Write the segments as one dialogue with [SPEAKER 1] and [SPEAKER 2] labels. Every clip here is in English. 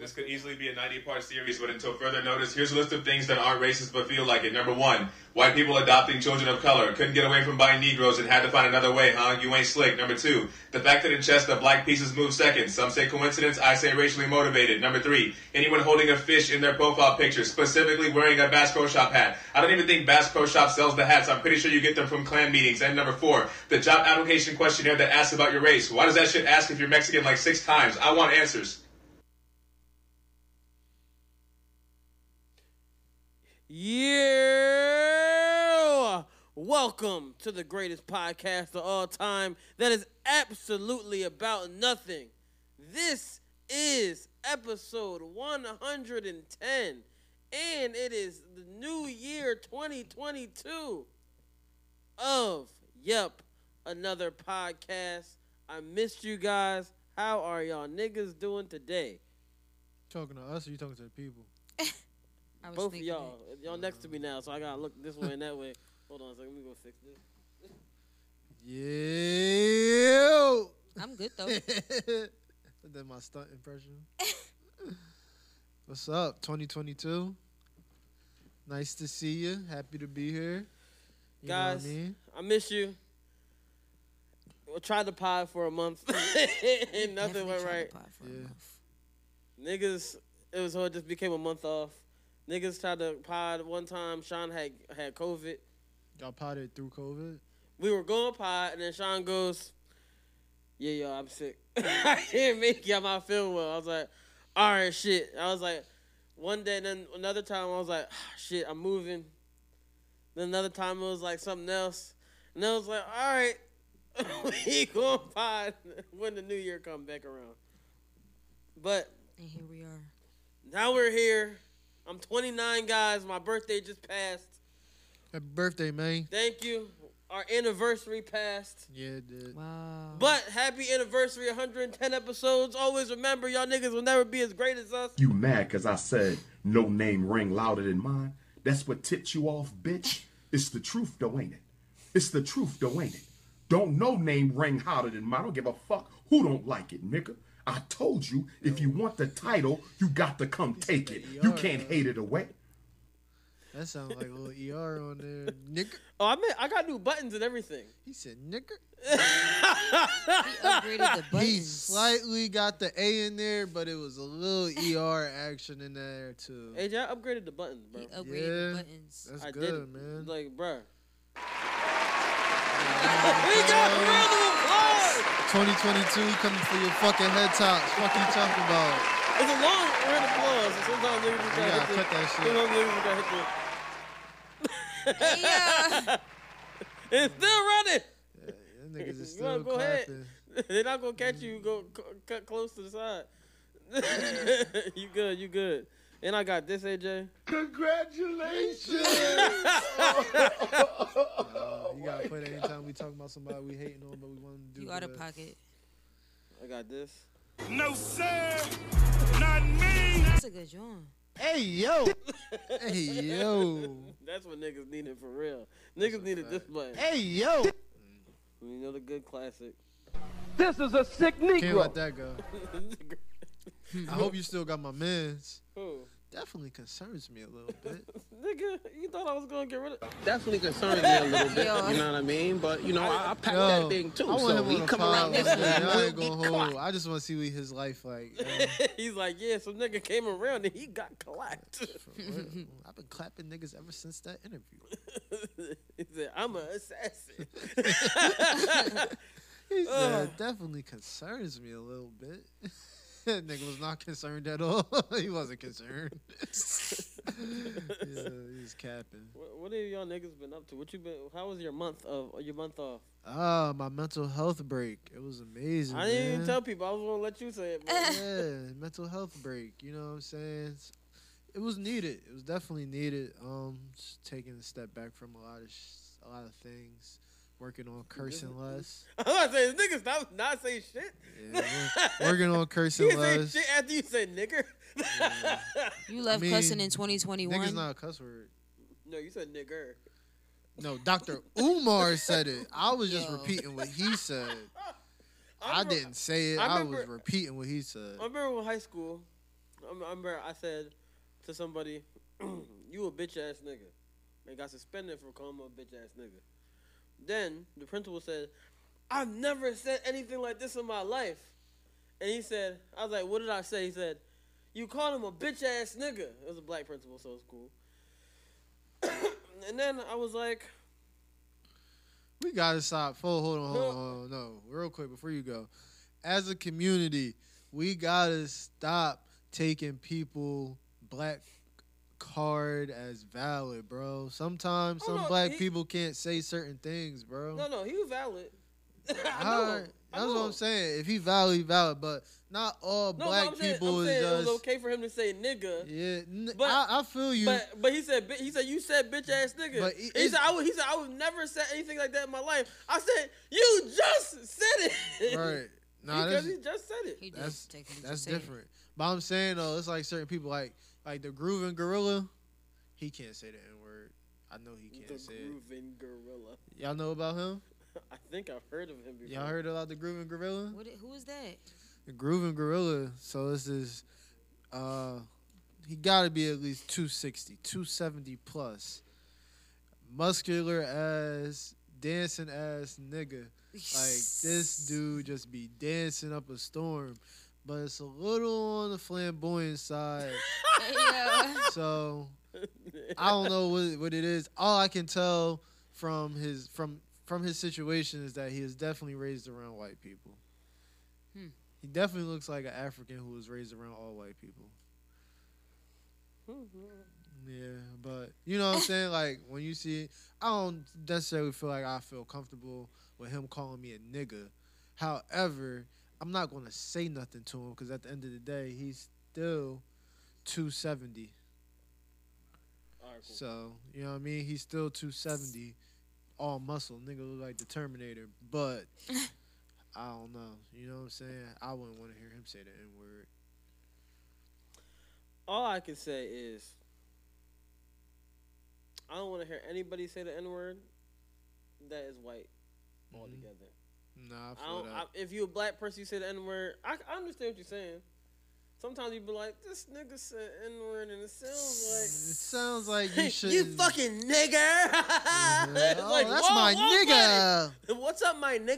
[SPEAKER 1] This could easily be a 90 part series, but until further notice, here's a list of things that aren't racist but feel like it. Number one, white people adopting children of color. Couldn't get away from buying Negroes and had to find another way, huh? You ain't slick. Number two, the fact that in Chester, black pieces move second. Some say coincidence, I say racially motivated. Number three, anyone holding a fish in their profile picture, specifically wearing a Bass Pro Shop hat. I don't even think Bass Pro Shop sells the hats. I'm pretty sure you get them from clan meetings. And number four, the job application questionnaire that asks about your race. Why does that shit ask if you're Mexican like six times? I want answers.
[SPEAKER 2] Yeah. Welcome to the greatest podcast of all time that is absolutely about nothing. This is episode 110 and it is the new year 2022 of Yep, another podcast. I missed you guys. How are y'all niggas doing today?
[SPEAKER 3] Talking to us or you talking to the people?
[SPEAKER 4] I was
[SPEAKER 2] Both of
[SPEAKER 4] thinking
[SPEAKER 2] y'all. Y'all next to me now, so I gotta look this way and that way. Hold on a second, let me go fix this.
[SPEAKER 3] Yeah.
[SPEAKER 4] that. I'm good though.
[SPEAKER 3] Did my stunt impression. What's up, 2022? Nice to see you. Happy to be here. You
[SPEAKER 2] Guys.
[SPEAKER 3] know what I mean?
[SPEAKER 2] I miss you. I tried to pod for a month and nothing went right.
[SPEAKER 3] Yeah.
[SPEAKER 2] Niggas, it was it just became a month off. Niggas tried to pod one time. Sean had had COVID.
[SPEAKER 3] Y'all potted through COVID.
[SPEAKER 2] We were going pod, and then Sean goes, "Yeah, yo, I'm sick. I can't make it. I'm not feeling well." I was like, "All right, shit." I was like, one day, then another time, I was like, "Ah, "Shit, I'm moving." Then another time, it was like something else, and I was like, "All right, we going pod when the new year come back around." But
[SPEAKER 4] And here we are.
[SPEAKER 2] now we're here. I'm 29, guys. My birthday just passed.
[SPEAKER 3] Happy birthday, man.
[SPEAKER 2] Thank you. Our anniversary passed.
[SPEAKER 3] Yeah, it did.
[SPEAKER 4] Wow.
[SPEAKER 2] But happy anniversary, 110 episodes. Always remember, y'all niggas will never be as great as us.
[SPEAKER 5] You mad cause I said no name rang louder than mine? That's what tipped you off, bitch. It's the truth though, ain't it? It's the truth though, ain't it? Don't no name ring hotter than mine. I don't give a fuck who don't like it, nigga. I told you, if you want the title, you got to come take it. You can't hate it away.
[SPEAKER 3] That sounds like a little ER on there. Nigger.
[SPEAKER 2] Oh, I meant I got new buttons and everything.
[SPEAKER 3] He said nigger.
[SPEAKER 4] we upgraded the
[SPEAKER 3] He
[SPEAKER 4] buttons.
[SPEAKER 3] slightly got the A in there, but it was a little ER action in there too.
[SPEAKER 2] AJ, I upgraded the buttons, bro.
[SPEAKER 4] we upgraded the
[SPEAKER 3] Yeah.
[SPEAKER 4] buttons.
[SPEAKER 3] That's
[SPEAKER 2] I
[SPEAKER 3] good,
[SPEAKER 2] did it.
[SPEAKER 3] man.
[SPEAKER 2] Like, bruh. we got a round of applause.
[SPEAKER 3] 2022 coming for your fucking head tops. Fuck you talking about?
[SPEAKER 2] It's a long round of applause. and Sometimes niggas just
[SPEAKER 3] You
[SPEAKER 2] gotta
[SPEAKER 3] gotta
[SPEAKER 2] hit the-
[SPEAKER 3] cut that shit.
[SPEAKER 2] Sometimes niggas just gotta hit
[SPEAKER 4] yeah.
[SPEAKER 2] the- It's still running.
[SPEAKER 3] Them niggas is
[SPEAKER 2] You wanna
[SPEAKER 3] still
[SPEAKER 2] go ahead?
[SPEAKER 3] clapping.
[SPEAKER 2] They're not gonna catch you. Go c- cut close to the side. you good? You good? And I got this, AJ.
[SPEAKER 5] Congratulations!
[SPEAKER 3] Uh, you gotta play that anytime we talk about somebody we hating on, but we want to do.
[SPEAKER 4] You out of
[SPEAKER 3] good.
[SPEAKER 4] pocket.
[SPEAKER 2] I got this.
[SPEAKER 6] No, sir. Not me.
[SPEAKER 4] That's a good joint.
[SPEAKER 3] Hey yo, hey yo,
[SPEAKER 2] That's what niggas needed for real. Niggas needed this button.
[SPEAKER 3] hey yo.
[SPEAKER 2] You know the good classic.
[SPEAKER 3] Can't let that go.
[SPEAKER 2] Who?
[SPEAKER 3] I hope you still got my mans. Definitely concerns me a little bit.
[SPEAKER 2] Nigga, you thought I was gonna get rid of
[SPEAKER 7] definitely concerned me a little bit.
[SPEAKER 4] Yeah.
[SPEAKER 7] You know what I mean? But you know, I, I packed
[SPEAKER 3] Yo,
[SPEAKER 7] that thing too.
[SPEAKER 3] I want
[SPEAKER 7] so
[SPEAKER 3] him on
[SPEAKER 7] he
[SPEAKER 3] a
[SPEAKER 7] come
[SPEAKER 3] pod
[SPEAKER 7] around
[SPEAKER 3] like
[SPEAKER 7] next
[SPEAKER 3] that.
[SPEAKER 7] week,
[SPEAKER 3] I
[SPEAKER 7] we'll
[SPEAKER 3] ain't
[SPEAKER 7] be
[SPEAKER 3] gonna hold.
[SPEAKER 7] caught.
[SPEAKER 3] I just want to see what his life like.
[SPEAKER 2] He's like, yeah, some nigga came around and he got clapped.
[SPEAKER 3] For real. I've been clapping niggas ever since that interview.
[SPEAKER 2] he said, I'm an assassin.
[SPEAKER 3] He said, definitely concerns me a little bit. that nigga was not concerned at all. he wasn't concerned. yeah, he was capping.
[SPEAKER 2] what, what have y'all niggas been up to? What you been? How was your month of your month off?
[SPEAKER 3] Ah, my mental health break. It was amazing.
[SPEAKER 2] I didn't even
[SPEAKER 3] man.
[SPEAKER 2] tell people. I was gonna let you say it. But
[SPEAKER 3] yeah, mental health break. You know what I'm saying? S- It was needed. It was definitely needed. Um, just taking a step back from a lot of sh- a lot of things. Working on cursing less.
[SPEAKER 2] I'm about to say, this nigga stop not saying shit.
[SPEAKER 3] Yeah, wor- working on
[SPEAKER 2] You
[SPEAKER 3] cursing
[SPEAKER 2] didn't
[SPEAKER 3] less.
[SPEAKER 2] say shit after you said nigger.
[SPEAKER 4] You left
[SPEAKER 3] mean,
[SPEAKER 4] cussing in
[SPEAKER 3] Niggas
[SPEAKER 4] 2021.
[SPEAKER 3] not a cuss word.
[SPEAKER 2] no, you said nigger.
[SPEAKER 3] No, Dr. Umar said it. I was just
[SPEAKER 4] Yo.
[SPEAKER 3] repeating what he said.
[SPEAKER 2] I
[SPEAKER 3] I
[SPEAKER 2] remember-
[SPEAKER 3] didn't say it.
[SPEAKER 2] I
[SPEAKER 3] I,
[SPEAKER 2] remember- Um,
[SPEAKER 3] was repeating what he said.
[SPEAKER 2] I remember in high school, I remember I said to somebody, "You a bitch ass nigga," and got suspended for calling me a bitch ass nigga. Then the principal said, "I've never said anything like this in my life," and he said, "I was like, what did I say?" He said, "You called him a bitch ass nigga." It was a black principal, so it's cool. and then I was like,
[SPEAKER 3] We gotta stop. Hold, hold on, hold on, hold on. No, real quick before you go. As a community, we gotta stop taking people black card as valid, bro. Sometimes
[SPEAKER 2] Oh,
[SPEAKER 3] some
[SPEAKER 2] no,
[SPEAKER 3] black
[SPEAKER 2] he-
[SPEAKER 3] people can't say certain things, bro.
[SPEAKER 2] "No, no, he was valid." I know
[SPEAKER 3] All
[SPEAKER 2] him.
[SPEAKER 3] right,
[SPEAKER 2] I
[SPEAKER 3] That's
[SPEAKER 2] know
[SPEAKER 3] what
[SPEAKER 2] him.
[SPEAKER 3] I'm saying. If he valid, he valid, but not all
[SPEAKER 2] No, but
[SPEAKER 3] black
[SPEAKER 2] I'm saying,
[SPEAKER 3] people
[SPEAKER 2] I'm saying
[SPEAKER 3] is
[SPEAKER 2] it was
[SPEAKER 3] just
[SPEAKER 2] okay for him to say nigga.
[SPEAKER 3] yeah. N-
[SPEAKER 2] But-
[SPEAKER 3] I, I feel you.
[SPEAKER 2] But but he said bi- he said you said bitch ass nigga.
[SPEAKER 3] But
[SPEAKER 2] he
[SPEAKER 3] it-
[SPEAKER 2] said I would he said I would never said anything like that in my life. I said you just said it.
[SPEAKER 3] right? Nah,
[SPEAKER 2] because
[SPEAKER 3] that's,
[SPEAKER 2] he just said it.
[SPEAKER 4] He
[SPEAKER 3] that's
[SPEAKER 4] just taking-
[SPEAKER 3] that's
[SPEAKER 4] just saying.
[SPEAKER 3] different. But I'm saying though, it's like certain people, like like the grooving gorilla, he can't say the n word. I know he can't
[SPEAKER 2] the
[SPEAKER 3] say it.
[SPEAKER 2] grooving gorilla.
[SPEAKER 3] Y'all know about him?
[SPEAKER 2] I think I've heard of him before.
[SPEAKER 3] Y'all heard about the grooving gorilla?
[SPEAKER 4] What, i- who is that?
[SPEAKER 3] The grooving gorilla. So this is, uh, he got to be at least 260, 270 plus. Muscular ass, dancing ass nigga. Like this dude just be dancing up a storm, but it's a little on the flamboyant side.
[SPEAKER 4] Yeah.
[SPEAKER 3] So I don't know what what it is. All I can tell from his from from his situation is that he is definitely raised around white people.
[SPEAKER 4] Hmm.
[SPEAKER 3] He definitely looks like an African who was raised around all white people. Yeah, but you know what I'm saying? Like when you see, I don't necessarily feel like I feel comfortable with him calling me a nigga. However, I'm not gonna say nothing to him because at the end of the day, he's still 270.
[SPEAKER 2] All right, cool.
[SPEAKER 3] So, you know what I mean? He's still 270, all muscle. Nigga look like the Terminator. But, I don't know. You know what I'm saying? I wouldn't want to hear him say the N word.
[SPEAKER 2] All I can say is I don't want to hear anybody say the n word. That is white
[SPEAKER 3] Mm-hmm.
[SPEAKER 2] altogether.
[SPEAKER 3] Nah, I
[SPEAKER 2] I
[SPEAKER 3] feel
[SPEAKER 2] don't.
[SPEAKER 3] that.
[SPEAKER 2] I, if you a black person, you say the N word. I, I understand what you're saying. Sometimes you be like, this nigga said N word, and it
[SPEAKER 3] it
[SPEAKER 2] sounds
[SPEAKER 3] sounds like you
[SPEAKER 2] like
[SPEAKER 3] should
[SPEAKER 2] fucking nigger. It's
[SPEAKER 3] oh,
[SPEAKER 2] like,
[SPEAKER 3] that's
[SPEAKER 2] whoa,
[SPEAKER 3] my
[SPEAKER 2] whoa,
[SPEAKER 3] nigga.
[SPEAKER 2] buddy. What's up, my nigga?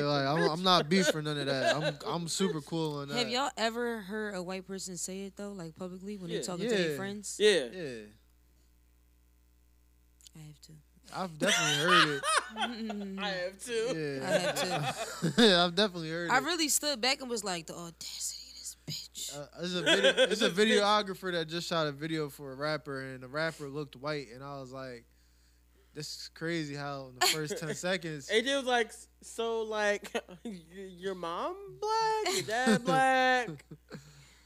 [SPEAKER 3] Yeah, like I'm, I'm not beef for none of that. I'm I'm super cool on that.
[SPEAKER 4] Have y'all ever heard a white person say it though, like publicly when
[SPEAKER 2] Yeah.
[SPEAKER 4] they're talking to their
[SPEAKER 3] Yeah.
[SPEAKER 4] friends?
[SPEAKER 2] Yeah.
[SPEAKER 3] Yeah,
[SPEAKER 4] I have to.
[SPEAKER 3] I've definitely heard it.
[SPEAKER 2] I have too.
[SPEAKER 3] Yeah,
[SPEAKER 4] I have
[SPEAKER 3] I've definitely heard
[SPEAKER 4] I
[SPEAKER 3] it.
[SPEAKER 4] really stood back and was like, the audacity of this bitch.
[SPEAKER 3] Uh, it's a video, it's a videographer that just shot a video for a rapper, and the rapper looked white, and I was like, "This is crazy!" How in the first ten seconds,
[SPEAKER 2] AJ was like, so like, y- your mom black, your dad black,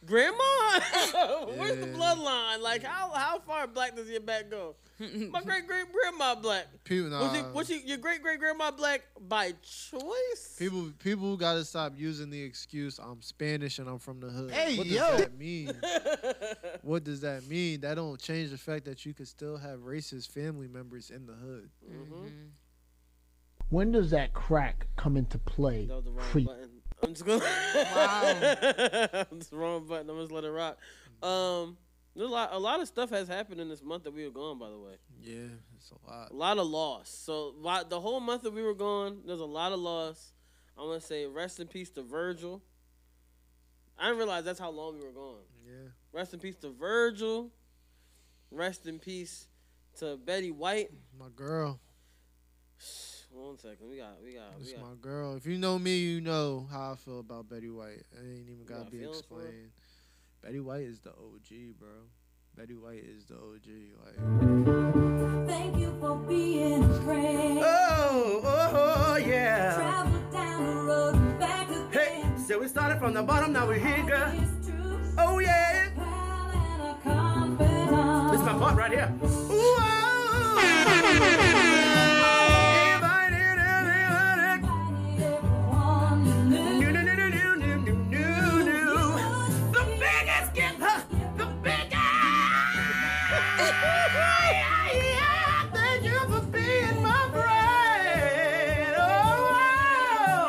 [SPEAKER 2] grandma. Where's the
[SPEAKER 3] Yeah.
[SPEAKER 2] bloodline? Like, how how far back does your back go? My great great grandma black.
[SPEAKER 3] people,
[SPEAKER 2] Was,
[SPEAKER 3] nah,
[SPEAKER 2] you, was you, your great great grandma black by choice?
[SPEAKER 3] people, people gotta stop using the excuse "I'm Spanish and I'm from the hood."
[SPEAKER 6] Hey,
[SPEAKER 3] what
[SPEAKER 6] yo.
[SPEAKER 3] does that mean? what does that mean? That don't change the fact that you could still have racist family members in the hood.
[SPEAKER 8] When does that crack come into play?
[SPEAKER 2] That was the wrong
[SPEAKER 8] Creep.
[SPEAKER 2] button. I'm just gonna. wow. It's the wrong button. I'm just let it rock. Um, there's a lot. A lot of stuff has happened in this month that we were gone. By the way,
[SPEAKER 3] Yeah, it's a lot.
[SPEAKER 2] a lot of loss. So why- the whole month that we were gone, there's a lot of loss. I want to say rest in peace to Virgil. I didn't realize that's how long we were gone.
[SPEAKER 3] Yeah,
[SPEAKER 2] Rest in peace to Virgil. Rest in peace to Betty White.
[SPEAKER 3] my girl.
[SPEAKER 2] One second, we got, we got,
[SPEAKER 3] It's
[SPEAKER 2] we got.
[SPEAKER 3] my girl. If you know me, you know how I feel about Betty White. It ain't even gotta
[SPEAKER 2] got
[SPEAKER 3] be
[SPEAKER 2] feelings for her?
[SPEAKER 3] explained. Betty White is the OG, bro. Betty White is the OG. Like
[SPEAKER 9] Thank you for being a friend.
[SPEAKER 10] Oh, oh, oh, yeah.
[SPEAKER 9] Travel down the road and back
[SPEAKER 10] Hey,
[SPEAKER 9] again.
[SPEAKER 10] so we started from the bottom, now we're here, girl.
[SPEAKER 9] It's true.
[SPEAKER 10] Oh, yeah.
[SPEAKER 9] Pal and a confidant.
[SPEAKER 10] This is my part right here. Ooh, oh. If I did, if I
[SPEAKER 9] I need everyone you knew.
[SPEAKER 10] did. New, new, new, new, new, new, new, new. The biggest gift, huh? The biggest. Yeah, yeah. Thank you for being my friend. Oh,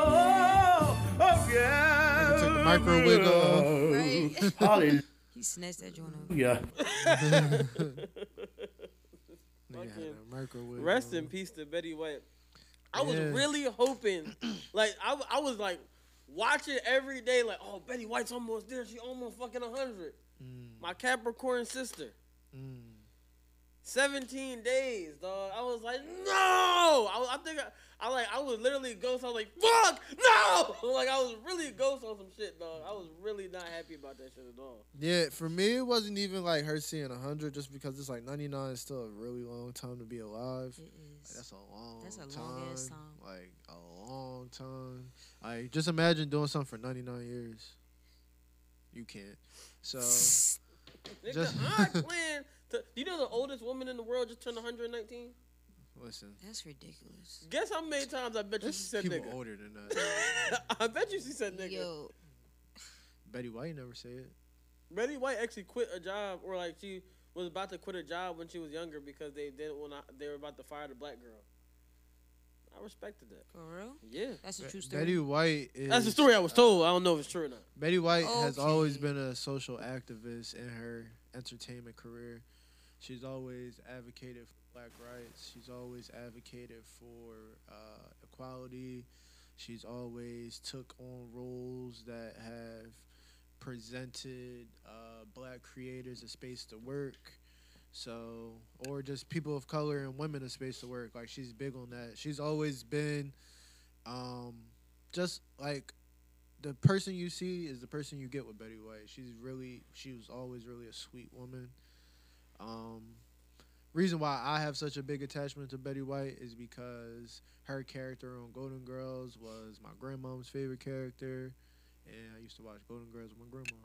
[SPEAKER 10] oh, oh, oh, yeah.
[SPEAKER 3] took the microwave off.
[SPEAKER 4] Right?
[SPEAKER 11] Hallelujah.
[SPEAKER 4] He snatched that joint up.
[SPEAKER 2] Fucking-
[SPEAKER 3] microwave
[SPEAKER 2] Rest in peace to Betty White. I was
[SPEAKER 3] Yeah.
[SPEAKER 2] really hoping, like I, w- I was like watching every day, like oh Betty White's almost there. She almost fucking hundred.
[SPEAKER 3] Mm,
[SPEAKER 2] My Capricorn sister. Seventeen days, dog. I was like no. I, was- I think I, I like I was literally a ghost. I was like fuck no. Like I was really a ghost on some shit, dog. I was really not happy about that shit at all.
[SPEAKER 3] Yeah, for me, it wasn't even like her seeing 100 just because it's like 99 is still a really long time to be alive. Like, that's a long
[SPEAKER 4] That's a
[SPEAKER 3] time.
[SPEAKER 4] long-ass time.
[SPEAKER 3] Like, a long time. Like, just imagine doing something for 99 years. You can't. So,
[SPEAKER 2] Nigga,
[SPEAKER 3] Just-
[SPEAKER 2] I plan to. You know the oldest woman in the world just turned 119.
[SPEAKER 3] listen.
[SPEAKER 4] That's ridiculous.
[SPEAKER 2] Guess how many times I bet you she said
[SPEAKER 3] People
[SPEAKER 2] nigga.
[SPEAKER 3] older than that.
[SPEAKER 2] I bet you she said nigga.
[SPEAKER 4] Yo,
[SPEAKER 3] Betty White never said it.
[SPEAKER 2] Betty White actually quit a job, or like she was about to quit a job when she was younger because they didn't want to. They were about to fire the black girl. I respected that.
[SPEAKER 4] for real?
[SPEAKER 2] Yeah,
[SPEAKER 4] That's a true story.
[SPEAKER 3] Betty White is.
[SPEAKER 2] that's the story I was told. I don't know if it's true or not.
[SPEAKER 3] Betty White has always
[SPEAKER 4] Okay.
[SPEAKER 3] been a social activist in her entertainment career. She's always advocated for black rights. She's always advocated for uh, equality. She's always took on roles that have presented uh, black creators a space to work. So, or just people of color and women a space to work. Like she's big on that. She's always been, um, just like the person you see is the person you get with Betty White. She's really she was always really a sweet woman. Um reason why I have such a big attachment to Betty White is because her character on Golden Girls was my grandmom's favorite character and I used to watch Golden Girls with my grandma.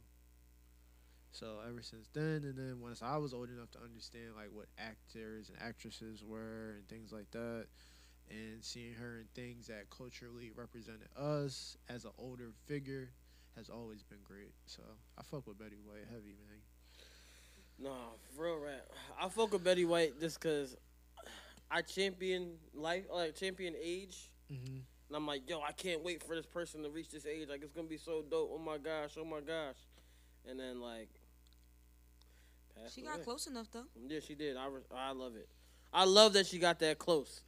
[SPEAKER 3] So ever since then and then once I was old enough to understand like what actors and actresses were and things like that, and seeing her in things that culturally represented us as an older figure has always been great. So I fuck with Betty White heavy, man.
[SPEAKER 2] Nah, for real rap. I fuck with Betty White just cause I champion life, like champion age.
[SPEAKER 3] Mhm.
[SPEAKER 2] And I'm like, yo, I can't wait for this person to reach this age. Like, it's gonna be so dope. Oh my gosh, oh my gosh. And then like, passed
[SPEAKER 4] She got
[SPEAKER 2] away.
[SPEAKER 4] close enough though.
[SPEAKER 2] Yeah, she did. I, re- I love it. I love that she got that close.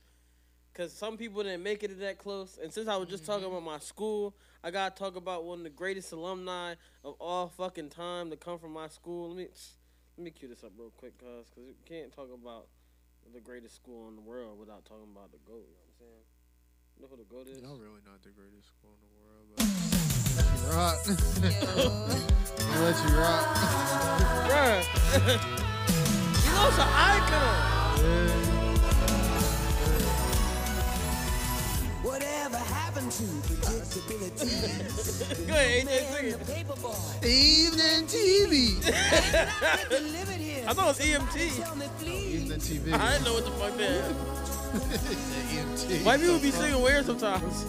[SPEAKER 2] Cause some people didn't make it that close. And since I was just
[SPEAKER 4] Mm-hmm.
[SPEAKER 2] talking about my school, I gotta talk about one of the greatest alumni of all fucking time to come from my school. Let me let me cue this up real quick, cause cause you can't talk about the greatest school in the world without talking about the goat. You know what I'm saying? You know who the goat is?
[SPEAKER 3] Y'all really not the greatest school in the world, but let you rock. I'll let you rock.
[SPEAKER 2] Bruh. you know it's an icon.
[SPEAKER 3] Yeah.
[SPEAKER 10] Whatever happened to predictability?
[SPEAKER 2] Go ahead, AJ, sing it.
[SPEAKER 10] Paperboy.
[SPEAKER 3] Evening TV.
[SPEAKER 2] I E thought it was EMT.
[SPEAKER 10] Tell me, please.
[SPEAKER 3] Evening TV.
[SPEAKER 2] I didn't know what the fuck that. Is.
[SPEAKER 3] EMT.
[SPEAKER 2] White people be singing weird sometimes.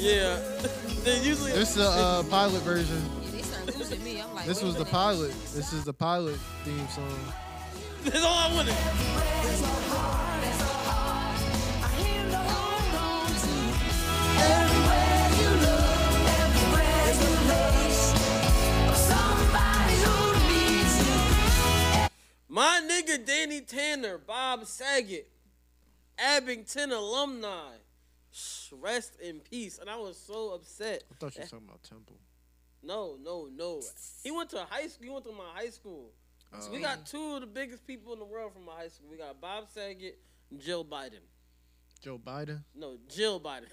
[SPEAKER 2] Yeah, they usually.
[SPEAKER 3] This is the uh, pilot version.
[SPEAKER 4] Yeah, they started losing me. I'm like,
[SPEAKER 3] This
[SPEAKER 4] wait
[SPEAKER 3] was the
[SPEAKER 4] a minute.
[SPEAKER 3] pilot. This is the pilot theme song.
[SPEAKER 2] That's all I wanted. My nigga Danny Tanner, Bob Saget, Abington alumni. Shh, Rest in peace. And I was so upset.
[SPEAKER 3] I thought you were talking about Temple.
[SPEAKER 2] No, no, no. He went to high school. He went to my high school. So
[SPEAKER 3] Uh,
[SPEAKER 2] we got two of the biggest people in the world from my high school. We got Bob Saget, and Jill Biden.
[SPEAKER 3] Joe Biden.
[SPEAKER 2] No, Jill Biden.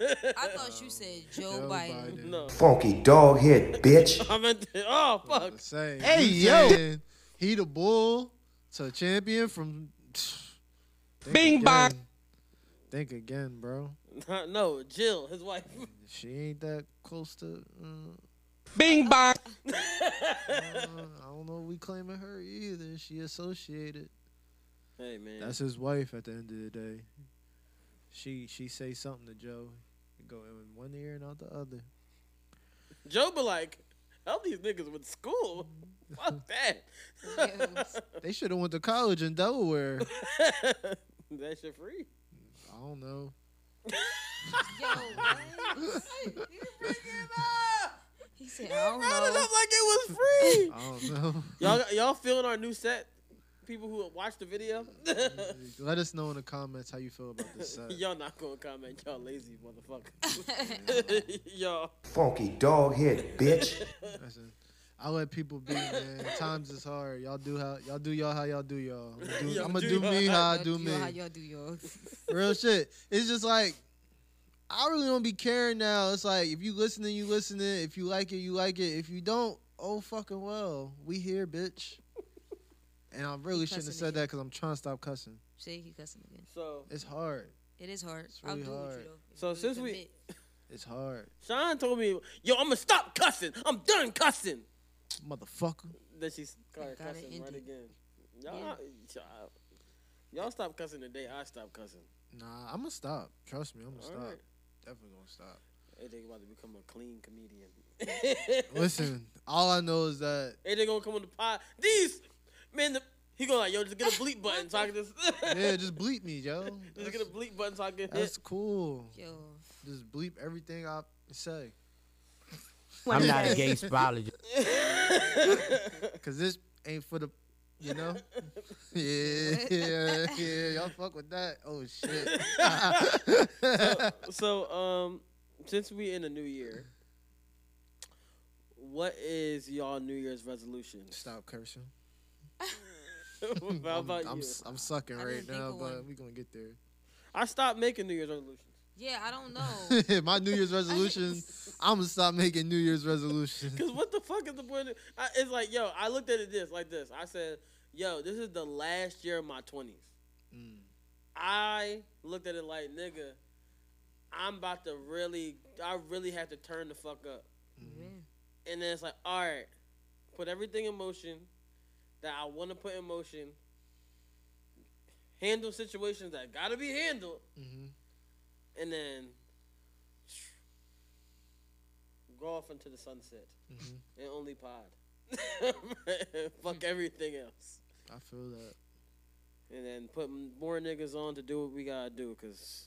[SPEAKER 4] I thought you said Joe,
[SPEAKER 3] Joe
[SPEAKER 4] Biden.
[SPEAKER 3] Biden.
[SPEAKER 2] no,
[SPEAKER 11] Funky dog head, bitch.
[SPEAKER 2] I meant. To, oh fuck.
[SPEAKER 3] Let's say.
[SPEAKER 11] Hey,
[SPEAKER 3] you
[SPEAKER 11] yo.
[SPEAKER 3] saying He the bull to champion from. Think
[SPEAKER 7] Bing
[SPEAKER 3] again.
[SPEAKER 7] bong.
[SPEAKER 3] Think again, bro.
[SPEAKER 2] no, Jill, his wife.
[SPEAKER 3] She ain't that close to. Uh,
[SPEAKER 7] Bing bong.
[SPEAKER 3] uh, I don't know. if We claiming her either. She associated.
[SPEAKER 2] Hey man.
[SPEAKER 3] That's his wife. At the end of the day, she she say something to Joe. It Go in one ear and out the other.
[SPEAKER 2] Joe be like, help these niggas with school. Fuck that.
[SPEAKER 3] They should have went to college in Delaware.
[SPEAKER 2] that shit free.
[SPEAKER 3] I don't know.
[SPEAKER 4] He said, I don't
[SPEAKER 2] brought it
[SPEAKER 4] know.
[SPEAKER 2] up like it was free.
[SPEAKER 3] I don't know.
[SPEAKER 2] Y'all, y'all feeling our new set? People who watched the video,
[SPEAKER 3] Let us know in the comments how you feel about this set.
[SPEAKER 2] y'all not gonna comment. Y'all lazy motherfuckers. y'all,
[SPEAKER 11] Funky dog head, bitch.
[SPEAKER 3] Listen, I let people be, man. Times is hard. Y'all do how y'all do y'all how y'all do y'all. I'ma do,
[SPEAKER 2] Y'all
[SPEAKER 3] I'ma
[SPEAKER 2] do
[SPEAKER 3] do me
[SPEAKER 2] y'all
[SPEAKER 3] how I
[SPEAKER 4] Y'all
[SPEAKER 3] do
[SPEAKER 4] How
[SPEAKER 3] me.
[SPEAKER 4] y'all do yours.
[SPEAKER 3] Real shit. It's just like I really don't be caring now. It's like if you listening, you listening. If you like it, you like it. If you don't, oh fucking well, we here, bitch. And I really
[SPEAKER 4] He
[SPEAKER 3] shouldn't have
[SPEAKER 4] cussing
[SPEAKER 3] said
[SPEAKER 4] again.
[SPEAKER 3] that because I'm trying to stop cussing.
[SPEAKER 4] See, he cussing again.
[SPEAKER 2] so
[SPEAKER 3] It's hard.
[SPEAKER 4] It is hard.
[SPEAKER 3] It's really
[SPEAKER 4] I'll do with
[SPEAKER 3] hard.
[SPEAKER 4] you though. If
[SPEAKER 2] So
[SPEAKER 4] you
[SPEAKER 2] since we-
[SPEAKER 4] commit.
[SPEAKER 3] It's hard,
[SPEAKER 2] Sean told me, "Yo, I'm gonna stop cussing. I'm done cussing."
[SPEAKER 3] motherfucker.
[SPEAKER 2] Then she started
[SPEAKER 4] Gotta
[SPEAKER 2] cussing
[SPEAKER 4] end
[SPEAKER 2] right
[SPEAKER 4] it.
[SPEAKER 2] again. Y'all, y'all, y'all stop cussing the day I stop cussing.
[SPEAKER 3] Nah, I'm gonna stop. Trust me, I'm gonna
[SPEAKER 2] All
[SPEAKER 3] stop.
[SPEAKER 2] right.
[SPEAKER 3] Definitely gonna stop.
[SPEAKER 2] Hey, they about to become a clean comedian.
[SPEAKER 3] Listen, all I know is that
[SPEAKER 2] Hey, they gonna come on the pod. These man, the, he gonna like yo, just get a bleep button so I can just
[SPEAKER 3] yeah, just bleep me, yo.
[SPEAKER 2] just
[SPEAKER 3] That's,
[SPEAKER 2] get a bleep button so I can
[SPEAKER 3] that's
[SPEAKER 2] hit.
[SPEAKER 3] cool.
[SPEAKER 4] Yo,
[SPEAKER 3] Just bleep everything I say,
[SPEAKER 7] I'm not a gay biologist.
[SPEAKER 3] cause this ain't for the, you know. yeah, yeah, yeah. Y'all fuck with that. Oh shit.
[SPEAKER 2] So um, since we in the new year, what is y'all New Year's resolution?
[SPEAKER 3] Stop cursing.
[SPEAKER 2] How
[SPEAKER 3] I'm,
[SPEAKER 2] about
[SPEAKER 3] I'm,
[SPEAKER 2] you?
[SPEAKER 3] s- I'm sucking
[SPEAKER 4] I
[SPEAKER 3] right
[SPEAKER 4] didn't think
[SPEAKER 3] now,
[SPEAKER 4] of
[SPEAKER 3] but
[SPEAKER 4] one.
[SPEAKER 3] we gonna get there.
[SPEAKER 2] I stopped making New Year's resolutions.
[SPEAKER 4] yeah, I don't know.
[SPEAKER 7] Oh.
[SPEAKER 3] My New Year's resolution. I'm gonna stop making New Year's resolutions.
[SPEAKER 2] Cause what the fuck is the point? Of, I, it's like yo, I looked at it this like this. I said, yo, this is the last year of my twenties.
[SPEAKER 3] Mm.
[SPEAKER 2] I looked at it like, nigga, I'm about to really, I really have to turn the fuck up.
[SPEAKER 4] Man.
[SPEAKER 2] And then it's like, all right, put everything in motion that I want to put in motion. Handle situations that gotta be handled,
[SPEAKER 3] Mhm.
[SPEAKER 2] and then go off into the sunset
[SPEAKER 3] Mhm.
[SPEAKER 2] and only pod. Fuck everything else
[SPEAKER 3] I feel that.
[SPEAKER 2] and then put m- more niggas on to do what we gotta do because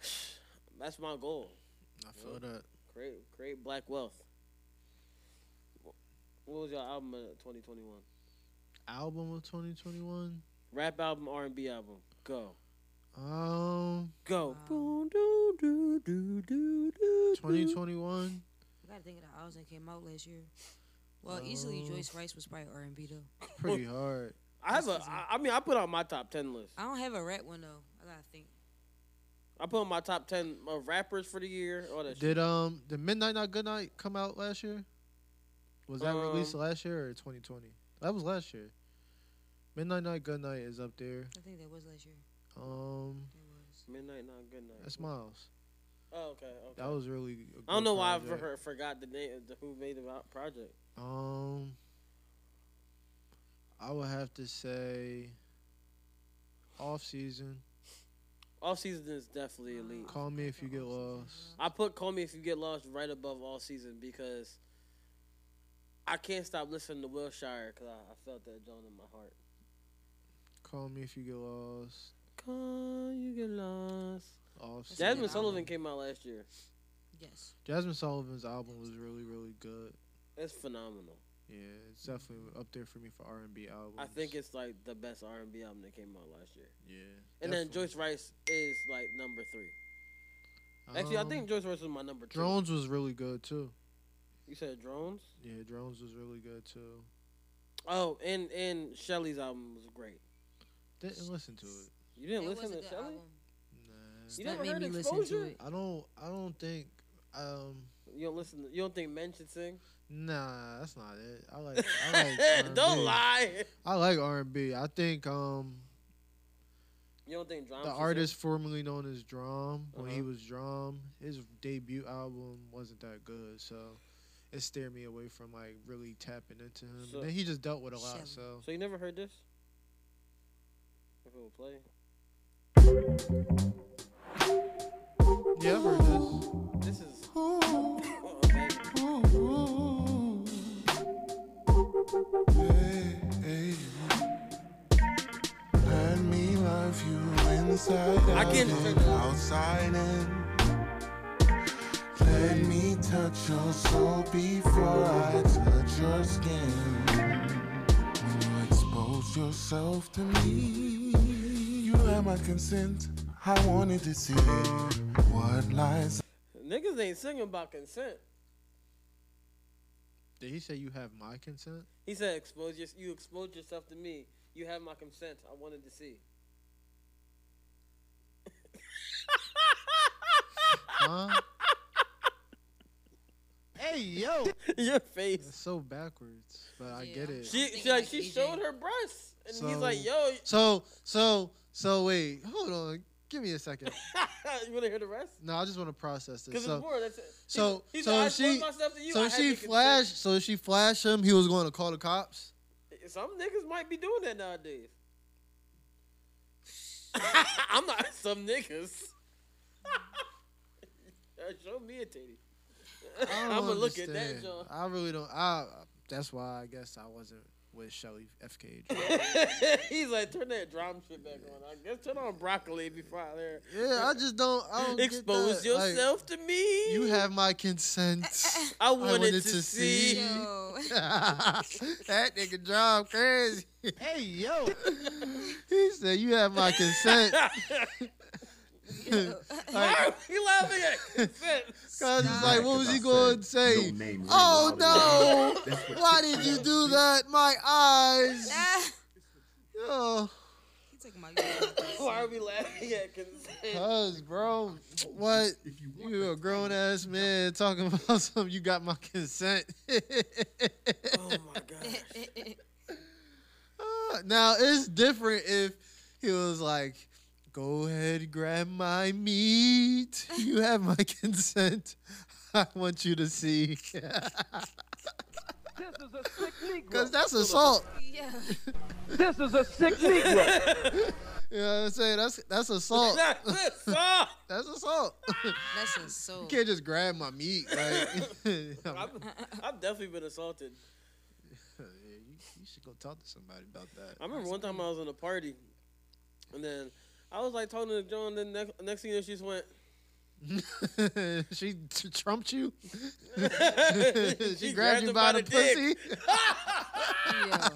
[SPEAKER 2] that's my goal
[SPEAKER 3] I feel that.
[SPEAKER 2] create create black wealth Wh- what was your album of 2021
[SPEAKER 3] Album of 2021.
[SPEAKER 2] rap album r&b album go
[SPEAKER 3] Um,
[SPEAKER 2] go
[SPEAKER 4] Wow.
[SPEAKER 2] do, do, do, do, do,
[SPEAKER 3] 2021.
[SPEAKER 4] I gotta think of the albums that came out last year. Well, easily
[SPEAKER 3] Oh.
[SPEAKER 4] Joyce Rice was probably R and B though.
[SPEAKER 3] Pretty hard.
[SPEAKER 2] i have a
[SPEAKER 4] That's
[SPEAKER 2] I, I mean i put on my top 10 list
[SPEAKER 4] I don't have a rap one though. I gotta think.
[SPEAKER 2] i put on my top 10 of rappers for the year all that shit.
[SPEAKER 3] Did um did Midnight Not Good Night come out last year? Was that released
[SPEAKER 2] Um,
[SPEAKER 3] last year or 2020? That was last year. Midnight Not Good Night is up there.
[SPEAKER 4] I think that was last year.
[SPEAKER 3] Um,
[SPEAKER 4] That was.
[SPEAKER 2] midnight not good night
[SPEAKER 3] that's Miles.
[SPEAKER 2] oh okay, okay.
[SPEAKER 3] That was really. I
[SPEAKER 2] i don't know why i for- forgot the name of the who made the ro- project
[SPEAKER 3] Um, I would have to say. Off season.
[SPEAKER 2] All season is definitely
[SPEAKER 4] Um,
[SPEAKER 2] elite.
[SPEAKER 3] Call me if you get lost.
[SPEAKER 2] I put Call Me If You Get Lost right above all season because I can't stop listening to Wilshire because I, I felt that joint in my heart.
[SPEAKER 3] Call me if you get lost.
[SPEAKER 2] Call you get lost.
[SPEAKER 3] Off season.
[SPEAKER 2] Jasmine Sullivan came out last year.
[SPEAKER 4] Yes.
[SPEAKER 3] Jasmine Sullivan's album was really really good.
[SPEAKER 2] It's phenomenal.
[SPEAKER 3] Yeah, it's definitely up there for me for R and B albums.
[SPEAKER 2] I think it's like the best R and B album that came out last year.
[SPEAKER 3] yeah.
[SPEAKER 2] And then
[SPEAKER 3] definitely.
[SPEAKER 2] Joyce Rice is like number three. Actually, I
[SPEAKER 3] Um,
[SPEAKER 2] think Joyce Rice was my number two.
[SPEAKER 3] Drones was really good too.
[SPEAKER 2] You said drones.
[SPEAKER 3] Yeah, Drones was really good too.
[SPEAKER 2] Oh, and and Shelly's album was great.
[SPEAKER 3] Didn't listen to it.
[SPEAKER 2] You
[SPEAKER 4] It
[SPEAKER 2] didn't
[SPEAKER 4] was a
[SPEAKER 2] listen
[SPEAKER 4] good
[SPEAKER 2] to Shelly.
[SPEAKER 4] album.
[SPEAKER 3] Nah.
[SPEAKER 2] You
[SPEAKER 4] That
[SPEAKER 2] never
[SPEAKER 4] made
[SPEAKER 2] heard
[SPEAKER 4] me listen to
[SPEAKER 2] Exposure.
[SPEAKER 4] it.
[SPEAKER 3] I don't. I don't think. Um.
[SPEAKER 2] You don't listen. To, you don't think men should sing?
[SPEAKER 3] Nah, that's not it. I like. I like R&B.
[SPEAKER 2] don't lie.
[SPEAKER 3] I like R and B. I think um
[SPEAKER 2] You don't think drama?
[SPEAKER 3] the artist formerly known as Drum when he
[SPEAKER 2] Uh-huh.
[SPEAKER 3] was Drum, his debut album wasn't that good, so it steered me away from like really tapping into him.
[SPEAKER 2] So-
[SPEAKER 3] and then he just dealt with a lot,
[SPEAKER 4] Shelly.
[SPEAKER 3] so
[SPEAKER 2] So you never heard this? If it will play.
[SPEAKER 3] yeah, I've heard this.
[SPEAKER 2] This is. Oh,
[SPEAKER 12] Had me love you in the inside
[SPEAKER 2] I
[SPEAKER 12] out
[SPEAKER 2] can-
[SPEAKER 12] and outside in. Let me touch your soul before I touch your skin. When you expose yourself to me, you have my consent. I wanted to see what lies.
[SPEAKER 2] Niggas ain't singing about consent.
[SPEAKER 3] Did he say you have my consent?
[SPEAKER 2] He said, "Expose your, you exposed yourself to me. You have my consent. I wanted to see."
[SPEAKER 3] Huh?
[SPEAKER 2] Hey yo, your face.
[SPEAKER 3] It's so backwards, but I get it.
[SPEAKER 2] She she, like, she showed her breasts, and he's like, "Yo,
[SPEAKER 3] So so so wait, hold on. Give me a second.
[SPEAKER 2] you want to hear the rest?"
[SPEAKER 3] No, I just want to process this.
[SPEAKER 2] 'Cause it's
[SPEAKER 3] so,
[SPEAKER 2] boring, that's it.
[SPEAKER 3] so,
[SPEAKER 2] He's- he's
[SPEAKER 3] so
[SPEAKER 2] like, I
[SPEAKER 3] if she,
[SPEAKER 2] exposed myself to you,
[SPEAKER 3] so
[SPEAKER 2] I
[SPEAKER 3] if
[SPEAKER 2] had
[SPEAKER 3] she
[SPEAKER 2] your consent.
[SPEAKER 3] flashed, so if she flashed him, he was going to call the cops.
[SPEAKER 2] Some niggas might be doing that nowadays. I'm not some niggas. Yeah, Show me a titty.
[SPEAKER 3] I don't
[SPEAKER 2] I'm gonna look at that,
[SPEAKER 3] understand.
[SPEAKER 2] John.
[SPEAKER 3] I really don't. I. That's why I guess I wasn't with Shelly FKJ.
[SPEAKER 2] He's like, turn that drum shit back on. I guess turn on broccoli before I there.
[SPEAKER 3] Yeah, I just don't. I don't get
[SPEAKER 2] Expose
[SPEAKER 3] that. Like,
[SPEAKER 2] yourself to me.
[SPEAKER 3] You have my consent.
[SPEAKER 2] I wanted, to, see.
[SPEAKER 3] that nigga drive crazy.
[SPEAKER 2] Hey yo.
[SPEAKER 3] He said, "You have my consent."
[SPEAKER 2] Why are we laughing at consent?
[SPEAKER 3] Cause it's like, what was he
[SPEAKER 5] I
[SPEAKER 3] going to
[SPEAKER 5] said,
[SPEAKER 3] say?
[SPEAKER 5] no name ring
[SPEAKER 3] Oh
[SPEAKER 5] loud
[SPEAKER 3] no!
[SPEAKER 5] That's what
[SPEAKER 3] Why
[SPEAKER 5] she
[SPEAKER 3] did you
[SPEAKER 5] said.
[SPEAKER 3] do that? My eyes. Oh,
[SPEAKER 2] Why are we laughing at consent?
[SPEAKER 3] cause bro, what? You a grown ass man talking about something? You got my consent.
[SPEAKER 2] Oh my gosh.
[SPEAKER 3] Uh, now it's different if he was like, "Go ahead, grab my meat. You have my consent. I want you to see." Because that's assault.
[SPEAKER 4] Yeah.
[SPEAKER 3] This is a sick Negro. you know what I'm saying? That's that's assault.
[SPEAKER 2] That's assault.
[SPEAKER 3] that's assault.
[SPEAKER 4] That's a
[SPEAKER 3] you
[SPEAKER 4] soul.
[SPEAKER 3] can't just grab my meat. Like,
[SPEAKER 2] I've, I've definitely been assaulted.
[SPEAKER 3] you, you should go talk to somebody about that.
[SPEAKER 2] I remember one time I was in a party, and then I was like talking to John. Then next, next thing you know, she just went.
[SPEAKER 3] she t- trumped you.
[SPEAKER 2] She
[SPEAKER 3] she, grabbed you by, the,
[SPEAKER 2] dick.
[SPEAKER 3] pussy.
[SPEAKER 2] she grabbed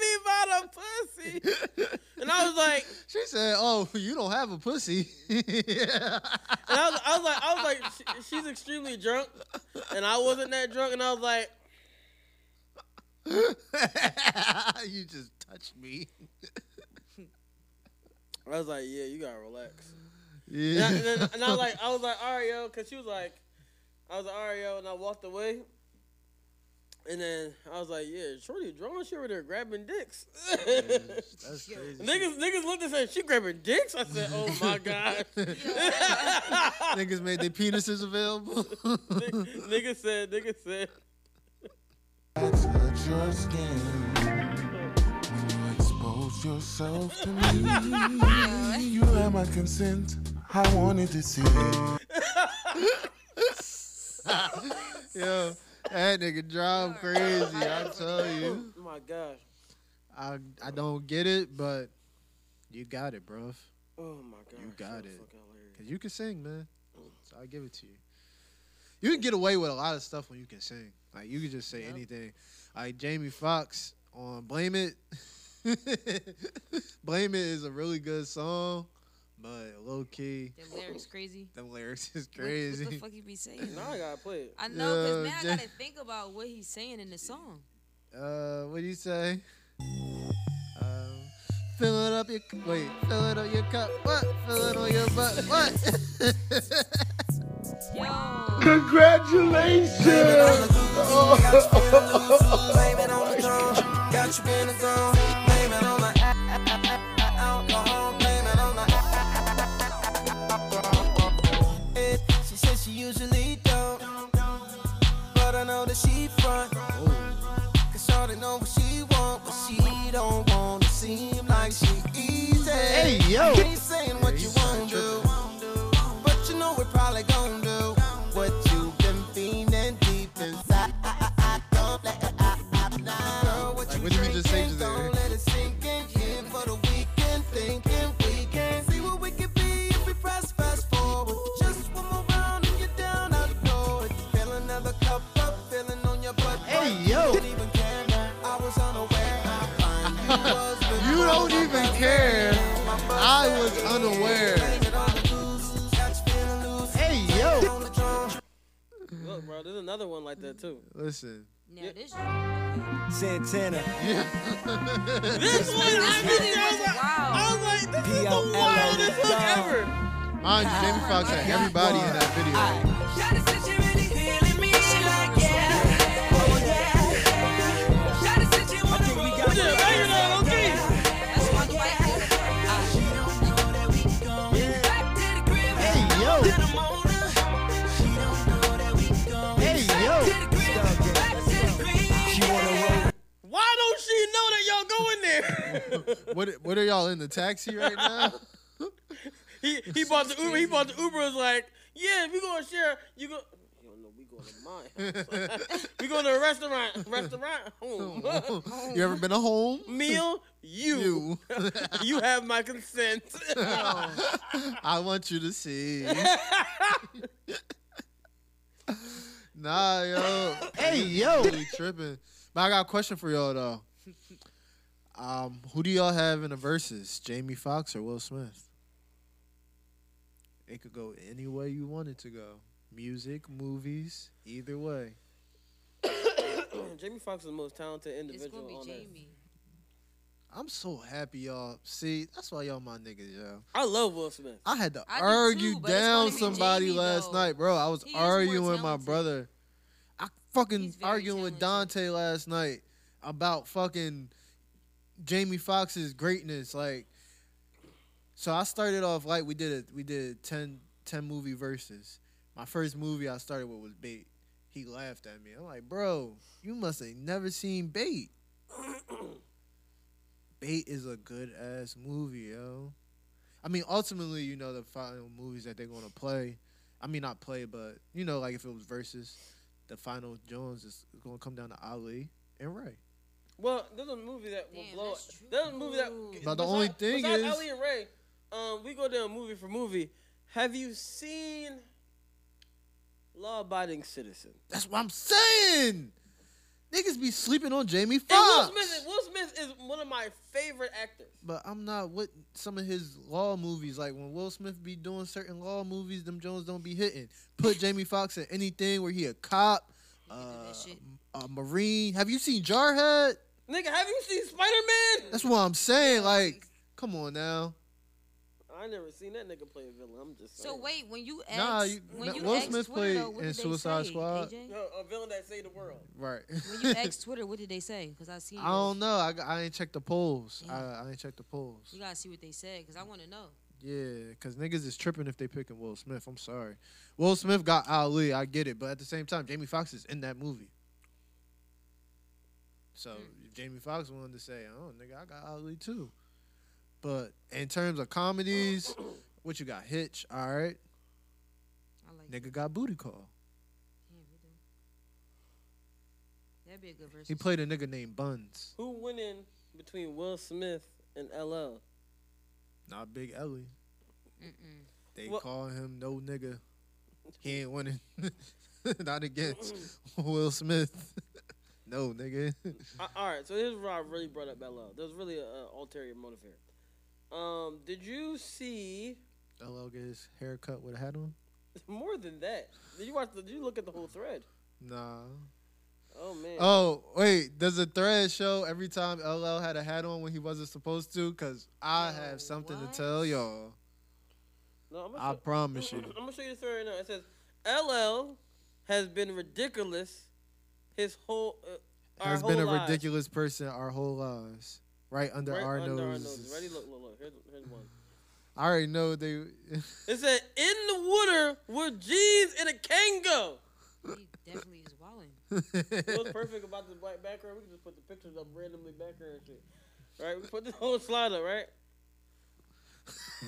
[SPEAKER 2] me by the pussy, and I was like,
[SPEAKER 3] She said, "Oh, you don't have a pussy."
[SPEAKER 2] and I was, I was like, I was like, she, she's extremely drunk, and I wasn't that drunk, and I was like,
[SPEAKER 3] you just touched me.
[SPEAKER 2] I was like, yeah, you gotta relax. And
[SPEAKER 3] Yeah.
[SPEAKER 2] I, and, then, and I was like, I was like, all right, yo, because she was like, I was like, all right, yo, and I walked away. And then I was like, yeah, Shorty drunk. She over there grabbing dicks.
[SPEAKER 3] That's crazy.
[SPEAKER 2] niggas, niggas looked and said, she grabbing dicks? I said, oh my God.
[SPEAKER 3] Niggas made their penises available.
[SPEAKER 2] niggas said, niggas said,
[SPEAKER 12] Touch your skin. When you expose yourself to me, you have my consent. I wanted to see.
[SPEAKER 3] Yo, that nigga drive crazy. I tell
[SPEAKER 2] oh
[SPEAKER 3] you,
[SPEAKER 2] my gosh.
[SPEAKER 3] I I don't get it, but you got it, bruv.
[SPEAKER 2] Oh my God.
[SPEAKER 3] You got it. Cause you can sing, man. So I give it to you. You can get away with a lot of stuff when you can sing. Like you can just say anything. Like Jamie Foxx on "Blame It." "Blame It" is a really good song, but low key,
[SPEAKER 4] The lyrics crazy.
[SPEAKER 3] them lyrics is
[SPEAKER 4] What-
[SPEAKER 3] crazy.
[SPEAKER 4] What, the fuck he be saying?
[SPEAKER 2] Now I gotta play it.
[SPEAKER 4] I know, cause
[SPEAKER 3] Yeah,
[SPEAKER 4] now I
[SPEAKER 3] Jay-
[SPEAKER 4] gotta think about what he's saying in the song.
[SPEAKER 3] uh, what do you say? Um, fill it up your cu- wait, fill it up your cup. What? Fill it on your butt. What?
[SPEAKER 10] Congratulations!
[SPEAKER 13] She says she usually don't, but I know that she front. Cause Shorty know what she want, but she don't want to seem like she easy.
[SPEAKER 10] Hey, yo.
[SPEAKER 13] You ain't saying what you want to, but you know we probably gonna do what you've been feeling deep inside. Don't let it out, out now. Girl, what
[SPEAKER 3] Like, what did we just say just there?
[SPEAKER 13] Don't let it sink in. Here for the weekend, thinking we can see
[SPEAKER 2] Where?
[SPEAKER 3] Hey yo.
[SPEAKER 2] Look, bro, there's another one like that too.
[SPEAKER 3] Listen.
[SPEAKER 4] Yeah, this
[SPEAKER 14] Santana.
[SPEAKER 2] This one, I mean, I was like, this is the wildest look ever.
[SPEAKER 3] Mind you, Jamie Foxx had everybody in that video.
[SPEAKER 2] Why don't she know that y'all going there?
[SPEAKER 3] What what are y'all in the taxi right now?
[SPEAKER 2] he he bought the Uber. He bought the Uber. Was like, yeah, if you gonna share, you go. Yo, no, we going to mine. house. we going to a restaurant. Restaurant. Home.
[SPEAKER 3] you ever been to home?
[SPEAKER 2] Meal. You. You, have my consent.
[SPEAKER 3] I want you to see. Nah, yo. hey, yo. You tripping. But I got a question for y'all though. Um, who do y'all have in the verses? Jamie Foxx or Will Smith? It could go any way you want it to go. Music, movies, either way.
[SPEAKER 2] Jamie Foxx is the most talented individual on there.
[SPEAKER 3] I'm so happy y'all. See, that's why y'all my niggas, yo.
[SPEAKER 2] I love Will Smith.
[SPEAKER 3] I had to
[SPEAKER 2] I do
[SPEAKER 3] argue
[SPEAKER 2] too, but it's
[SPEAKER 3] down
[SPEAKER 2] gonna be
[SPEAKER 3] somebody
[SPEAKER 2] Jamie,
[SPEAKER 3] last
[SPEAKER 2] though.
[SPEAKER 3] night, bro. I was
[SPEAKER 2] He is more
[SPEAKER 3] arguing my
[SPEAKER 2] talented.
[SPEAKER 3] brother. I fucking arguing with Dante last night about fucking Jamie Foxx's greatness. Like, so I started off like we did a we did a 10, 10 movie verses. My first movie I started with was Bait. He laughed at me. I'm like, bro, you must have never seen Bait. Bait is a good ass movie, yo. I mean, ultimately, you know the final movies that they're gonna play. I mean, not play, but you know, like if it was versus, the final Jones is gonna come down to Ali and Ray.
[SPEAKER 2] Well, there's a movie that will blow. There's a movie that.
[SPEAKER 3] But the only
[SPEAKER 2] besides-
[SPEAKER 3] thing
[SPEAKER 2] besides
[SPEAKER 3] is-
[SPEAKER 2] Ali and Ray, um, we go down movie for movie. Have you seen Law Abiding Citizen?
[SPEAKER 3] That's what I'm saying. Niggas be sleeping on Jamie
[SPEAKER 2] And Will
[SPEAKER 3] Foxx,
[SPEAKER 2] Smith, Will Smith is one of my favorite actors.
[SPEAKER 3] but I'm not with some of his law movies. Like when Will Smith be doing certain law movies, them Jones don't be hitting. Put Jamie Foxx in anything where he a cop, uh, a marine. Have you seen Jarhead?
[SPEAKER 2] Nigga, have you seen Spider Man?
[SPEAKER 3] That's what I'm saying. Like, come on now.
[SPEAKER 2] I never seen that nigga play a villain. I'm just saying.
[SPEAKER 4] So wait, when you ask,
[SPEAKER 3] Nah, you-
[SPEAKER 4] when you
[SPEAKER 3] Will
[SPEAKER 4] asked
[SPEAKER 3] Smith
[SPEAKER 4] Twitter, though,
[SPEAKER 3] played
[SPEAKER 4] what
[SPEAKER 3] in
[SPEAKER 4] did they
[SPEAKER 3] Suicide
[SPEAKER 4] say,
[SPEAKER 3] Squad.
[SPEAKER 4] AJ?
[SPEAKER 2] No, a villain that saved the world.
[SPEAKER 3] Right.
[SPEAKER 4] When you asked Twitter, what did they say? Because I see.
[SPEAKER 3] I don't know. I, I ain't checked the polls. I, I ain't checked the polls.
[SPEAKER 4] You gotta see what they said because I want to know.
[SPEAKER 3] Yeah, because niggas is tripping if they picking Will Smith. I'm sorry. Will Smith got Ali. I get it. But at the same time, Jamie Foxx is in that movie. So if Jamie Foxx wanted to say, oh, nigga, I got Ali too. But in terms of comedies, what you got? Hitch, all right. nigga got booty call.
[SPEAKER 4] That'd be a good verse.
[SPEAKER 3] He played a nigga named Buns.
[SPEAKER 2] Who winning between Will Smith and LL?
[SPEAKER 3] Not Big Ellie.
[SPEAKER 4] Mm-mm.
[SPEAKER 3] They
[SPEAKER 2] Well-
[SPEAKER 3] call him no nigga. He ain't winning. Not against Will Smith. no nigga.
[SPEAKER 2] I, all right, so here's where I really brought up LL. There's really an ulterior motive here. Um, did you see
[SPEAKER 3] LL get his haircut with a hat on.
[SPEAKER 2] more than that? Did you watch? The, did you look at the whole thread?
[SPEAKER 3] Nah.
[SPEAKER 2] Oh man.
[SPEAKER 3] Oh wait, does the thread show every time LL had a hat on when he wasn't supposed to? Cause I have something to tell y'all.
[SPEAKER 2] No, I'm
[SPEAKER 3] I promise you.
[SPEAKER 2] I'm gonna show you the story right now. It says LL has been ridiculous his whole. Uh, our
[SPEAKER 3] Has been a
[SPEAKER 2] whole lives.
[SPEAKER 3] ridiculous person our whole lives, right under
[SPEAKER 2] Right
[SPEAKER 3] our
[SPEAKER 2] under our
[SPEAKER 3] noses.
[SPEAKER 2] noses. Ready? Look, look, look. Here's, here's one.
[SPEAKER 3] I already know they.
[SPEAKER 2] It said, "In the water with jeans and a Kango."
[SPEAKER 4] Definitely is wilding.
[SPEAKER 2] What's perfect about this black background? We can just put the pictures up randomly background and shit. Right? We put this whole slide up, right?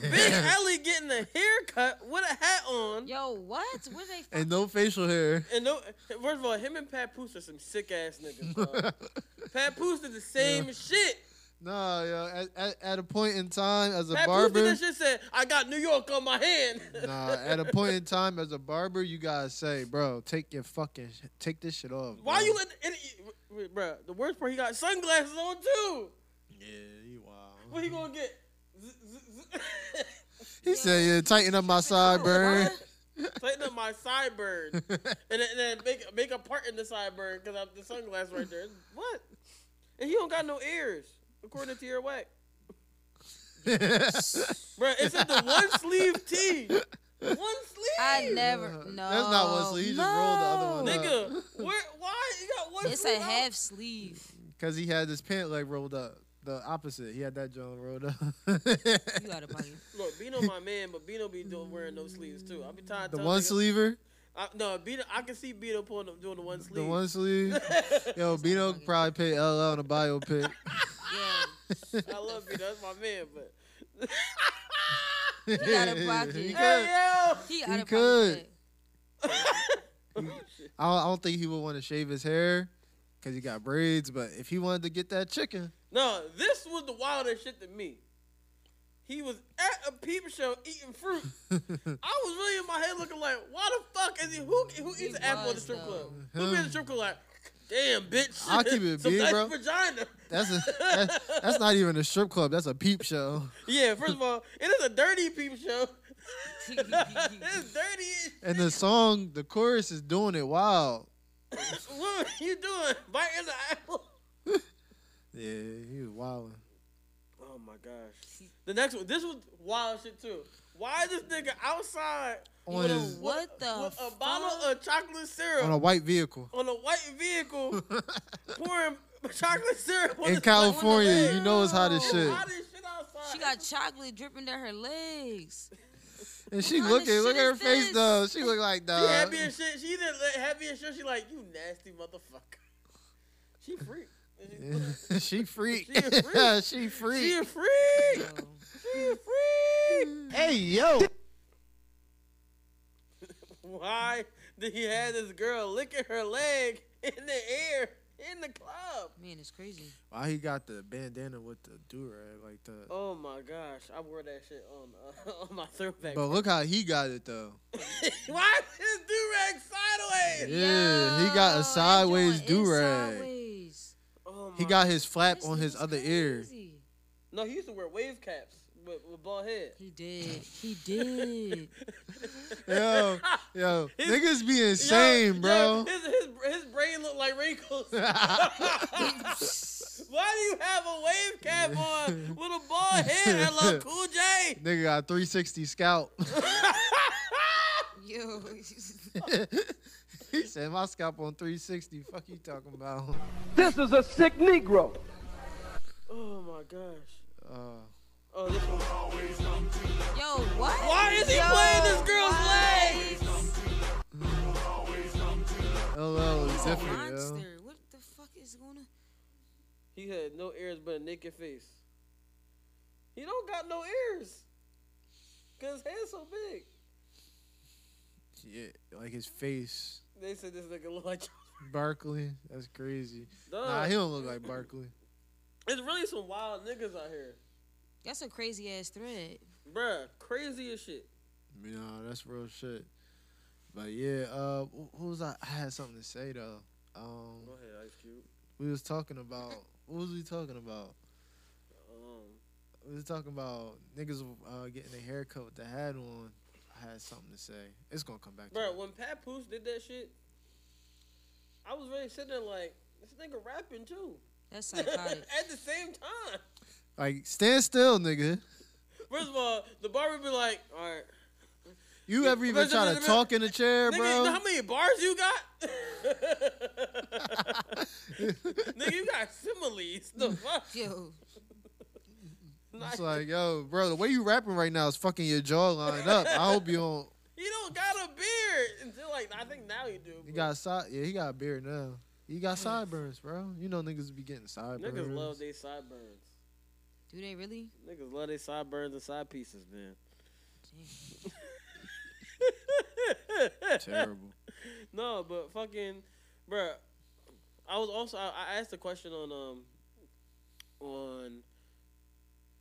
[SPEAKER 2] Big Ellie getting a haircut with a hat on.
[SPEAKER 4] Yo, what? What they?
[SPEAKER 3] and no facial hair.
[SPEAKER 2] And no, first of all, him and Papoose are some sick ass niggas. dog. Papoose did the same shit.
[SPEAKER 3] Nah, yo. At, at, at a point in time, as a
[SPEAKER 2] Papoose did
[SPEAKER 3] barber,
[SPEAKER 2] that shit. Said, "I got New York on my hand."
[SPEAKER 3] nah. At a point in time, as a barber, you gotta say, bro, take your fucking, sh- take this shit off.
[SPEAKER 2] Why you let? And, and, bruh, the worst part, he got sunglasses on too.
[SPEAKER 3] Yeah, you wild.
[SPEAKER 2] What he gonna get?
[SPEAKER 3] He said, "Yeah, tighten up my sideburn."
[SPEAKER 2] Tighten up my sideburn, and then, and then make make a part in the sideburn because I'm the sunglass right there. What? And you don't got no ears, according to your way. Bruh, it's in the one sleeve tee. One sleeve.
[SPEAKER 4] I never. No.
[SPEAKER 3] That's not one sleeve. He just rolled the other one up.
[SPEAKER 2] Nigga, where? Why you got one?
[SPEAKER 4] It's a
[SPEAKER 2] sleeve out?
[SPEAKER 4] half sleeve.
[SPEAKER 3] Because he had his pant leg rolled up. The opposite. He had that joint rolled up.
[SPEAKER 4] You out of pocket.
[SPEAKER 2] Look, Bino, my man, but Bino be doing wearing no sleeves too. I be tired.
[SPEAKER 3] the
[SPEAKER 2] telling
[SPEAKER 3] one
[SPEAKER 2] niggas-
[SPEAKER 3] sleever?
[SPEAKER 2] I, no, Bino. I can see Bino pulling up doing the one sleeve.
[SPEAKER 3] The one sleeve? Yo, Bino could probably pay LL on a biopic.
[SPEAKER 2] I love Bino. That's my man, but.
[SPEAKER 4] He out of pocket.
[SPEAKER 3] He
[SPEAKER 2] Hey, yo!
[SPEAKER 4] He
[SPEAKER 3] He
[SPEAKER 4] out of
[SPEAKER 3] could.
[SPEAKER 4] pocket.
[SPEAKER 2] Oh,
[SPEAKER 3] I don't, I don't think he would want to shave his hair because he got braids, but if he wanted to get that chicken,
[SPEAKER 2] No, this was the wildest shit to me. He was at a peep show eating fruit. I was really in my head looking like, why the fuck is he? Who, who eats an apple in the
[SPEAKER 4] was,
[SPEAKER 2] strip
[SPEAKER 4] though.
[SPEAKER 2] club? Who be in the strip club like, damn, bitch.
[SPEAKER 3] I'll keep it
[SPEAKER 2] Some
[SPEAKER 3] big,
[SPEAKER 2] nice
[SPEAKER 3] bro.
[SPEAKER 2] vagina.
[SPEAKER 3] that's a, that, that's not even a strip club. That's a peep show.
[SPEAKER 2] Yeah, first of all, it is a dirty peep show. it's dirty. as-
[SPEAKER 3] And the song, the chorus is doing it wild.
[SPEAKER 2] What are you doing? Biting the apple?
[SPEAKER 3] Yeah, he was wilding.
[SPEAKER 2] Oh my gosh. The next one, this was wild shit too. Why is this nigga outside
[SPEAKER 3] On
[SPEAKER 2] with a,
[SPEAKER 3] his-
[SPEAKER 4] What the
[SPEAKER 2] with a bottle of chocolate syrup
[SPEAKER 3] On a white vehicle.
[SPEAKER 2] on a white vehicle pouring chocolate syrup on
[SPEAKER 3] In
[SPEAKER 2] the-
[SPEAKER 3] California,
[SPEAKER 2] on
[SPEAKER 3] you know it's hot as
[SPEAKER 2] the
[SPEAKER 3] shit.
[SPEAKER 2] hot as shit outside.
[SPEAKER 4] She got chocolate dripping down her legs.
[SPEAKER 3] And she
[SPEAKER 4] What
[SPEAKER 3] looking,
[SPEAKER 4] kind of
[SPEAKER 3] look at
[SPEAKER 4] shit
[SPEAKER 3] her
[SPEAKER 4] is
[SPEAKER 3] face
[SPEAKER 4] this?
[SPEAKER 3] though. She look like
[SPEAKER 2] she
[SPEAKER 3] nah.
[SPEAKER 2] happy as shit. She didn't let happy as shit. She like you nasty motherfucker. She freak.
[SPEAKER 3] she freak.
[SPEAKER 2] She a freak.
[SPEAKER 3] she
[SPEAKER 2] She
[SPEAKER 3] freak.
[SPEAKER 2] a freak. She a freak.
[SPEAKER 8] Hey yo.
[SPEAKER 2] Why did he have this girl licking her leg in the air in the club?
[SPEAKER 4] Man, it's crazy.
[SPEAKER 3] Why he got the bandana with the durag like that?
[SPEAKER 2] Oh my gosh, I wore that shit on uh, on my throwback.
[SPEAKER 3] But look how he got it though.
[SPEAKER 2] Why is his do rag sideways?
[SPEAKER 3] Yeah, he got a sideways do rag.
[SPEAKER 2] Oh my
[SPEAKER 3] He got his flap on his other ear.
[SPEAKER 2] No, he used to wear wave caps with, with bald head.
[SPEAKER 4] He did. He did.
[SPEAKER 3] Yo, yo,
[SPEAKER 2] His-
[SPEAKER 3] niggas be
[SPEAKER 2] Yo,
[SPEAKER 3] insane,
[SPEAKER 2] yo,
[SPEAKER 3] bro.
[SPEAKER 2] his, his his brain looked like wrinkles. Why do you have a wave cap on with a bald head? I love Cool J.
[SPEAKER 3] Nigga got 360 scout.
[SPEAKER 4] Yo.
[SPEAKER 3] he said my scalp on 360. Fuck you talking about?
[SPEAKER 6] This is a sick Negro.
[SPEAKER 2] Oh my gosh.
[SPEAKER 3] Uh,
[SPEAKER 2] Oh, this one.
[SPEAKER 4] Yo, what?
[SPEAKER 2] Why is he
[SPEAKER 4] Yo,
[SPEAKER 2] playing this girl's
[SPEAKER 4] what?
[SPEAKER 2] legs?
[SPEAKER 3] LL is
[SPEAKER 4] He's a
[SPEAKER 3] different, yo.
[SPEAKER 4] monster. What the fuck is going on?
[SPEAKER 2] He had no ears but a naked face. He don't got no ears. Cause his head's so big.
[SPEAKER 3] Yeah, like his face.
[SPEAKER 2] They said this nigga look like
[SPEAKER 3] Barkley, that's crazy.
[SPEAKER 2] Duh.
[SPEAKER 3] Nah, he don't look like Barkley.
[SPEAKER 2] It's really some wild niggas out here.
[SPEAKER 4] That's a crazy ass thread.
[SPEAKER 2] Bruh, crazy as shit.
[SPEAKER 3] No, that's real shit. But yeah, uh, wh- who was I? I had something to say though. Um,
[SPEAKER 2] ahead, Ice Cube.
[SPEAKER 3] we was talking about what was we talking about?
[SPEAKER 2] Um,
[SPEAKER 3] We was talking about niggas uh, getting their haircut with the hat on. I had something to say. It's gonna come back. to
[SPEAKER 2] bruh,
[SPEAKER 3] me.
[SPEAKER 2] when Pat Poose did that shit, I was really sitting there like, this nigga rapping too.
[SPEAKER 4] That's psychotic.
[SPEAKER 2] At the same time.
[SPEAKER 3] Like stand still, nigga.
[SPEAKER 2] First of all, the barber be like, all right.
[SPEAKER 3] You ever even try to talk in a chair,
[SPEAKER 2] Nigga, you know
[SPEAKER 3] bro?
[SPEAKER 2] how many bars you got? Nigga, you got similes. The fuck?
[SPEAKER 4] Yo.
[SPEAKER 3] It's like, yo, bro, the way you rapping right now is fucking your jawline up. I hope you don't.
[SPEAKER 2] He don't got a beard until like I think now you do.
[SPEAKER 3] He
[SPEAKER 2] but-
[SPEAKER 3] got side. Yeah, he got a beard now. He got sideburns, bro. You know niggas be getting sideburns.
[SPEAKER 2] Hmm. niggas love their sideburns.
[SPEAKER 4] Do they really?
[SPEAKER 2] Niggas love their sideburns and side pieces, man.
[SPEAKER 3] Terrible.
[SPEAKER 2] No, but fucking, bruh. I was also I, I asked a question on um on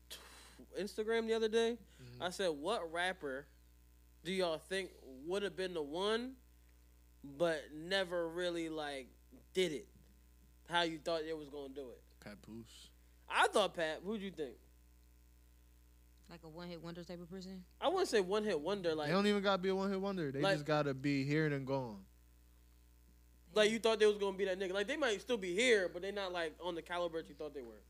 [SPEAKER 2] t- Instagram the other day. I said, "What rapper do y'all think would have been the one, but never really like did it? How you thought they was gonna do it?
[SPEAKER 3] Papoose.
[SPEAKER 2] I thought Pat. Who'd you think?
[SPEAKER 4] Like a one hit wonder type of person?
[SPEAKER 2] I wouldn't say one hit wonder. Like
[SPEAKER 3] they don't even gotta be a one hit wonder. They
[SPEAKER 2] Like-
[SPEAKER 3] just gotta be here and gone.
[SPEAKER 2] like you thought they was gonna be that nigga. Like they might still be here, but they not like on the caliber that you thought they were.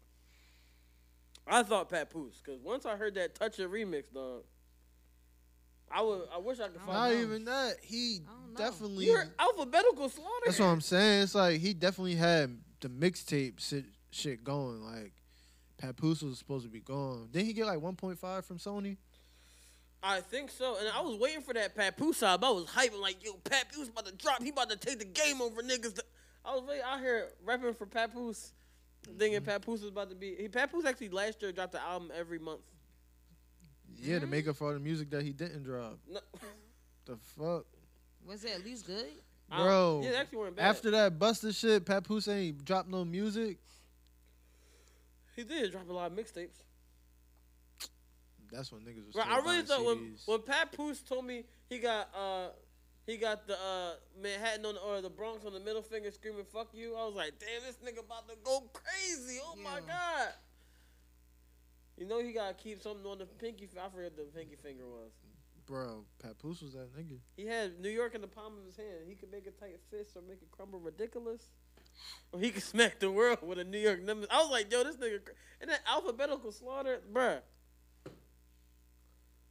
[SPEAKER 2] I thought Pat Poose because once I heard that Touch It remix, dog, I would. I wish I could find.
[SPEAKER 3] Not
[SPEAKER 2] out.
[SPEAKER 3] even that. He definitely.
[SPEAKER 2] You're alphabetical slaughter.
[SPEAKER 3] That's what I'm saying. It's like he definitely had the mixtape shit, shit going. Like Papoose was supposed to be gone. Didn't he get like 1.5 from Sony?
[SPEAKER 2] I think so. And I was waiting for that Pat Poose album. I was hyping like, yo, Pat Poose about to drop. He about to take the game over niggas. I was really out here rapping for Pat Poose,
[SPEAKER 3] Mm-hmm.
[SPEAKER 2] thinking Pat Poose was about to be. He, Pat Poose actually last year dropped the album every month.
[SPEAKER 3] Yeah, to
[SPEAKER 2] Mm.
[SPEAKER 3] make up for all the music that he didn't drop.
[SPEAKER 2] No.
[SPEAKER 3] The fuck,
[SPEAKER 4] Was it at least good?
[SPEAKER 3] bro.
[SPEAKER 2] yeah, it actually weren't bad.
[SPEAKER 3] After that Buster shit, Papoose ain't dropped no music.
[SPEAKER 2] He did drop a lot of mixtapes.
[SPEAKER 3] That's when niggas was.
[SPEAKER 2] Bro, I
[SPEAKER 3] still
[SPEAKER 2] really
[SPEAKER 3] buying
[SPEAKER 2] thought when,
[SPEAKER 3] CDs.
[SPEAKER 2] when Pat Poose told me he got uh he got the uh Manhattan on the, or the Bronx on the middle finger screaming "fuck you," I was like, damn, this nigga about to go crazy. Oh my god. You know he gotta keep something on the pinky. fi- I forget the pinky finger was.
[SPEAKER 3] bro, Papoose was that nigga.
[SPEAKER 2] He had New York in the palm of his hand. He could make a tight fist or make it crumble ridiculous. Or he could smack the world with a New York number. I was like, yo, this nigga. cra- And that alphabetical slaughter, bruh.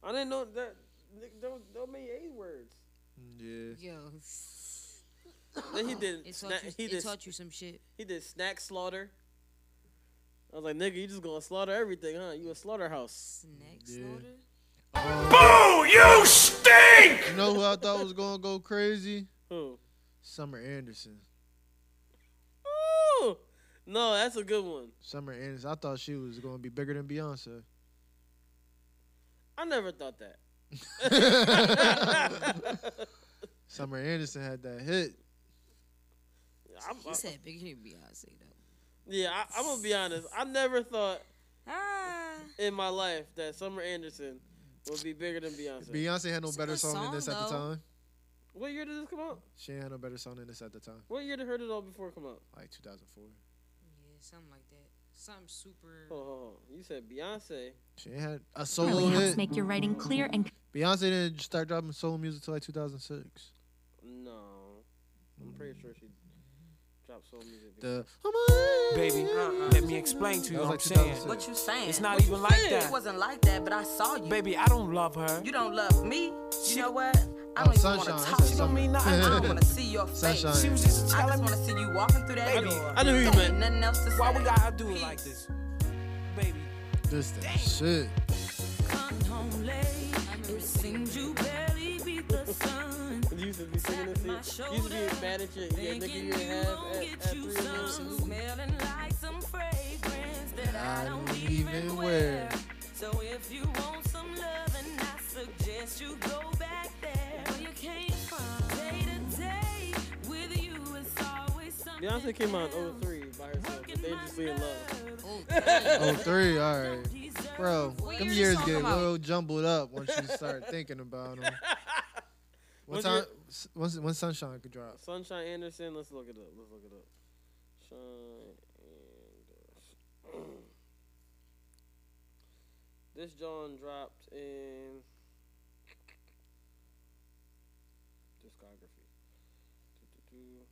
[SPEAKER 2] I didn't know that. nigga, Don't, don't make A words. Mm,
[SPEAKER 3] Yeah.
[SPEAKER 4] Yo.
[SPEAKER 2] Then he did.
[SPEAKER 4] It taught,
[SPEAKER 2] sna-
[SPEAKER 4] you,
[SPEAKER 2] he
[SPEAKER 4] it
[SPEAKER 2] did.
[SPEAKER 4] taught you some shit.
[SPEAKER 2] He did snack slaughter. I was like, nigga, you just gonna slaughter everything, huh? You a slaughterhouse.
[SPEAKER 4] Snack
[SPEAKER 2] slaughter?
[SPEAKER 3] Boo! You stink! You know who I thought was gonna go crazy?
[SPEAKER 2] Who?
[SPEAKER 3] Summer Anderson.
[SPEAKER 2] Ooh! No, that's a good one.
[SPEAKER 3] Summer Anderson. I thought she was gonna be bigger than Beyonce.
[SPEAKER 2] I never thought that.
[SPEAKER 3] Summer Anderson had that hit.
[SPEAKER 2] I'm, uh,
[SPEAKER 15] uh,
[SPEAKER 4] he said bigger than Beyonce though.
[SPEAKER 2] Yeah, I, I'm gonna be honest. I never thought
[SPEAKER 16] Ah.
[SPEAKER 2] in my life that Summer Anderson would be bigger than Beyonce.
[SPEAKER 3] Beyonce had no better song, than this at the
[SPEAKER 2] though.
[SPEAKER 3] time.
[SPEAKER 2] What year did this come out?
[SPEAKER 3] She ain't had no better song than this at the time.
[SPEAKER 2] What year did Heard It All Before come out?
[SPEAKER 3] Like 2004.
[SPEAKER 4] Yeah, something like that. Something super.
[SPEAKER 15] Oh.
[SPEAKER 2] Hold on, hold on. You said Beyonce.
[SPEAKER 3] She ain't had a
[SPEAKER 2] Really
[SPEAKER 3] solo
[SPEAKER 2] helps
[SPEAKER 3] hit.
[SPEAKER 2] make your writing clear and-
[SPEAKER 3] Beyonce didn't start dropping solo music till like 2006.
[SPEAKER 2] No, I'm pretty sure she dropped soul music.
[SPEAKER 3] The
[SPEAKER 15] Baby, let me explain to you
[SPEAKER 3] That
[SPEAKER 15] what I'm
[SPEAKER 3] was like
[SPEAKER 15] saying.
[SPEAKER 3] 2006. What you
[SPEAKER 16] saying?
[SPEAKER 15] It's not
[SPEAKER 16] What
[SPEAKER 15] even
[SPEAKER 16] you
[SPEAKER 15] like
[SPEAKER 16] saying?
[SPEAKER 15] that.
[SPEAKER 16] It wasn't like that, but I saw you.
[SPEAKER 15] Baby, I don't love her.
[SPEAKER 16] You don't love me. You know what? I don't even want to
[SPEAKER 15] Oh, Sunshine.
[SPEAKER 16] talk
[SPEAKER 15] She
[SPEAKER 16] to you.
[SPEAKER 15] don't mean
[SPEAKER 16] I don't
[SPEAKER 15] nothing.
[SPEAKER 16] want to see your face.
[SPEAKER 15] Sunshine. She was
[SPEAKER 16] just I just want to see you walking through that
[SPEAKER 15] Baby,
[SPEAKER 16] door.
[SPEAKER 15] I knew who you
[SPEAKER 16] There
[SPEAKER 15] meant.
[SPEAKER 16] ain't Nothing else to say.
[SPEAKER 15] Why we gotta do it like this? Baby.
[SPEAKER 3] This that shit.
[SPEAKER 10] Come home late. It seems you barely beat the sun.
[SPEAKER 2] You used to be singing this
[SPEAKER 10] My
[SPEAKER 2] shit. You used to be mad at your your nigga you had at, at three years old.
[SPEAKER 10] Smelling like some fragrance that I don't
[SPEAKER 3] even wear.
[SPEAKER 10] So if you want some love, and I suggest you go back there where you came from. Day to day with you, it's always something.
[SPEAKER 2] Beyonce came out in 03 by herself. But dangerously in
[SPEAKER 3] Oh,
[SPEAKER 2] love.
[SPEAKER 3] three, all right. Bro,
[SPEAKER 2] What
[SPEAKER 3] them
[SPEAKER 2] year
[SPEAKER 3] years
[SPEAKER 2] this song
[SPEAKER 3] get a
[SPEAKER 2] come out?
[SPEAKER 3] little jumbled up once you start thinking about them. What
[SPEAKER 2] What's
[SPEAKER 3] time?
[SPEAKER 2] your-
[SPEAKER 3] s- When's when Sunshine could drop?
[SPEAKER 2] Sunshine Anderson. Let's look it up. Let's look it up. Shine Anderson. This John dropped in discography. Doo-doo-doo.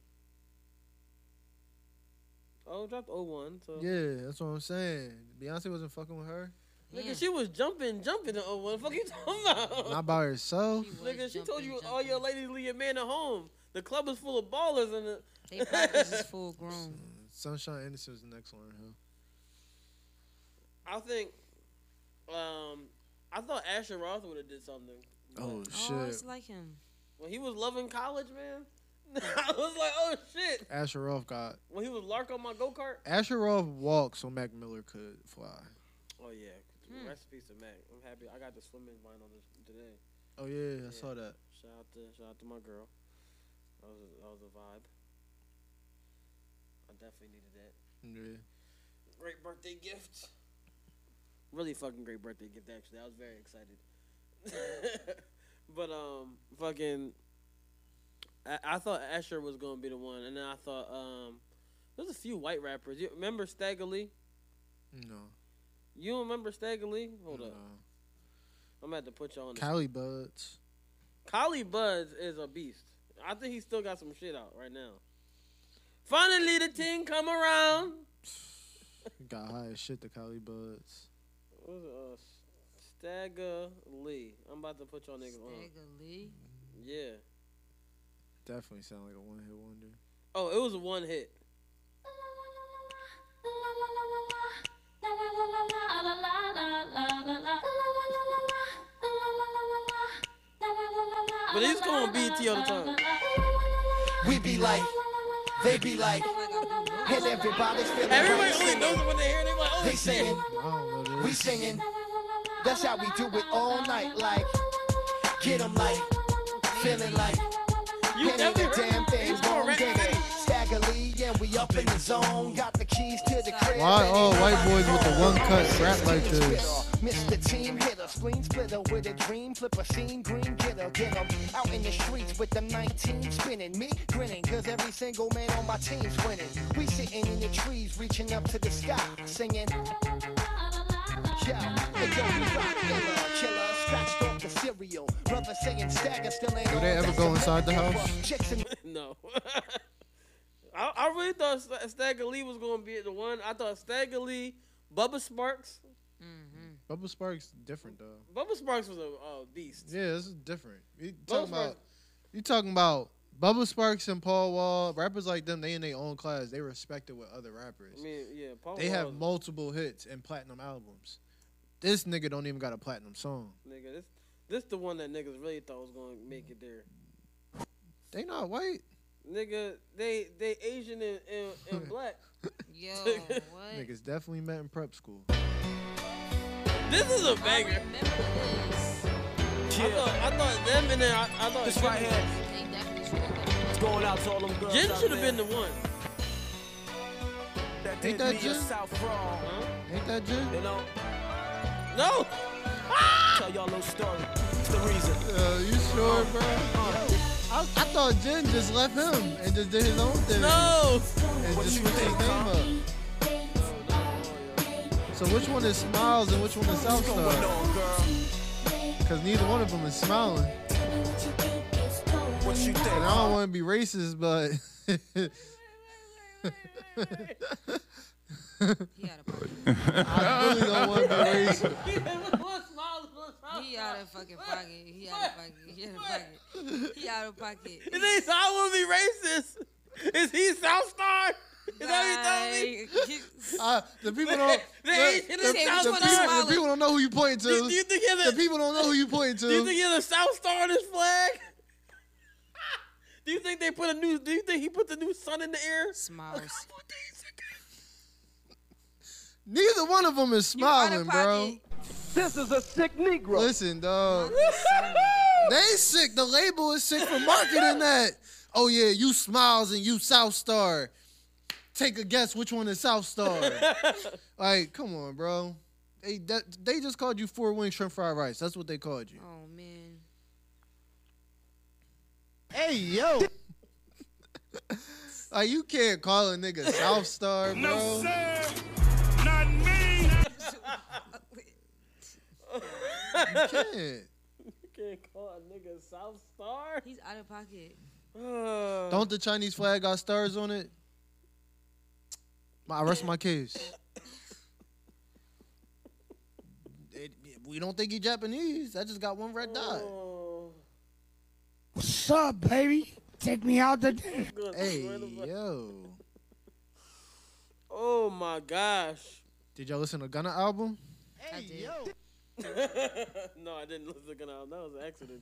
[SPEAKER 2] Oh, it dropped 01. So
[SPEAKER 3] Yeah, that's what I'm saying. Beyonce wasn't fucking with her.
[SPEAKER 2] Nigga, she was jumping, jumping in 01. Fuck you talking about?
[SPEAKER 3] Not by herself.
[SPEAKER 2] Nigga, she told you all your ladies leave your man at home. The club is full of ballers and the
[SPEAKER 4] They practice is full grown.
[SPEAKER 3] Sunshine Anderson was the next one, huh?
[SPEAKER 2] I think, um, I thought Asher Roth would have did something.
[SPEAKER 3] Oh,
[SPEAKER 4] Oh,
[SPEAKER 3] shit.
[SPEAKER 4] it's like him.
[SPEAKER 2] When he was loving college, man, I was like, oh shit.
[SPEAKER 3] Asher Roth got.
[SPEAKER 2] When he was Lark on my go kart.
[SPEAKER 3] Asher Roth walked so Mac Miller could fly.
[SPEAKER 2] Oh yeah, recipes to Mac. I'm happy. I got the swimming line on this today.
[SPEAKER 3] Oh yeah, I saw that.
[SPEAKER 2] Shout out to shout out to my girl. That was a, that was a vibe. I definitely needed that.
[SPEAKER 3] Yeah.
[SPEAKER 2] Great birthday gift. Really fucking great birthday gift. Actually, I was very excited. but um, fucking, I, I thought Asher was gonna be the one, and then I thought um, there's a few white rappers. You remember Stagger Lee?
[SPEAKER 3] No.
[SPEAKER 2] You remember Stagger Lee? Hold up. I'm gonna have to put you on. the-
[SPEAKER 3] Cali buds.
[SPEAKER 2] Collie Buds is a beast. I think he still got some shit out right now. Finally, the team come around.
[SPEAKER 3] Got high as shit. The Cali buds.
[SPEAKER 2] What was it, uh, Stagger Lee. I'm about to put y'all niggas on.
[SPEAKER 4] Stagger Lee.
[SPEAKER 2] Yeah.
[SPEAKER 3] Definitely sound like a one hit wonder.
[SPEAKER 2] Oh, it was a one hit.
[SPEAKER 10] But it's going BT all the time.
[SPEAKER 17] We be like, they be like, and everybody's feeling Everybody only knows when they hear it, like, oh, they singing. We singing. That's how we do it all night. Like, get 'em like, feeling like. You ain't a damn thing wrong, nigga. Stagger Lee, yeah, we up in the zone. Got the keys to the crib.
[SPEAKER 3] Why all white boys with the one cut rap like this?
[SPEAKER 17] Mr. Team hitter, spleen splitter with a dream, flip a scene, green getter, get 'em out in the streets with the 19 spinning. Me grinning, cause every single man on my team's winning. We sitting in the trees, reaching up to the sky, singing. Yeah, it's only rock, killer, killer, scratched off the cereal. Brother saying stagger, still ain't
[SPEAKER 3] Do they
[SPEAKER 17] all
[SPEAKER 3] ever
[SPEAKER 17] that
[SPEAKER 3] go inside the
[SPEAKER 17] Jamaica.
[SPEAKER 3] house?
[SPEAKER 17] Chicks in-
[SPEAKER 2] No. I, I really thought Sta- Stagger Lee was going to be the one. I thought Stagger Lee, Bubba Sparks.
[SPEAKER 4] Mm-hmm.
[SPEAKER 3] Bubble Sparks different though.
[SPEAKER 2] Bubba Sparks was a uh, beast.
[SPEAKER 3] Yeah, this is different. You
[SPEAKER 2] Bubba
[SPEAKER 3] talking about you talking about Bubble Sparks and Paul Wall, rappers like them, they in their own class. They respected with other rappers.
[SPEAKER 2] I mean, yeah, Paul
[SPEAKER 3] they have
[SPEAKER 2] Wall is-
[SPEAKER 3] multiple hits and platinum albums. This nigga don't even got a platinum song.
[SPEAKER 2] Nigga, this this the one that niggas really thought was gonna make it there.
[SPEAKER 3] They not white.
[SPEAKER 2] Nigga, they they Asian and, and, and black.
[SPEAKER 4] Yo,
[SPEAKER 3] Niggas definitely met in prep school.
[SPEAKER 2] this is a banger. I thought I thought them and then I, I thought
[SPEAKER 15] This right here.
[SPEAKER 2] It's going out to all them
[SPEAKER 15] girls
[SPEAKER 2] Jen
[SPEAKER 15] out
[SPEAKER 2] should have
[SPEAKER 15] there.
[SPEAKER 2] been the one.
[SPEAKER 15] That
[SPEAKER 2] Ain't
[SPEAKER 15] did
[SPEAKER 2] that
[SPEAKER 15] me a
[SPEAKER 2] Jim?
[SPEAKER 15] South wrong.
[SPEAKER 3] Ain't that Jim?
[SPEAKER 15] You know?
[SPEAKER 2] No.
[SPEAKER 15] Tell y'all no story. It's the reason.
[SPEAKER 3] Uh, you sure, bro? I, I thought Jen just left him and just did his own thing.
[SPEAKER 2] No.
[SPEAKER 3] And just switched his name up. So which one is Smiles and which one is Southstar? Because neither one of them is smiling.
[SPEAKER 15] What you think?
[SPEAKER 3] And I don't want to be racist, but I really don't want to be racist.
[SPEAKER 4] He uh, out of fucking pocket. He out of pocket. He out of pocket. He out of pocket.
[SPEAKER 2] Is he so I wouldn't be racist? Is he South Star? Is that what you
[SPEAKER 4] telling me?
[SPEAKER 3] Uh, the people don't.
[SPEAKER 2] The
[SPEAKER 3] look,
[SPEAKER 2] Asian
[SPEAKER 3] the,
[SPEAKER 2] is
[SPEAKER 3] the
[SPEAKER 2] South
[SPEAKER 3] people,
[SPEAKER 2] Star.
[SPEAKER 3] the people don't know who you pointing to.
[SPEAKER 2] Do you think you're the-
[SPEAKER 3] the people don't know who you pointing to.
[SPEAKER 2] Do you think he's a South Star in his flag? do you think they put a new? Do you think he put the new sun in the air?
[SPEAKER 4] Smiles.
[SPEAKER 3] Neither one of them is smiling, bro. This is a sick Negro. Listen, dog. they sick. The label is sick for marketing that. Oh yeah, you smiles and you South Star. Take a guess which one is South Star. like, come on, bro. They that, they just called you four wing shrimp fried rice. That's what they called you.
[SPEAKER 4] Oh man.
[SPEAKER 3] Hey yo. like you can't call a nigga South Star, bro.
[SPEAKER 10] No,
[SPEAKER 3] sir.
[SPEAKER 10] Not me.
[SPEAKER 3] You can't.
[SPEAKER 2] You can't call a nigga South Star.
[SPEAKER 4] He's out of pocket.
[SPEAKER 3] Don't the Chinese flag got stars on it? My, I rest my case. It- we don't think he Japanese. I just got one red dot.
[SPEAKER 2] Oh,
[SPEAKER 8] What's up, baby? Take me out to dinner.
[SPEAKER 3] Hey yo,
[SPEAKER 2] Oh my gosh.
[SPEAKER 3] did y'all listen to Gunna album?
[SPEAKER 2] I did. no, I didn't listen to Gunna album. That was an accident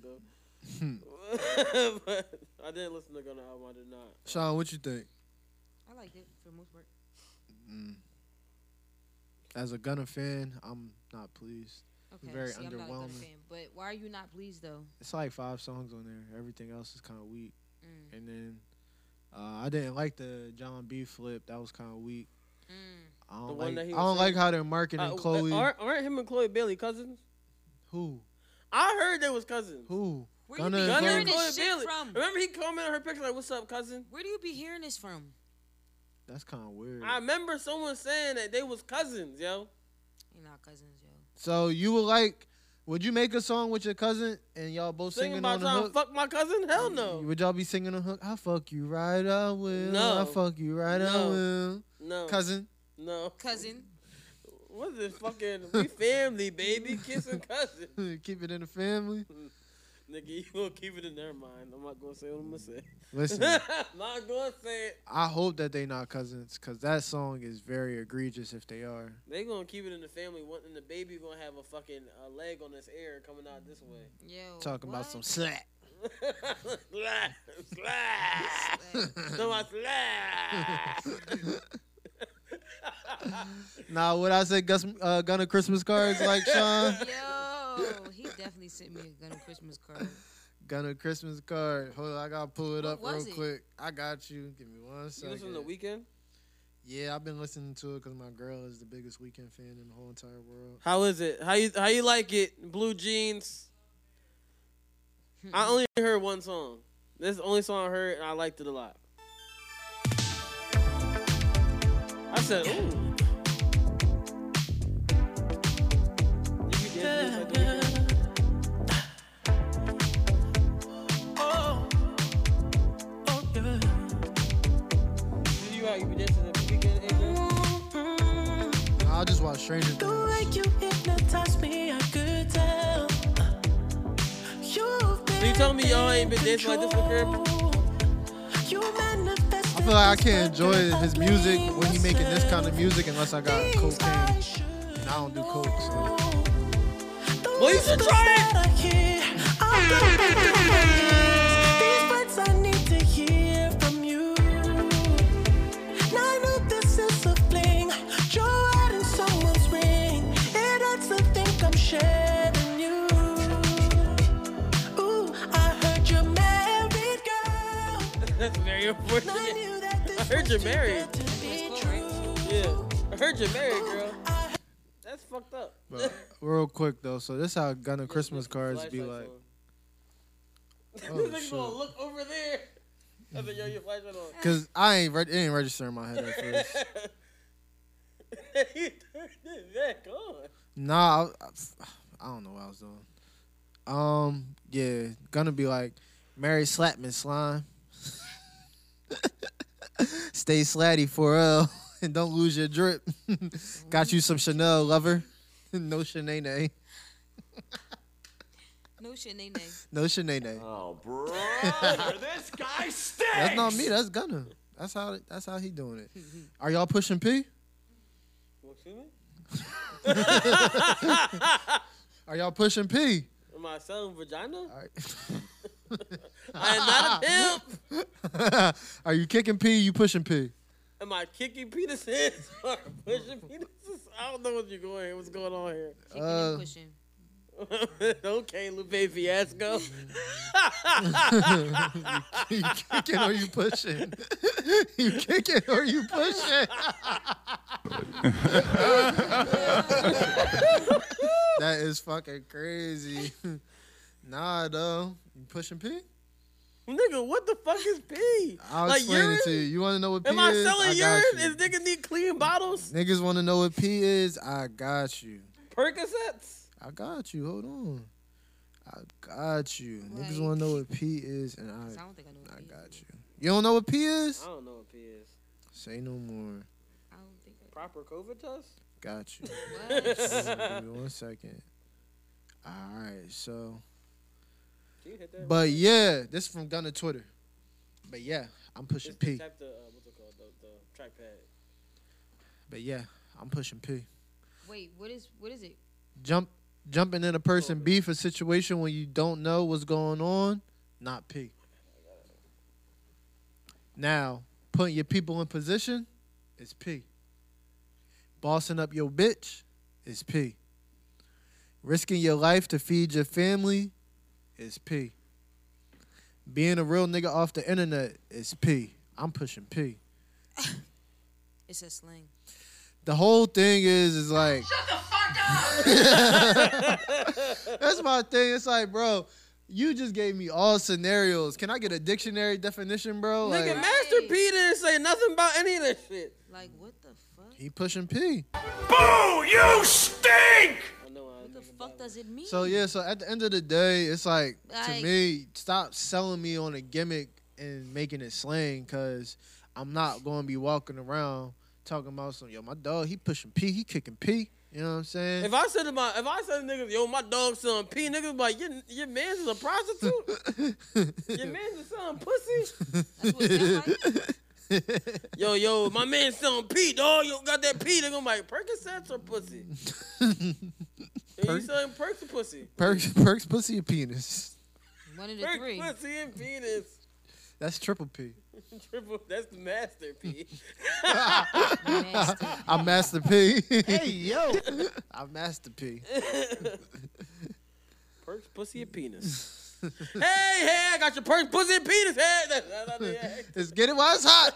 [SPEAKER 3] Hmm.
[SPEAKER 2] though. but I didn't listen to Gunna album. I did not.
[SPEAKER 3] Sean, what you think?
[SPEAKER 4] I liked it for the most part.
[SPEAKER 3] Mm. As a Gunna fan, I'm not pleased.
[SPEAKER 4] Okay.
[SPEAKER 3] Very
[SPEAKER 4] see, I'm not a Gunna
[SPEAKER 3] underwhelming.
[SPEAKER 4] fan, but why are you not pleased though?
[SPEAKER 3] It's like five songs on there. Everything else is kind of weak.
[SPEAKER 4] Mm.
[SPEAKER 3] And then uh, I didn't like the John B flip. That was kind of weak.
[SPEAKER 4] mm.
[SPEAKER 3] I
[SPEAKER 2] The
[SPEAKER 3] don't,
[SPEAKER 2] one
[SPEAKER 3] like,
[SPEAKER 2] that
[SPEAKER 3] I
[SPEAKER 2] he was
[SPEAKER 3] don't like
[SPEAKER 2] singing.
[SPEAKER 3] how they're marketing
[SPEAKER 2] Uh,
[SPEAKER 3] Chloe.
[SPEAKER 2] Aren't, aren't him and Chloe Bailey cousins?
[SPEAKER 3] Who?
[SPEAKER 2] I heard they was cousins.
[SPEAKER 3] Who?
[SPEAKER 4] Where
[SPEAKER 3] Gunna
[SPEAKER 4] you be
[SPEAKER 3] and
[SPEAKER 4] hearing
[SPEAKER 3] Chloe-
[SPEAKER 4] this shit
[SPEAKER 2] Bailey.
[SPEAKER 4] from?
[SPEAKER 2] Remember he commented on her picture like, "What's up, cousin?"
[SPEAKER 4] Where do you be hearing this from?
[SPEAKER 3] That's kind of weird.
[SPEAKER 2] I remember someone saying that they was cousins, yo.
[SPEAKER 4] You're not cousins, yo.
[SPEAKER 3] so you would like Would you make a song with your cousin and y'all both
[SPEAKER 2] Singing
[SPEAKER 3] singing,
[SPEAKER 2] about
[SPEAKER 3] on the
[SPEAKER 2] trying to
[SPEAKER 3] hook?
[SPEAKER 2] fuck my cousin? Hell no.
[SPEAKER 3] Would y'all be singing on the hook? I fuck you right, I will.
[SPEAKER 2] No.
[SPEAKER 3] I fuck you right,
[SPEAKER 2] No.
[SPEAKER 3] I will.
[SPEAKER 2] No.
[SPEAKER 3] Cousin.
[SPEAKER 2] No.
[SPEAKER 4] Cousin.
[SPEAKER 2] What is this fucking? We family, baby. Kissing cousin.
[SPEAKER 3] Keep it in the family.
[SPEAKER 2] Nigga, you gonna keep it in their mind. I'm not gonna say what I'm gonna say.
[SPEAKER 3] Listen.
[SPEAKER 2] I'm not gonna say it.
[SPEAKER 3] I hope that they not cousins, cause that song is very egregious if they are.
[SPEAKER 2] They gonna keep it in the family, one- and the baby gonna have a fucking uh, leg on his ear coming out this way.
[SPEAKER 4] Yo.
[SPEAKER 3] Talking about some slack.
[SPEAKER 2] slap, slap, somebody slap.
[SPEAKER 3] Nah, what I say, Gus, uh, Gunna Christmas cards like Sean.
[SPEAKER 4] Yo, he definitely sent me a gun and Christmas card.
[SPEAKER 3] Gunna Christmas card. Hold on, I gotta pull it up
[SPEAKER 4] What
[SPEAKER 3] real
[SPEAKER 4] was it?
[SPEAKER 3] quick. I got you. Give me one
[SPEAKER 2] You
[SPEAKER 3] second.
[SPEAKER 2] listen to Weekend?
[SPEAKER 3] yeah, I've been listening to it because my girl is the biggest weekend fan in the whole entire world.
[SPEAKER 2] How is it? How you how you like it? Blue jeans. I only heard one song. This is the only song I heard, and I liked it a lot. I said, "Ooh." You dance like the Weeknd?
[SPEAKER 10] Oh, oh yeah.
[SPEAKER 2] You out, you be dancing like the Weeknd, Adrian?
[SPEAKER 3] I'll just watch Stranger Things.
[SPEAKER 10] The way you hypnotize me, I could tell. You've
[SPEAKER 2] So you telling me y'all ain't been dancing like this for crib?
[SPEAKER 10] you manifest
[SPEAKER 3] I feel like I can't enjoy his music when he making this kind of music unless I got cocaine. And I don't do coke, so.
[SPEAKER 10] Well, you should try it.
[SPEAKER 2] That's very important. I heard you're married. Yeah, I heard you're married, girl. That's fucked up.
[SPEAKER 3] But real quick though, so this how Gunna Christmas cards be like. Oh,
[SPEAKER 2] Nigga gonna
[SPEAKER 3] shit.
[SPEAKER 2] look over there. I said, yo, your flashlight on.
[SPEAKER 3] Cause I ain't re- it ain't registering my head at first.
[SPEAKER 2] you turned it back on.
[SPEAKER 3] Nah, I, I- I don't know what I was doing. Um, yeah, gonna be like Mary Slapman slime. Stay slatty for real and don't lose your drip. Got you some Chanel lover. No eh? Shanae.
[SPEAKER 4] No shit, nay nay.
[SPEAKER 3] No Shanae.
[SPEAKER 14] Oh, bro.
[SPEAKER 4] this guy stinks.
[SPEAKER 3] That's not me. That's Gunna. That's how. That's how he doing it. Are y'all pushing P?
[SPEAKER 2] What, excuse me?
[SPEAKER 3] Are y'all pushing P?
[SPEAKER 2] Am I selling vagina? I am not a pimp.
[SPEAKER 3] Are you kicking P? You pushing P?
[SPEAKER 2] Am I kicking penises or pushing penises? I don't know what you're going. What's going on here?
[SPEAKER 3] Kicking and Uh,
[SPEAKER 4] pushing.
[SPEAKER 2] okay, Lupe Fiasco.
[SPEAKER 3] you kicking or you pushing? you kicking or you pushing? that is fucking crazy. nah, though. You pushing P?
[SPEAKER 2] Nigga, what the fuck is pee?
[SPEAKER 3] I'll
[SPEAKER 2] like
[SPEAKER 3] explain
[SPEAKER 2] urine?
[SPEAKER 3] it to you. You want to know what P
[SPEAKER 2] Am I
[SPEAKER 3] is?
[SPEAKER 2] selling
[SPEAKER 3] got
[SPEAKER 2] urine?
[SPEAKER 3] you.
[SPEAKER 2] Is nigga need clean bottles?
[SPEAKER 3] Niggas want to know what P is? I got you.
[SPEAKER 2] Percocets?
[SPEAKER 3] I got you. Hold on. I got you. Niggas want to know what P is, and I,
[SPEAKER 4] I don't think I know.
[SPEAKER 3] I got you. You don't know what P is?
[SPEAKER 2] I don't know what pee is.
[SPEAKER 3] Say no more.
[SPEAKER 4] I don't think.
[SPEAKER 2] Proper COVID test?
[SPEAKER 3] Got you.
[SPEAKER 2] What?
[SPEAKER 3] Give me one second. All right, so.
[SPEAKER 2] Can you hit that?
[SPEAKER 3] But yeah, this is from Gunna Twitter. But yeah, I'm pushing
[SPEAKER 2] It's the
[SPEAKER 3] P.
[SPEAKER 2] type the, uh, what's it called? The, the trackpad.
[SPEAKER 3] But yeah, I'm pushing P.
[SPEAKER 4] Wait, what is what is it?
[SPEAKER 3] Jump, jumping in a person beef a situation when you don't know what's going on, not P. Now, putting your people in position is P. Bossing up your bitch is P. Risking your life to feed your family is P. Being a real nigga off the internet is P. I'm pushing P.
[SPEAKER 4] It's a slang.
[SPEAKER 3] The whole thing is is like That's my thing. It's like, bro, you just gave me all scenarios. Can I get a dictionary definition, bro?
[SPEAKER 2] Nigga,
[SPEAKER 3] Like,
[SPEAKER 2] Master P didn't say nothing about any of that shit.
[SPEAKER 4] Like what the
[SPEAKER 3] he pushing P.
[SPEAKER 2] Boo! You stink! I know, I know.
[SPEAKER 4] the fuck does it mean?
[SPEAKER 3] So yeah, so at the end of the day, it's like to
[SPEAKER 4] Like-
[SPEAKER 3] me, stop selling me on a gimmick and making it slang, cause I'm not going to be walking around talking about some yo, my dog, he pushing P, he kicking P. You know what I'm saying?
[SPEAKER 2] If I said to my, if I said to niggas, yo, my dog son P, niggas be like your your man's is a prostitute. your man's is selling pussy. yo, yo, my man's selling P, dog. You got that P? Nigga, I'm like Percocets or pussy. Yo, you
[SPEAKER 3] Perc-
[SPEAKER 2] selling perks or pussy?
[SPEAKER 3] Perks, perks, pussy, and penis.
[SPEAKER 4] One of the
[SPEAKER 2] Perks,
[SPEAKER 4] three.
[SPEAKER 2] pussy, and penis.
[SPEAKER 3] That's triple P.
[SPEAKER 2] Triple. That's the master P.
[SPEAKER 3] I'm Master P.
[SPEAKER 2] Hey, yo.
[SPEAKER 3] I'm Master P.
[SPEAKER 2] Perks, pussy, and penis. hey, hey, I got your perks, pussy, and penis. Hey, that, that, that, yeah.
[SPEAKER 3] Let's get it while it's hot.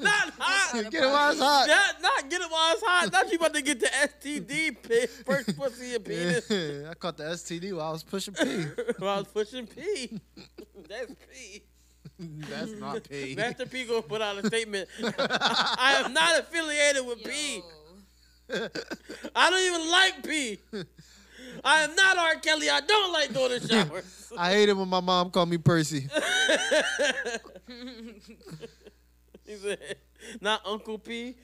[SPEAKER 2] not hot.
[SPEAKER 3] Get it while it's hot.
[SPEAKER 2] Not, not get it while it's hot. Not you about to get the STD, pi- first pussy and penis.
[SPEAKER 3] Yeah, I caught the STD while I was pushing P.
[SPEAKER 2] while I was pushing P. That's P.
[SPEAKER 3] That's not P.
[SPEAKER 2] Master P gonna put out a statement. I am not affiliated with P. I don't even like P. I am not R. Kelly. I don't like going to shower.
[SPEAKER 3] I hate it when my mom called me Percy.
[SPEAKER 2] he said, not Uncle P.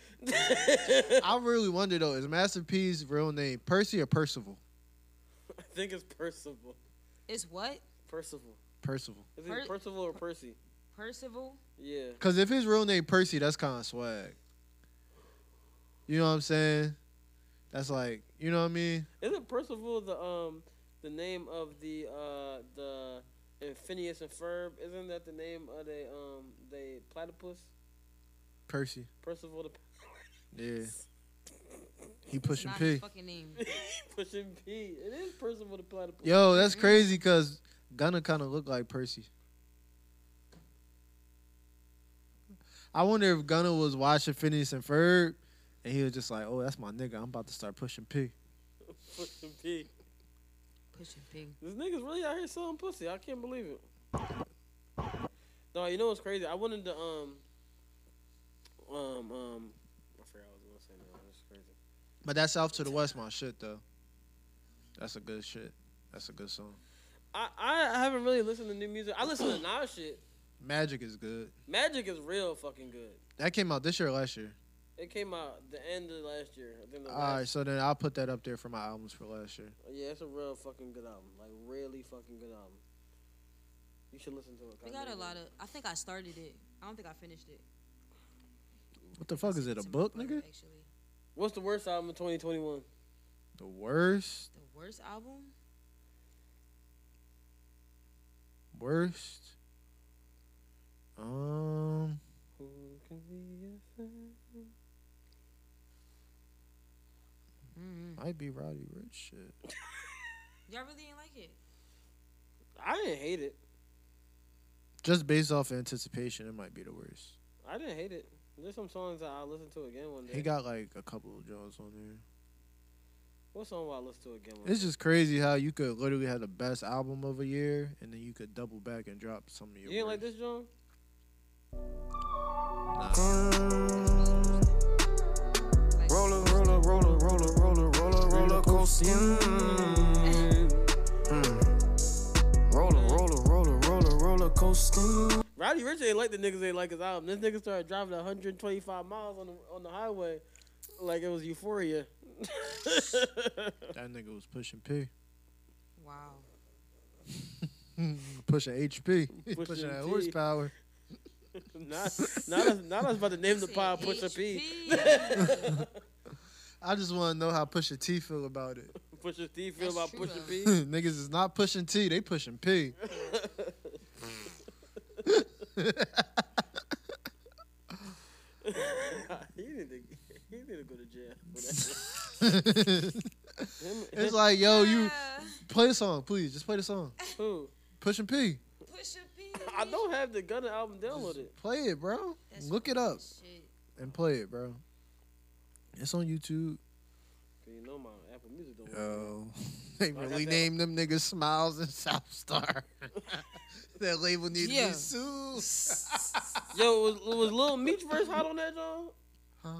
[SPEAKER 3] I really wonder though, is Master P's real name Percy or Percival?
[SPEAKER 2] I think it's Percival.
[SPEAKER 4] It's what?
[SPEAKER 2] Percival.
[SPEAKER 3] Percival.
[SPEAKER 2] Is
[SPEAKER 4] Per-
[SPEAKER 2] it Percival or Percy?
[SPEAKER 4] Percival?
[SPEAKER 2] Yeah.
[SPEAKER 3] Cause if his real name Percy, that's kind of swag. You know what I'm saying? That's like, you know what I mean?
[SPEAKER 2] Isn't Percival the um the name of the uh the and Phineas and Ferb? Isn't that the name of the um the platypus?
[SPEAKER 3] Percy.
[SPEAKER 2] Percival the
[SPEAKER 3] Yeah. He pushing
[SPEAKER 4] Not his
[SPEAKER 3] P.
[SPEAKER 4] fucking name.
[SPEAKER 2] pushing P. It is Percival the platypus.
[SPEAKER 3] Yo, that's crazy because Gunna kind of look like Percy. I wonder if Gunna was watching Phineas and Ferb and he was just like, oh, that's my nigga. I'm about to start pushing P.
[SPEAKER 2] pushing P.
[SPEAKER 4] Pushing P.
[SPEAKER 2] This nigga's really out here selling pussy. I can't believe it. No, you know what's crazy? I wanted to um um um I forgot what I was gonna say now. That's crazy.
[SPEAKER 3] But that's South to the West, my shit, though. That's a good shit. That's a good song.
[SPEAKER 2] I, I haven't really listened to new music. I listen to Nas shit.
[SPEAKER 3] Magic is good.
[SPEAKER 2] Magic is real fucking good.
[SPEAKER 3] That came out this year or last year.
[SPEAKER 2] It came out the end of last year. I think the
[SPEAKER 3] All
[SPEAKER 2] last-
[SPEAKER 3] right, so then I'll put that up there for my albums for last year.
[SPEAKER 2] Yeah, it's a real fucking good album. Like really fucking good album. You should listen to it.
[SPEAKER 4] We got a lot of. I think I started it. I don't think I finished it.
[SPEAKER 3] What the fuck is it? A book, nigga?
[SPEAKER 2] What's the worst album of 2021?
[SPEAKER 3] The worst,
[SPEAKER 4] The worst album?
[SPEAKER 3] worst. Um, might be Roddy Rich shit.
[SPEAKER 4] Mm-hmm. Y'all really didn't like it.
[SPEAKER 2] I didn't hate it.
[SPEAKER 3] Just based off anticipation, it might be the worst.
[SPEAKER 2] I didn't hate it. There's some songs that I'll listen to again one day.
[SPEAKER 3] He got like a couple of joints on there.
[SPEAKER 2] what song will I listen to again one
[SPEAKER 3] It's
[SPEAKER 2] day?
[SPEAKER 3] just crazy how you could literally have the best album of a year, and then you could double back and drop some of
[SPEAKER 2] You
[SPEAKER 3] your.
[SPEAKER 2] didn't like this John?
[SPEAKER 12] Roller, roller, roller, roller, roller, roller, roller coaster. Mm. Mm. Roller, roller, roller, roller, roller coaster.
[SPEAKER 2] Roddy Rich ain't like the niggas ain't like his album. This nigga started driving 125 miles on the on the highway, like it was Euphoria.
[SPEAKER 3] That nigga was pushing P,
[SPEAKER 4] Wow.
[SPEAKER 3] pushing HP,
[SPEAKER 2] Pushing
[SPEAKER 3] pushing, that
[SPEAKER 2] P.
[SPEAKER 3] horsepower.
[SPEAKER 2] not not us, not us about to name the pile Pusha P.
[SPEAKER 3] I just want to know how Pusha T feel about it.
[SPEAKER 2] Pusha T feel about Pusha P.
[SPEAKER 3] Niggas is not pushing T, they pushing P.
[SPEAKER 2] he need to he need to go to jail. for that. Him-
[SPEAKER 3] it's like,
[SPEAKER 2] Oh,
[SPEAKER 3] yo, you play the song, please. Just play the song.
[SPEAKER 2] Who?
[SPEAKER 3] Pushing P.
[SPEAKER 4] Pusha P.
[SPEAKER 2] I don't have the Gunna album downloaded.
[SPEAKER 3] Play it, bro. Look it up and play it, bro. It's on YouTube.
[SPEAKER 2] You know my Apple Music don't.
[SPEAKER 3] Yo, they
[SPEAKER 2] Well, I got
[SPEAKER 3] really
[SPEAKER 2] that
[SPEAKER 3] named them niggas Smiles and South Star. that label needs to
[SPEAKER 2] Yeah.
[SPEAKER 3] be sued.
[SPEAKER 2] Yo, was, was Lil Meech verse hot on that, John?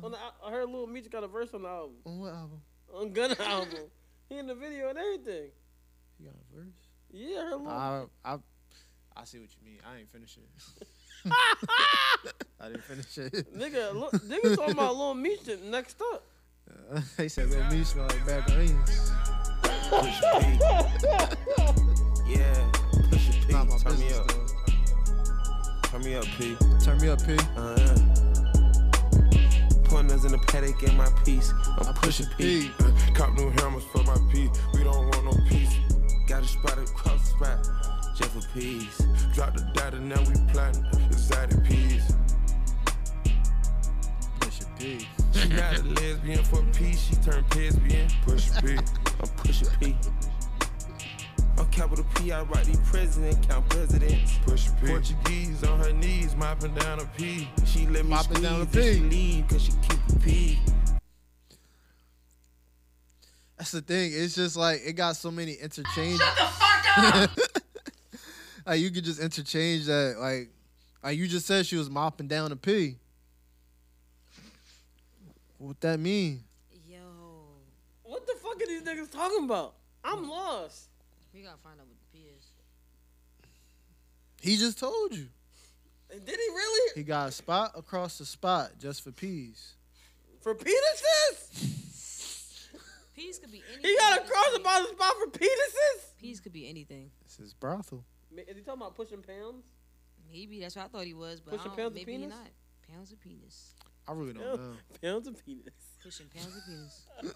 [SPEAKER 2] On the, I heard Lil Meech got a verse on the album.
[SPEAKER 3] On what album?
[SPEAKER 2] On Gunna album. He in the video and everything.
[SPEAKER 3] You got a verse?
[SPEAKER 2] Yeah, her
[SPEAKER 3] I,
[SPEAKER 2] mom.
[SPEAKER 3] I, I see what you mean. I ain't finish it. I didn't finish it.
[SPEAKER 2] nigga, look, nigga talking about Lil Meech next up.
[SPEAKER 3] Uh, they said Lil Meech smell like bad brains.
[SPEAKER 14] Yeah. Push your P.
[SPEAKER 3] Not my
[SPEAKER 14] Turn me
[SPEAKER 3] business,
[SPEAKER 14] up.
[SPEAKER 3] though.
[SPEAKER 14] Turn me up, P.
[SPEAKER 3] Turn me up, P.
[SPEAKER 14] Uh-huh. Pointers in the paddock in my piece. I'm pushing P. Uh, Cop new hammers for my P. We don't want no peace. Got a spot across the spot. Jeff a piece. Drop the data, now we plotting. Exotic peas. Push a P. She not a lesbian for P. She turned lesbian. Push a P. I'm pushing P. On capital P, I write the president, count presidents. Push P. Portuguese on her knees, mopping down a P. She let me
[SPEAKER 3] Mopping
[SPEAKER 14] squeeze
[SPEAKER 3] down a
[SPEAKER 14] and she
[SPEAKER 3] P.
[SPEAKER 14] leave cause she keep a P.
[SPEAKER 3] That's the thing. It's just like it got so many interchange.
[SPEAKER 17] Shut the fuck up!
[SPEAKER 3] like you could just interchange that. Like, like you just said she was mopping down a pee. What that mean?
[SPEAKER 2] What the fuck are these niggas talking about? I'm lost.
[SPEAKER 4] We gotta find out what the P is.
[SPEAKER 3] He just told you.
[SPEAKER 2] Did he really?
[SPEAKER 3] He got a spot across the spot just for peas.
[SPEAKER 2] For penises?
[SPEAKER 4] P's could be anything.
[SPEAKER 2] He got a cross about the spot for penises?
[SPEAKER 4] P's could be anything.
[SPEAKER 3] This is brothel.
[SPEAKER 2] Ma- Is he talking about pushing pounds?
[SPEAKER 4] Maybe that's what I thought he was, but
[SPEAKER 2] Pushing
[SPEAKER 4] I don't,
[SPEAKER 2] pounds of
[SPEAKER 4] maybe
[SPEAKER 2] penis?
[SPEAKER 4] he not. Pounds of penis.
[SPEAKER 3] I really don't know.
[SPEAKER 2] Pounds of penis.
[SPEAKER 4] Pushing pounds of penis.
[SPEAKER 3] Ew.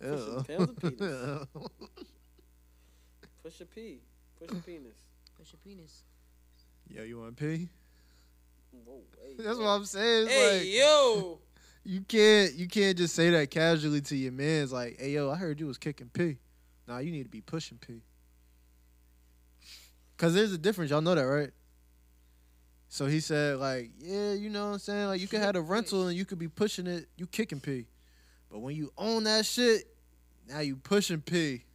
[SPEAKER 2] Pushing pounds of penis.
[SPEAKER 3] Ew.
[SPEAKER 2] Push a pee. Push a penis.
[SPEAKER 4] Push a penis.
[SPEAKER 3] Yo, you want to pee?
[SPEAKER 2] Whoa, hey,
[SPEAKER 3] That's
[SPEAKER 2] yo.
[SPEAKER 3] what I'm saying. It's
[SPEAKER 2] Hey,
[SPEAKER 3] like,
[SPEAKER 2] yo.
[SPEAKER 3] You can't you can't just say that casually to your man's like, hey yo, I heard you was kicking P. Nah, you need to be pushing P. Cause there's a difference, y'all know that, right? So he said, like, yeah, you know what I'm saying? Like you could have a rental and you could be pushing it, you kicking P. But when you own that shit, now you pushing P.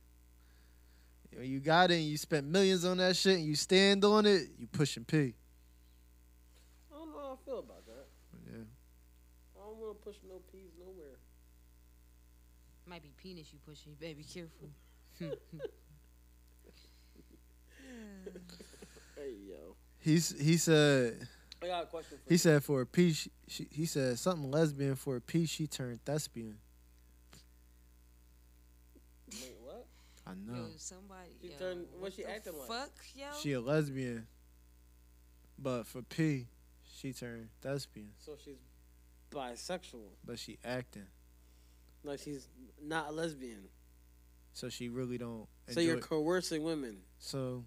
[SPEAKER 3] When you got it and you spent millions on that shit and you stand on it, you pushing P.
[SPEAKER 2] I don't know how I feel about that.
[SPEAKER 3] Yeah.
[SPEAKER 2] I don't want to push no peas nowhere.
[SPEAKER 4] Might be penis you pushing. You better be careful.
[SPEAKER 2] Hey, yo.
[SPEAKER 3] He's he said
[SPEAKER 2] I got a question for
[SPEAKER 3] He
[SPEAKER 2] you.
[SPEAKER 3] said for a P, she, she, he said something lesbian for a P, she turned thespian.
[SPEAKER 2] Wait, what?
[SPEAKER 3] I
[SPEAKER 4] Yo,
[SPEAKER 3] know.
[SPEAKER 4] somebody.
[SPEAKER 2] She
[SPEAKER 4] yo,
[SPEAKER 2] turned- what she
[SPEAKER 4] the
[SPEAKER 2] acting like?
[SPEAKER 4] Fuck, yo.
[SPEAKER 3] She a lesbian. But for P, she turned thespian.
[SPEAKER 2] So she's bisexual.
[SPEAKER 3] But she acting.
[SPEAKER 2] Like she's not a lesbian.
[SPEAKER 3] So she really don't
[SPEAKER 2] So you're
[SPEAKER 3] enjoy-
[SPEAKER 2] coercing women.
[SPEAKER 3] So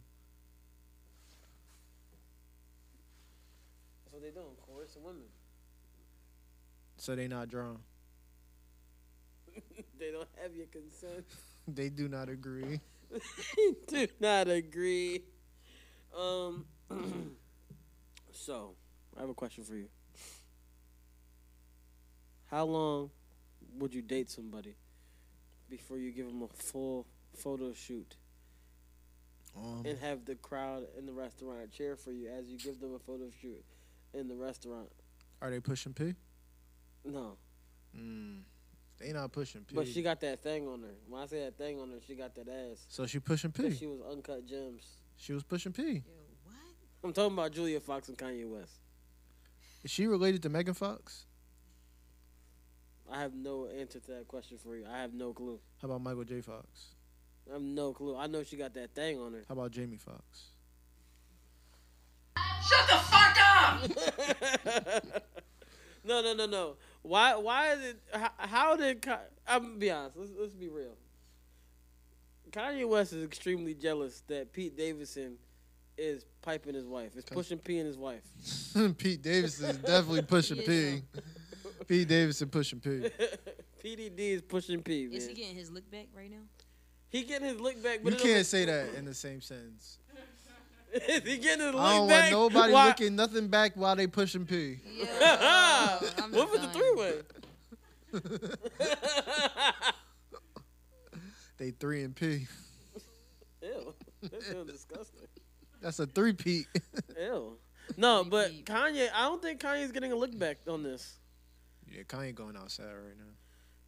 [SPEAKER 2] That's what they doing, coercing women.
[SPEAKER 3] so they not drawn.
[SPEAKER 2] they don't have your consent.
[SPEAKER 3] They do not agree.
[SPEAKER 2] Do not agree. Um. so, I have a question for you. How long would you date somebody before you give them a full photo shoot
[SPEAKER 3] Um,
[SPEAKER 2] and have the crowd in the restaurant cheer for you as you give them a photo shoot in the restaurant?
[SPEAKER 3] are they pushing P?
[SPEAKER 2] No,
[SPEAKER 3] Mm, they not pushing P.
[SPEAKER 2] but she got that thing on her. When I say that thing on her, she got that ass.
[SPEAKER 3] so she pushing
[SPEAKER 2] 'Cause
[SPEAKER 3] P.
[SPEAKER 2] She was uncut gems.
[SPEAKER 3] She was pushing P.
[SPEAKER 2] I'm talking about Julia Fox and Kanye West.
[SPEAKER 3] Is she related to Megan Fox?
[SPEAKER 2] I have no answer to that question for you. I have no clue.
[SPEAKER 3] How about Michael J. Fox?
[SPEAKER 2] I have no clue. I know she got that thing on her.
[SPEAKER 3] How about Jamie Fox?
[SPEAKER 17] Shut the fuck up!
[SPEAKER 2] no, no, no, no. Why? Why is it? How, how did? Ka- I'm gonna be honest. Let's, let's be real. Kanye West is extremely jealous that Pete Davidson is piping his wife. Is pushing P and his wife.
[SPEAKER 3] Pete Davidson is definitely pushing P. Pete Davidson pushing P.
[SPEAKER 2] PDD is pushing P. Man.
[SPEAKER 4] Is he getting his look back right now?
[SPEAKER 2] He getting his lick back, but
[SPEAKER 3] You
[SPEAKER 2] it don't
[SPEAKER 3] can't say that in the same sentence.
[SPEAKER 2] make- is he getting his lick
[SPEAKER 3] I don't want
[SPEAKER 2] back?
[SPEAKER 3] nobody
[SPEAKER 2] Why-
[SPEAKER 3] looking nothing back while they pushing P.
[SPEAKER 4] Oh,
[SPEAKER 2] What for the three way?
[SPEAKER 3] They three and P.
[SPEAKER 2] Ew, that feels disgusting.
[SPEAKER 3] That's a three Pete.
[SPEAKER 2] Ew. No, but Kanye, I don't think Kanye's getting a look back on this.
[SPEAKER 3] yeah, Kanye going outside right now.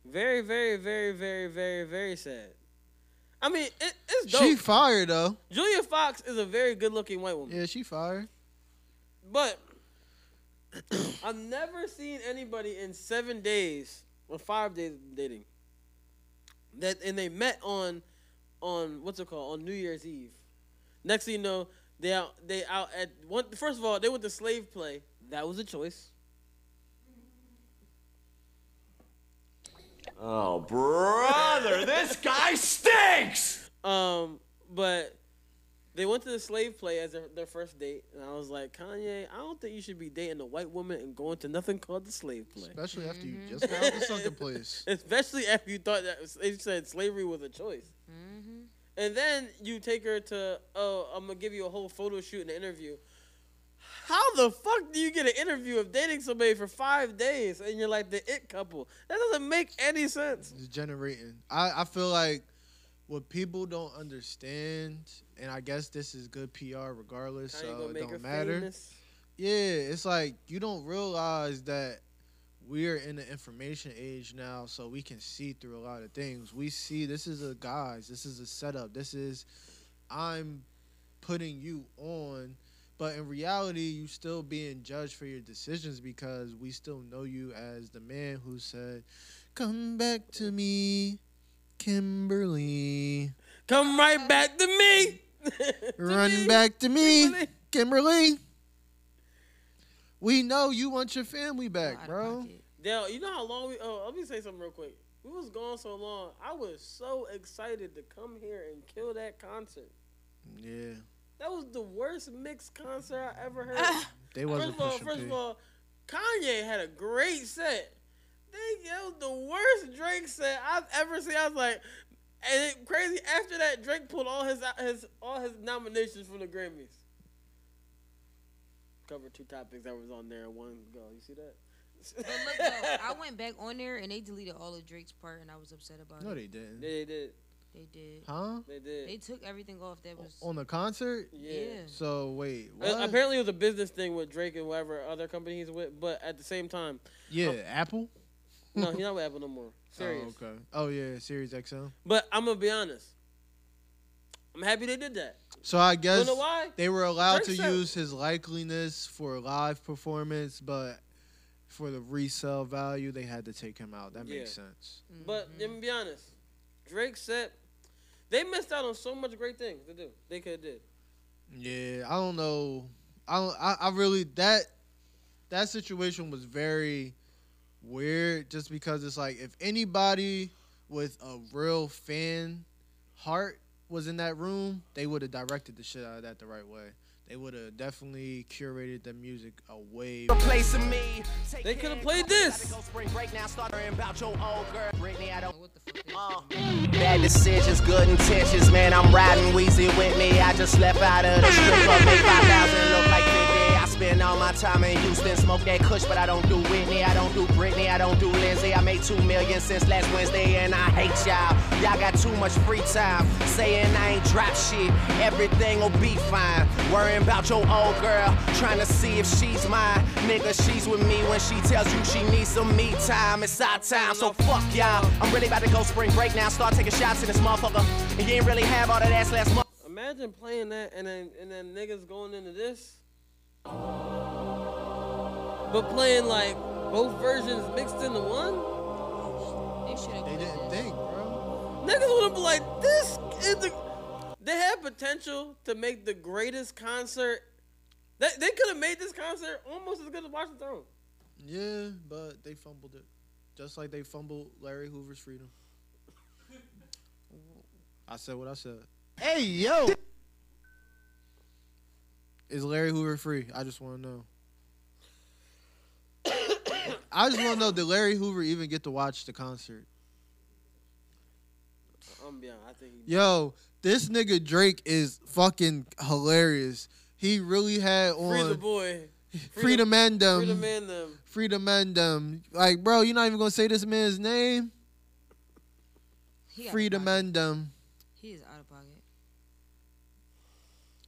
[SPEAKER 2] Very, very, very, very, very, very sad. I mean, it, it's dope.
[SPEAKER 3] She fired though.
[SPEAKER 2] Julia Fox is a very good looking white woman.
[SPEAKER 3] Yeah, she fired.
[SPEAKER 2] But I've never seen anybody in seven days or five days of dating that and they met on on what's it called on New Year's Eve. Next thing you know, they out they out at one. First of all, they went to slave play. That was a choice.
[SPEAKER 17] Oh, brother, this guy stinks.
[SPEAKER 2] Um, but they went to the slave play as their, their first date, and I was like, Kanye, I don't think you should be dating a white woman and going to nothing called the slave play.
[SPEAKER 3] Especially after you just
[SPEAKER 2] mm-hmm.
[SPEAKER 3] got out the sunken place.
[SPEAKER 2] Especially after you thought that they said slavery was a choice.
[SPEAKER 4] Mm-hmm.
[SPEAKER 2] And then you take her to, oh, I'm gonna give you a whole photo shoot and an interview. How the fuck do you get an interview of dating somebody for five days and you're like the it couple? That doesn't make any sense.
[SPEAKER 3] It's generating. I, I feel like what people don't understand, and I guess this is good PR regardless,
[SPEAKER 2] Kanye
[SPEAKER 3] so
[SPEAKER 2] gonna
[SPEAKER 3] it
[SPEAKER 2] make her
[SPEAKER 3] don't matter.
[SPEAKER 2] famous.
[SPEAKER 3] Yeah, it's like you don't realize that we are in the information age now, so we can see through a lot of things. We see this is a guys, this is a setup, this is I'm putting you on, but in reality, you still being judged for your decisions because we still know you as the man who said, "Come back to me, Kimberly."
[SPEAKER 2] Come right back to me.
[SPEAKER 3] Run back to me, Kimberly. We know you want your family back, bro.
[SPEAKER 2] Dale, you know how long we? Oh, let me say something real quick. We was gone so long. I was so excited to come here and kill that concert.
[SPEAKER 3] Yeah,
[SPEAKER 2] That was the worst mixed concert I ever heard.
[SPEAKER 3] they wasn't
[SPEAKER 2] first of all,
[SPEAKER 3] pushing
[SPEAKER 2] first
[SPEAKER 3] P.
[SPEAKER 2] of all, Kanye had a great set. They, that was the worst Drake set I've ever seen. I was like, and it, crazy. After that, Drake pulled all his his all his nominations from the Grammys. Covered two topics that was on there in one go. You see that?
[SPEAKER 4] But look, though, I went back on there and they deleted all of Drake's part, and I was upset about
[SPEAKER 3] No,
[SPEAKER 4] it.
[SPEAKER 3] they didn't.
[SPEAKER 2] They did.
[SPEAKER 4] They did.
[SPEAKER 3] Huh?
[SPEAKER 2] They did.
[SPEAKER 4] They took everything off that was.
[SPEAKER 3] On the concert?
[SPEAKER 4] Yeah.
[SPEAKER 3] So wait, what?
[SPEAKER 2] Uh, apparently, it was a business thing with Drake and whatever other company he's with. But at the same time,
[SPEAKER 3] yeah,
[SPEAKER 2] oh,
[SPEAKER 3] Apple.
[SPEAKER 2] no, he's not with Apple no more. Serious.
[SPEAKER 3] Oh, okay. Oh yeah, Series XL.
[SPEAKER 2] But I'm gonna be honest. I'm happy they did that.
[SPEAKER 3] So I
[SPEAKER 2] Wanna
[SPEAKER 3] guess
[SPEAKER 2] know why?
[SPEAKER 3] they were allowed to
[SPEAKER 2] Drake said-
[SPEAKER 3] use his likeliness for a live performance, but for the resale value, they had to take him out. That makes
[SPEAKER 2] Yeah.
[SPEAKER 3] sense.
[SPEAKER 2] But let me be honest. Drake said they missed out on so much great things to do. They could have did.
[SPEAKER 3] Yeah, I don't know. I don't. I, I really that that situation was very weird, just because it's like if anybody with a real fan heart was in that room, they would have directed the shit out of that the right way. They would have definitely curated the music away.
[SPEAKER 15] Replacing me. They could have
[SPEAKER 2] played this.
[SPEAKER 15] Uh. Bad decisions, good intentions, man. I'm riding Wheezy with me. I just left out of the strip club. Make 5,000 look like 50. I spend all my time in Houston. Smoke that Kush, but I don't do Whitney. I don't do Britney. I don't do Lindsay. I made 2 million since last Wednesday, and I hate y'all. Y'all got too much free time. Saying I ain't drop shit. Everything will be fine. Worrying about your old girl. Trying to see if she's mine. Nigga, she's with me when she tells you she needs some me time. It's our time, so fuck y'all. I'm really about to go spring break now. Start taking shots at this motherfucker. And you ain't really have all that ass last month.
[SPEAKER 2] Imagine playing that and then and then niggas going into this. But playing like both versions mixed into one?
[SPEAKER 4] They should have
[SPEAKER 3] They didn't think, bro.
[SPEAKER 2] Niggas would have been like, this is the. They had potential to make the greatest concert. They, they could have made this concert almost as good as Watch the Throne.
[SPEAKER 3] Yeah, but they fumbled it, just like they fumbled Larry Hoover's freedom. I said what I said.
[SPEAKER 17] Hey, yo.
[SPEAKER 3] Is Larry Hoover free? I just want to know. I just want to know did Larry Hoover even get to watch the concert?
[SPEAKER 2] I'm beyond. I think he.
[SPEAKER 3] Yo, this nigga Drake is fucking hilarious. He really had on Um,
[SPEAKER 2] Free the boy.
[SPEAKER 3] Free the Mandem.
[SPEAKER 2] Free the man them.
[SPEAKER 3] Free the Mandem. Like, bro, you're not even gonna say this man's name.
[SPEAKER 4] He
[SPEAKER 3] Free the
[SPEAKER 4] out of pocket.
[SPEAKER 3] Mandem.
[SPEAKER 4] He is out of pocket.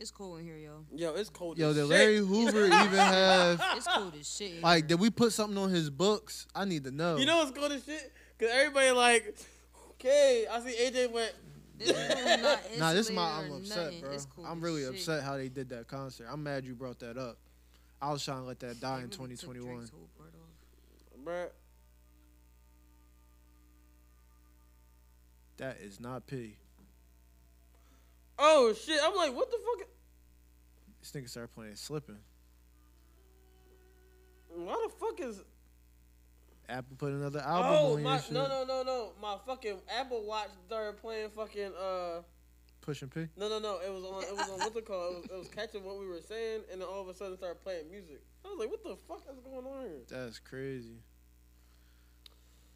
[SPEAKER 4] It's cold in here, yo.
[SPEAKER 2] Yo, it's cold.
[SPEAKER 3] Yo,
[SPEAKER 2] as
[SPEAKER 3] did
[SPEAKER 2] shit.
[SPEAKER 3] Larry Hoover even have
[SPEAKER 4] It's cold as shit. in
[SPEAKER 3] like?
[SPEAKER 4] here.
[SPEAKER 3] Did we put something on his books? I need to know.
[SPEAKER 2] You know what's cold as shit? Cause everybody like, okay. I see AJ went.
[SPEAKER 4] room not
[SPEAKER 3] nah, this is my
[SPEAKER 4] insulated
[SPEAKER 3] I'm
[SPEAKER 4] or
[SPEAKER 3] upset,
[SPEAKER 4] nothing.
[SPEAKER 3] bro.
[SPEAKER 4] It's cool
[SPEAKER 3] I'm
[SPEAKER 4] as
[SPEAKER 3] really
[SPEAKER 4] shit.
[SPEAKER 3] upset how they did that concert. I'm mad you brought that up. I was trying to let that die in 2021.
[SPEAKER 2] Bruh.
[SPEAKER 3] That is not P.
[SPEAKER 2] Oh shit! I'm like, what the fuck?
[SPEAKER 3] This nigga started playing slipping.
[SPEAKER 2] Why the fuck is?
[SPEAKER 3] Apple put another album
[SPEAKER 2] oh
[SPEAKER 3] on
[SPEAKER 2] my!
[SPEAKER 3] your shit.
[SPEAKER 2] No no no no! My fucking Apple Watch started playing fucking uh.
[SPEAKER 3] Pushing P.
[SPEAKER 2] No no no! It was on. It was on. What's it called? It was, it was catching what we were saying, and then all of a sudden started playing music. I was like, what the fuck is going on here?
[SPEAKER 3] That's crazy.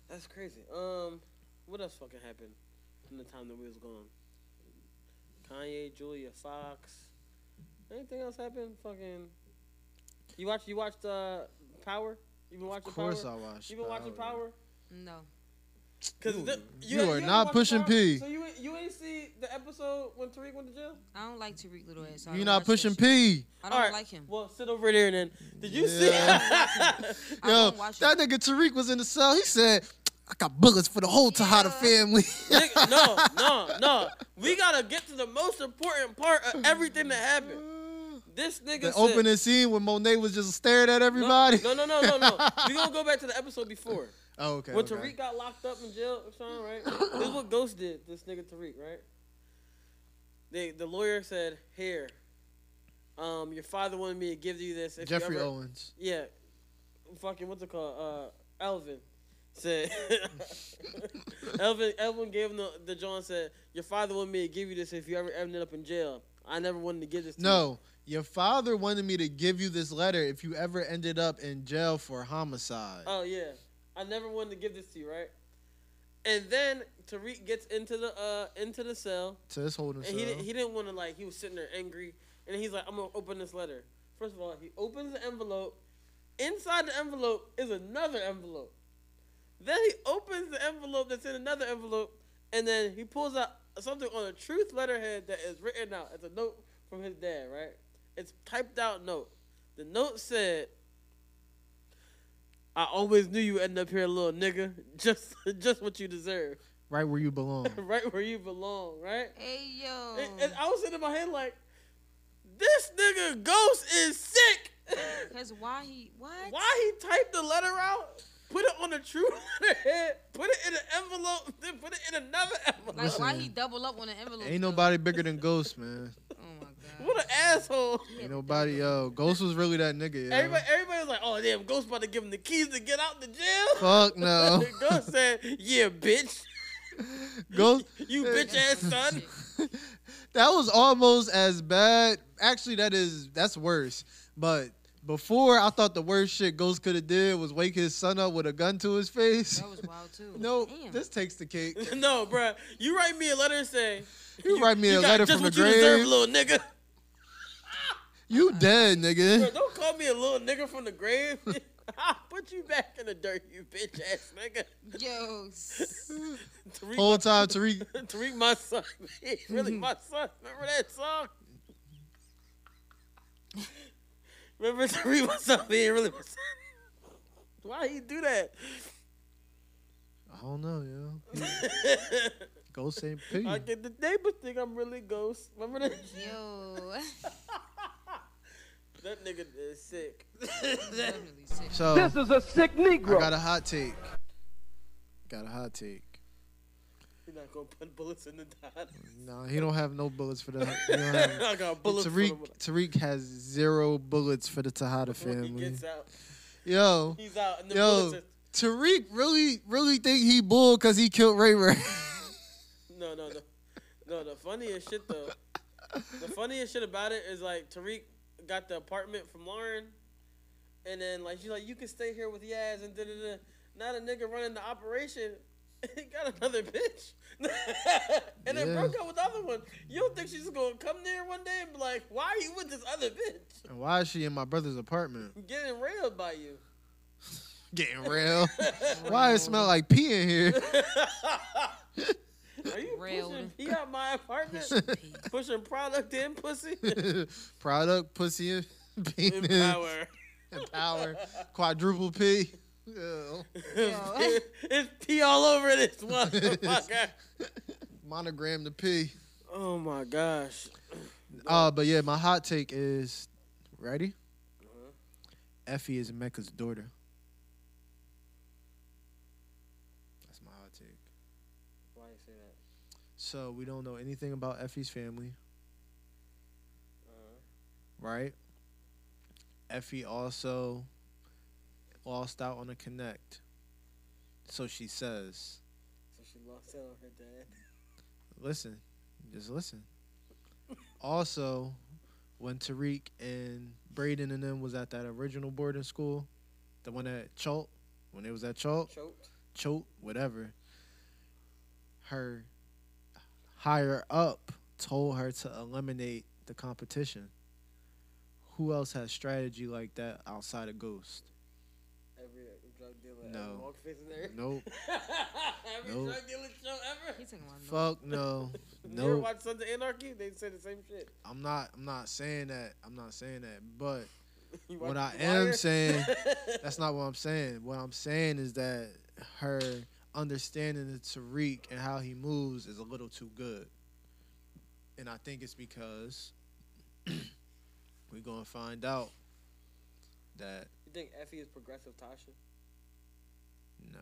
[SPEAKER 2] That's crazy. Um, what else fucking happened in the time that we was gone? Kanye, Julia Fox. Anything else happened? Fucking. You watch? You watched uh, Power? You been watching Power?
[SPEAKER 3] course I watched
[SPEAKER 2] You been watching Power?
[SPEAKER 4] No.
[SPEAKER 2] Cause
[SPEAKER 3] You-
[SPEAKER 2] the-
[SPEAKER 3] you are
[SPEAKER 2] ain't
[SPEAKER 3] not
[SPEAKER 2] watched
[SPEAKER 3] pushing
[SPEAKER 2] Power?
[SPEAKER 3] P.
[SPEAKER 2] So you ain't- you ain't see the episode when Tariq went to jail?
[SPEAKER 4] I don't like Tariq little ass. so I
[SPEAKER 3] You're
[SPEAKER 4] don't
[SPEAKER 3] not
[SPEAKER 4] watch that
[SPEAKER 3] pushing
[SPEAKER 4] shit.
[SPEAKER 3] P.
[SPEAKER 4] I don't like him.
[SPEAKER 2] Well, sit over there and then. Did you see?
[SPEAKER 3] Yo, that nigga Tariq was in the cell. He said, "I got bullets for the whole Tejada family."
[SPEAKER 2] Nigga, no, no, no. We gotta get to the most important part of everything that happened. This nigga
[SPEAKER 3] the
[SPEAKER 2] said,
[SPEAKER 3] opening scene when Monet was just staring at everybody.
[SPEAKER 2] No, no, no, no, no. We gonna go back to the episode before.
[SPEAKER 3] Oh, okay,
[SPEAKER 2] When
[SPEAKER 3] okay.
[SPEAKER 2] Tariq got locked up in jail, Sean, right? this is what Ghost did. This nigga Tariq, right? They, the lawyer said, "Here, um, your father wanted me to give you this." If you
[SPEAKER 3] Jeffrey
[SPEAKER 2] ever-
[SPEAKER 3] Owens.
[SPEAKER 2] Yeah, fucking what's it called? Uh, Elvin said. Elvin, Elvin gave him the, the John said, "Your father wanted me to give you this if you ever ended up in jail. I never wanted to give this to you."
[SPEAKER 3] No, your father wanted me to give you this letter if you ever ended up in jail for homicide.
[SPEAKER 2] Oh yeah, I never wanted to give this to you, right? And then Tariq gets into the uh into the cell,
[SPEAKER 3] So this holding
[SPEAKER 2] and he
[SPEAKER 3] cell.
[SPEAKER 2] didn't, he didn't want to like he was sitting there angry, and he's like, I'm gonna open this letter. First of all, he opens the envelope. Inside the envelope is another envelope. Then he opens the envelope that's in another envelope, and then he pulls out something on a truth letterhead that is written out as a note from his dad, right? It's typed out note. The note said, I always knew you end up here, little nigga. Just, just what you deserve,
[SPEAKER 3] right where you belong.
[SPEAKER 2] right where you belong, right?
[SPEAKER 4] Hey yo.
[SPEAKER 2] And, and I was sitting in my head like, this nigga Ghost is sick.
[SPEAKER 4] Cause why he what?
[SPEAKER 2] Why he typed the letter out, put it on the true letterhead, put it in an envelope, then put it in another envelope.
[SPEAKER 4] Like why he double up on an envelope? Oh
[SPEAKER 3] Ain't nobody bigger than Ghost, man.
[SPEAKER 2] What an asshole.
[SPEAKER 3] Ain't nobody, yo. Ghost was really that nigga, yo.
[SPEAKER 2] Everybody, everybody was like, "Oh damn, Ghost about to give him the keys to get out the jail."
[SPEAKER 3] Fuck no.
[SPEAKER 2] Ghost said, "Yeah, bitch,
[SPEAKER 3] Ghost,
[SPEAKER 2] you bitch ass son."
[SPEAKER 3] that was almost as bad. Actually, that is that's worse. But before, I thought the worst shit Ghost could have did was wake his son up with a gun to his face.
[SPEAKER 4] That was wild too.
[SPEAKER 3] No, this takes the cake.
[SPEAKER 2] no, bruh, you write me a letter and say,
[SPEAKER 3] You, write me a
[SPEAKER 2] got
[SPEAKER 3] letter
[SPEAKER 2] just
[SPEAKER 3] from the
[SPEAKER 2] what
[SPEAKER 3] grave.
[SPEAKER 2] you deserve, little nigga.
[SPEAKER 3] You dead,
[SPEAKER 2] Bro,
[SPEAKER 3] nigga.
[SPEAKER 2] don't call me a little nigga from the grave. I'll put you back in the dirt, you bitch ass nigga.
[SPEAKER 4] Yo.
[SPEAKER 2] Tariq,
[SPEAKER 3] Whole time Tariq.
[SPEAKER 2] Tariq, my son. He's really
[SPEAKER 3] Mm-hmm.
[SPEAKER 2] my son. Remember that song? Remember Tariq, my son. He really my son. Why he do that?
[SPEAKER 3] I don't know, yo. Ghost ain't P.
[SPEAKER 2] I get the neighbors think I'm really ghost. Remember that?
[SPEAKER 4] Yo.
[SPEAKER 2] That nigga is sick.
[SPEAKER 3] So
[SPEAKER 6] This is a sick Negro.
[SPEAKER 3] I got a hot take. Got a hot take.
[SPEAKER 2] You're not gonna put bullets in the dot.
[SPEAKER 3] No, he don't have no bullets for the. he don't have-
[SPEAKER 2] I got bullets for
[SPEAKER 3] Mm. Tariq,
[SPEAKER 2] the-
[SPEAKER 3] Tariq has zero bullets for the Tejada family.
[SPEAKER 2] Gets out.
[SPEAKER 3] Yo,
[SPEAKER 2] He's out. And the
[SPEAKER 3] yo,
[SPEAKER 2] bullets are-
[SPEAKER 3] Tariq really, really think he bull because he killed Ray Ray.
[SPEAKER 2] No, no, no. No, the funniest shit though. The funniest shit about it is like Tariq got the apartment from Lauren, and then like she's like, "You can stay here with Yaz," and da da da. Now the nigga running the operation, he got another bitch, and then
[SPEAKER 3] Yeah.
[SPEAKER 2] broke up with the other one. You don't think she's just gonna come there one day and be like, "Why are you with this other bitch?"
[SPEAKER 3] and why is she in my brother's apartment?
[SPEAKER 2] Getting railed by you.
[SPEAKER 3] Getting real. why it smell like pee in here?
[SPEAKER 2] Are you pushing
[SPEAKER 4] Railed.
[SPEAKER 2] pee out my apartment? pushing product in pussy.
[SPEAKER 3] Product, pussy, and penis.
[SPEAKER 2] Power.
[SPEAKER 3] And power. Quadruple P. Ew.
[SPEAKER 2] it's pee all over this motherfucker.
[SPEAKER 3] Monogram the P.
[SPEAKER 2] Oh my gosh.
[SPEAKER 3] Uh, but yeah, my hot take is ready. Effie is Mecca's daughter. That's my hot take.
[SPEAKER 2] Why you say that?
[SPEAKER 3] So we don't know anything about Effie's family,
[SPEAKER 2] Uh,
[SPEAKER 3] right? Effie also lost out on a connect. So she says,
[SPEAKER 2] So she lost out on her dad.
[SPEAKER 3] listen, just listen. also, when Tariq and Braden and them was at that original boarding school, the one at Cholt, when it was at Cholt,
[SPEAKER 2] Choked.
[SPEAKER 3] Chote, whatever, her higher up told her to eliminate the competition. Who else has strategy like that outside of Ghost?
[SPEAKER 2] Every drug dealer.
[SPEAKER 3] No.
[SPEAKER 2] Every walk face in there.
[SPEAKER 3] Nope.
[SPEAKER 2] every
[SPEAKER 3] Nope.
[SPEAKER 2] drug dealer show ever. He's talking about
[SPEAKER 3] Fuck no.
[SPEAKER 2] You ever
[SPEAKER 3] no.
[SPEAKER 2] watch Sons of Anarchy? They said the same shit.
[SPEAKER 3] I'm not I'm not saying that. I'm not saying that. But
[SPEAKER 2] You
[SPEAKER 3] what I
[SPEAKER 2] watch The
[SPEAKER 3] am
[SPEAKER 2] Wire?
[SPEAKER 3] saying that's not what I'm saying. What I'm saying is that her understanding of Tariq and how he moves is a little too good. And I think it's because we're gonna find out that
[SPEAKER 2] You think Effie is progressive, Tasha?
[SPEAKER 3] no.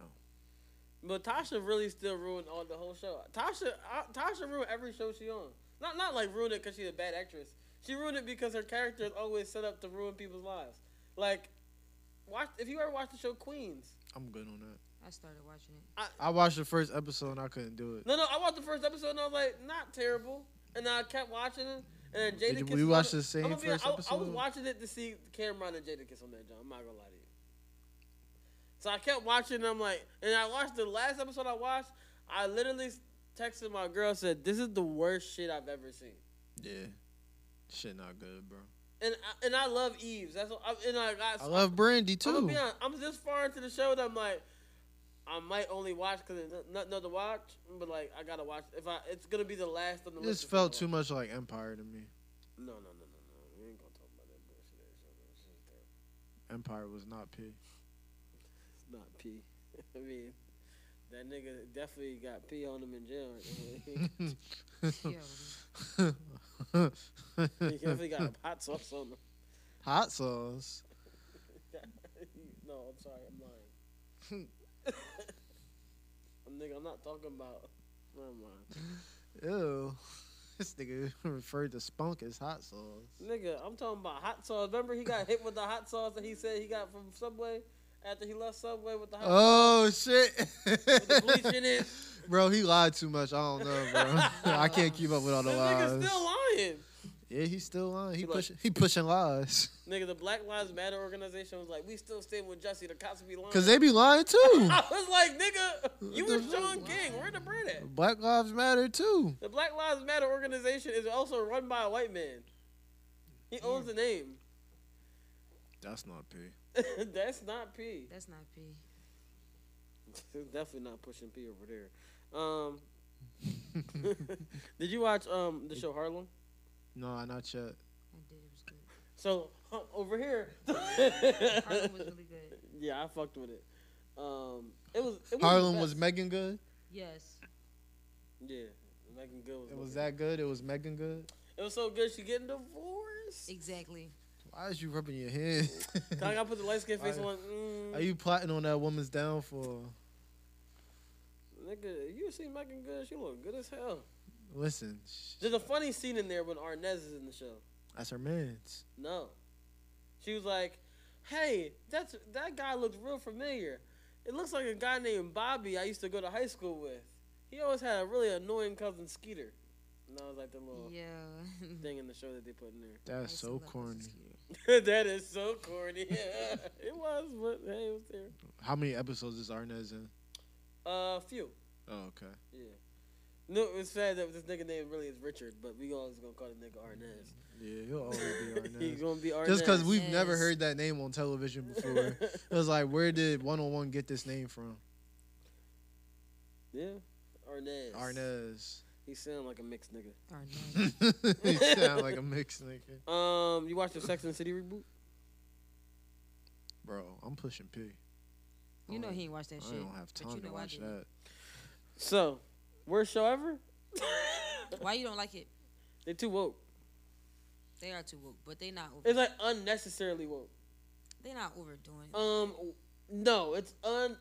[SPEAKER 2] But Tasha really still ruined all the whole show. Tasha, uh, Tasha ruined every show she on. Not not like ruined it because she's a bad actress. She ruined it because her character is always set up to ruin people's lives. Like, watch if you ever watch the show Queens.
[SPEAKER 3] I'm good on that.
[SPEAKER 4] I started watching it.
[SPEAKER 3] I watched the first episode and I couldn't do it.
[SPEAKER 2] No, no, I watched the first episode and I was like, not terrible. And I kept watching it. And then Jada
[SPEAKER 3] Did
[SPEAKER 2] Kiss
[SPEAKER 3] we
[SPEAKER 2] was
[SPEAKER 3] watch
[SPEAKER 2] on it.
[SPEAKER 3] the same
[SPEAKER 2] I'ma be-
[SPEAKER 3] first
[SPEAKER 2] I, I was
[SPEAKER 3] episode?
[SPEAKER 2] watching it to see Cameron and Jada Kiss on that, John. I'm not gonna lie to you. So I kept watching. And I'm like, and I watched the last episode. I watched. I literally texted my girl. Said, "This is the worst shit I've ever seen."
[SPEAKER 3] Yeah. Shit not good, bro.
[SPEAKER 2] And I, and I love Eves. That's what I, and I got.
[SPEAKER 3] I love Brandy
[SPEAKER 2] I'm
[SPEAKER 3] too.
[SPEAKER 2] gonna be honest, I'm this far into the show that I'm like, I might only watch because there's nothing else to watch. But like, I gotta watch. If I, it's gonna be the last on the
[SPEAKER 3] This
[SPEAKER 2] list. if I
[SPEAKER 3] felt
[SPEAKER 2] watch.
[SPEAKER 3] too much like Empire to me.
[SPEAKER 2] No, no, no, no, no. We ain't gonna talk about that bullshit. ass shit. That shit's terrible.
[SPEAKER 3] Empire was not P.
[SPEAKER 2] It's not P. I mean, that nigga definitely got P on him in jail. right now. he definitely got hot sauce on him.
[SPEAKER 3] Hot sauce.
[SPEAKER 2] no, I'm sorry, I'm lying. nigga, I'm not talking about. Never mind.
[SPEAKER 3] Ew. This nigga referred to spunk as hot sauce.
[SPEAKER 2] Nigga, I'm talking about hot sauce. Remember he got hit with the hot sauce that he said he got from Subway after he left Subway with the hot
[SPEAKER 3] Oh
[SPEAKER 2] sauce?
[SPEAKER 3] shit.
[SPEAKER 2] the bleach in it.
[SPEAKER 3] Bro, he lied too much. I don't know, bro. I can't keep up with all the
[SPEAKER 2] That nigga's
[SPEAKER 3] lies.
[SPEAKER 2] still lying.
[SPEAKER 3] Yeah, he's still lying. He,
[SPEAKER 2] He like-
[SPEAKER 3] pushing he pushing lies.
[SPEAKER 2] Nigga, the Black Lives Matter organization was like, we still stand with Jussie. The cops be lying.
[SPEAKER 3] Cause they be lying too.
[SPEAKER 2] I was like, nigga, you
[SPEAKER 3] the
[SPEAKER 2] were Sean King. Where the bread at?
[SPEAKER 3] Black Lives Matter too.
[SPEAKER 2] The Black Lives Matter organization is also run by a white man. He owns the name.
[SPEAKER 3] That's not P.
[SPEAKER 2] That's not P.
[SPEAKER 4] That's not P.
[SPEAKER 2] It's definitely not pushing P over there. Um, did you watch um the show Harlem?
[SPEAKER 3] No, not yet.
[SPEAKER 2] So huh, over here,
[SPEAKER 4] Harlem was really good.
[SPEAKER 2] yeah, I fucked with it. Um, it was it
[SPEAKER 3] Harlem
[SPEAKER 2] the
[SPEAKER 3] was
[SPEAKER 2] best.
[SPEAKER 3] Megan good.
[SPEAKER 4] Yes.
[SPEAKER 2] yeah, Megan Good was,
[SPEAKER 3] It was
[SPEAKER 2] that.
[SPEAKER 3] that good. It was Megan good.
[SPEAKER 2] It was so good. She getting divorced.
[SPEAKER 4] Exactly.
[SPEAKER 3] Why is you rubbing your hand?
[SPEAKER 2] I gotta put the light skin face
[SPEAKER 3] Are-
[SPEAKER 2] on. Mm,
[SPEAKER 3] Are you plotting on that woman's downfall?
[SPEAKER 2] nigga, you see Megan Good? She look good as hell.
[SPEAKER 3] Listen, sh-
[SPEAKER 2] There's a funny scene in there when Arnez is in the show.
[SPEAKER 3] that's her man's.
[SPEAKER 2] No. She was like, "Hey, that's that guy looks real familiar. It looks like a guy named Bobby I used to go to high school with. He always had a really annoying cousin Skeeter." And that was like the little
[SPEAKER 4] Yeah.
[SPEAKER 2] thing in the show that they put in there.
[SPEAKER 3] That's so corny.
[SPEAKER 2] that is so corny. Yeah, it was, but hey, it was there.
[SPEAKER 3] How many episodes is Arnez in?
[SPEAKER 2] A uh, few.
[SPEAKER 3] Oh, okay.
[SPEAKER 2] Yeah. No, it's sad that this nigga name really is Richard, but we always gonna call the nigga Arnez.
[SPEAKER 3] Yeah, he'll always Oh, be Arnez.
[SPEAKER 2] He's gonna be Arnez.
[SPEAKER 3] Just because we've never heard that name on television before. it was like, where did One on One get this name from?
[SPEAKER 2] Yeah, Arnez.
[SPEAKER 3] Arnez.
[SPEAKER 2] He sound like a mixed nigga.
[SPEAKER 3] he sound like a mixed nigga.
[SPEAKER 2] Um, you watched the Sex and the City reboot?
[SPEAKER 3] Bro, I'm pushing P.
[SPEAKER 4] You know he ain't watched that
[SPEAKER 3] I
[SPEAKER 4] shit.
[SPEAKER 3] don't have
[SPEAKER 4] but
[SPEAKER 3] time
[SPEAKER 4] you know
[SPEAKER 3] to
[SPEAKER 4] I
[SPEAKER 3] watch
[SPEAKER 4] did.
[SPEAKER 3] that.
[SPEAKER 2] So, worst show ever?
[SPEAKER 4] Why you don't like it?
[SPEAKER 2] They're too woke.
[SPEAKER 4] They are too woke, but they not over.
[SPEAKER 2] It's like unnecessarily woke.
[SPEAKER 4] They not overdoing. it.
[SPEAKER 2] Um, no, it's un.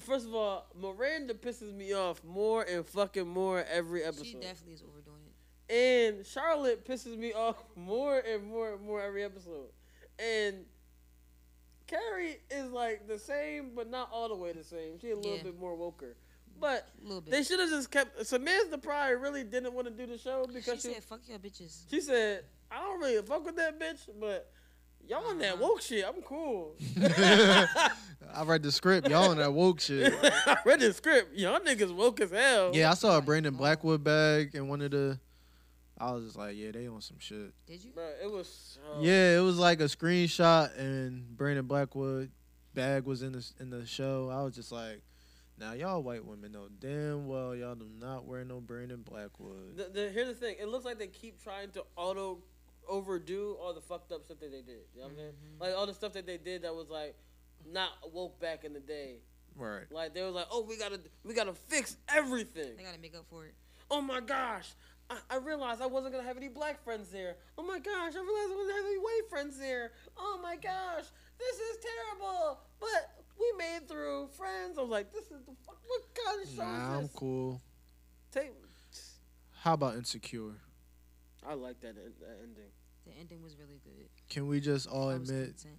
[SPEAKER 2] First of all, Miranda pisses me off more and fucking more every episode.
[SPEAKER 4] She definitely is overdoing it.
[SPEAKER 2] And Charlotte pisses me off more and more and more every episode. And Carrie is like the same, but not all the way the same. She a little
[SPEAKER 4] Yeah.
[SPEAKER 2] bit more woker. But
[SPEAKER 4] Little bit.
[SPEAKER 2] they should have just kept. Samantha Pryor really didn't want to do the show because
[SPEAKER 4] she
[SPEAKER 2] she,
[SPEAKER 4] said, "Fuck your bitches."
[SPEAKER 2] she said, I don't really fuck with that bitch, but y'all on
[SPEAKER 4] Uh-huh.
[SPEAKER 2] that woke shit, I'm cool.
[SPEAKER 3] I read the script. Y'all in that woke shit.
[SPEAKER 2] I read the script. Y'all niggas woke as hell.
[SPEAKER 3] Yeah, I
[SPEAKER 4] Oh
[SPEAKER 3] saw a Brandon Blackwood bag and one of the. I was just like, yeah, they on some shit.
[SPEAKER 4] Did you?
[SPEAKER 2] Bro, it was. uh,
[SPEAKER 3] Yeah, it was like a screenshot, and Brandon Blackwood bag was in the in the show. I was just like, now y'all white women know damn well y'all do not wear no Brandon Blackwood.
[SPEAKER 2] The, the, here's the thing. It looks like they keep trying to auto overdo all the fucked up stuff that they did. You know what I'm saying?
[SPEAKER 3] Mm-hmm.
[SPEAKER 2] Like all the stuff that they did that was like not woke back in the day.
[SPEAKER 3] Right.
[SPEAKER 2] Like they was like, oh, we gotta we gotta fix everything.
[SPEAKER 4] They gotta make up for it.
[SPEAKER 2] Oh my gosh, I, I realized I wasn't gonna have any black friends there. Oh my gosh, I realized I wasn't having any white friends there. Oh my gosh, this is terrible. But we made through friends. I was like, this is the fuck. What kind of show
[SPEAKER 3] Nah,
[SPEAKER 2] is
[SPEAKER 3] I'm
[SPEAKER 2] this?
[SPEAKER 3] cool.
[SPEAKER 2] Take.
[SPEAKER 3] How about insecure?
[SPEAKER 2] I like that, en- that ending.
[SPEAKER 4] The ending was really good.
[SPEAKER 3] Can we just all
[SPEAKER 4] I was
[SPEAKER 3] admit
[SPEAKER 4] content.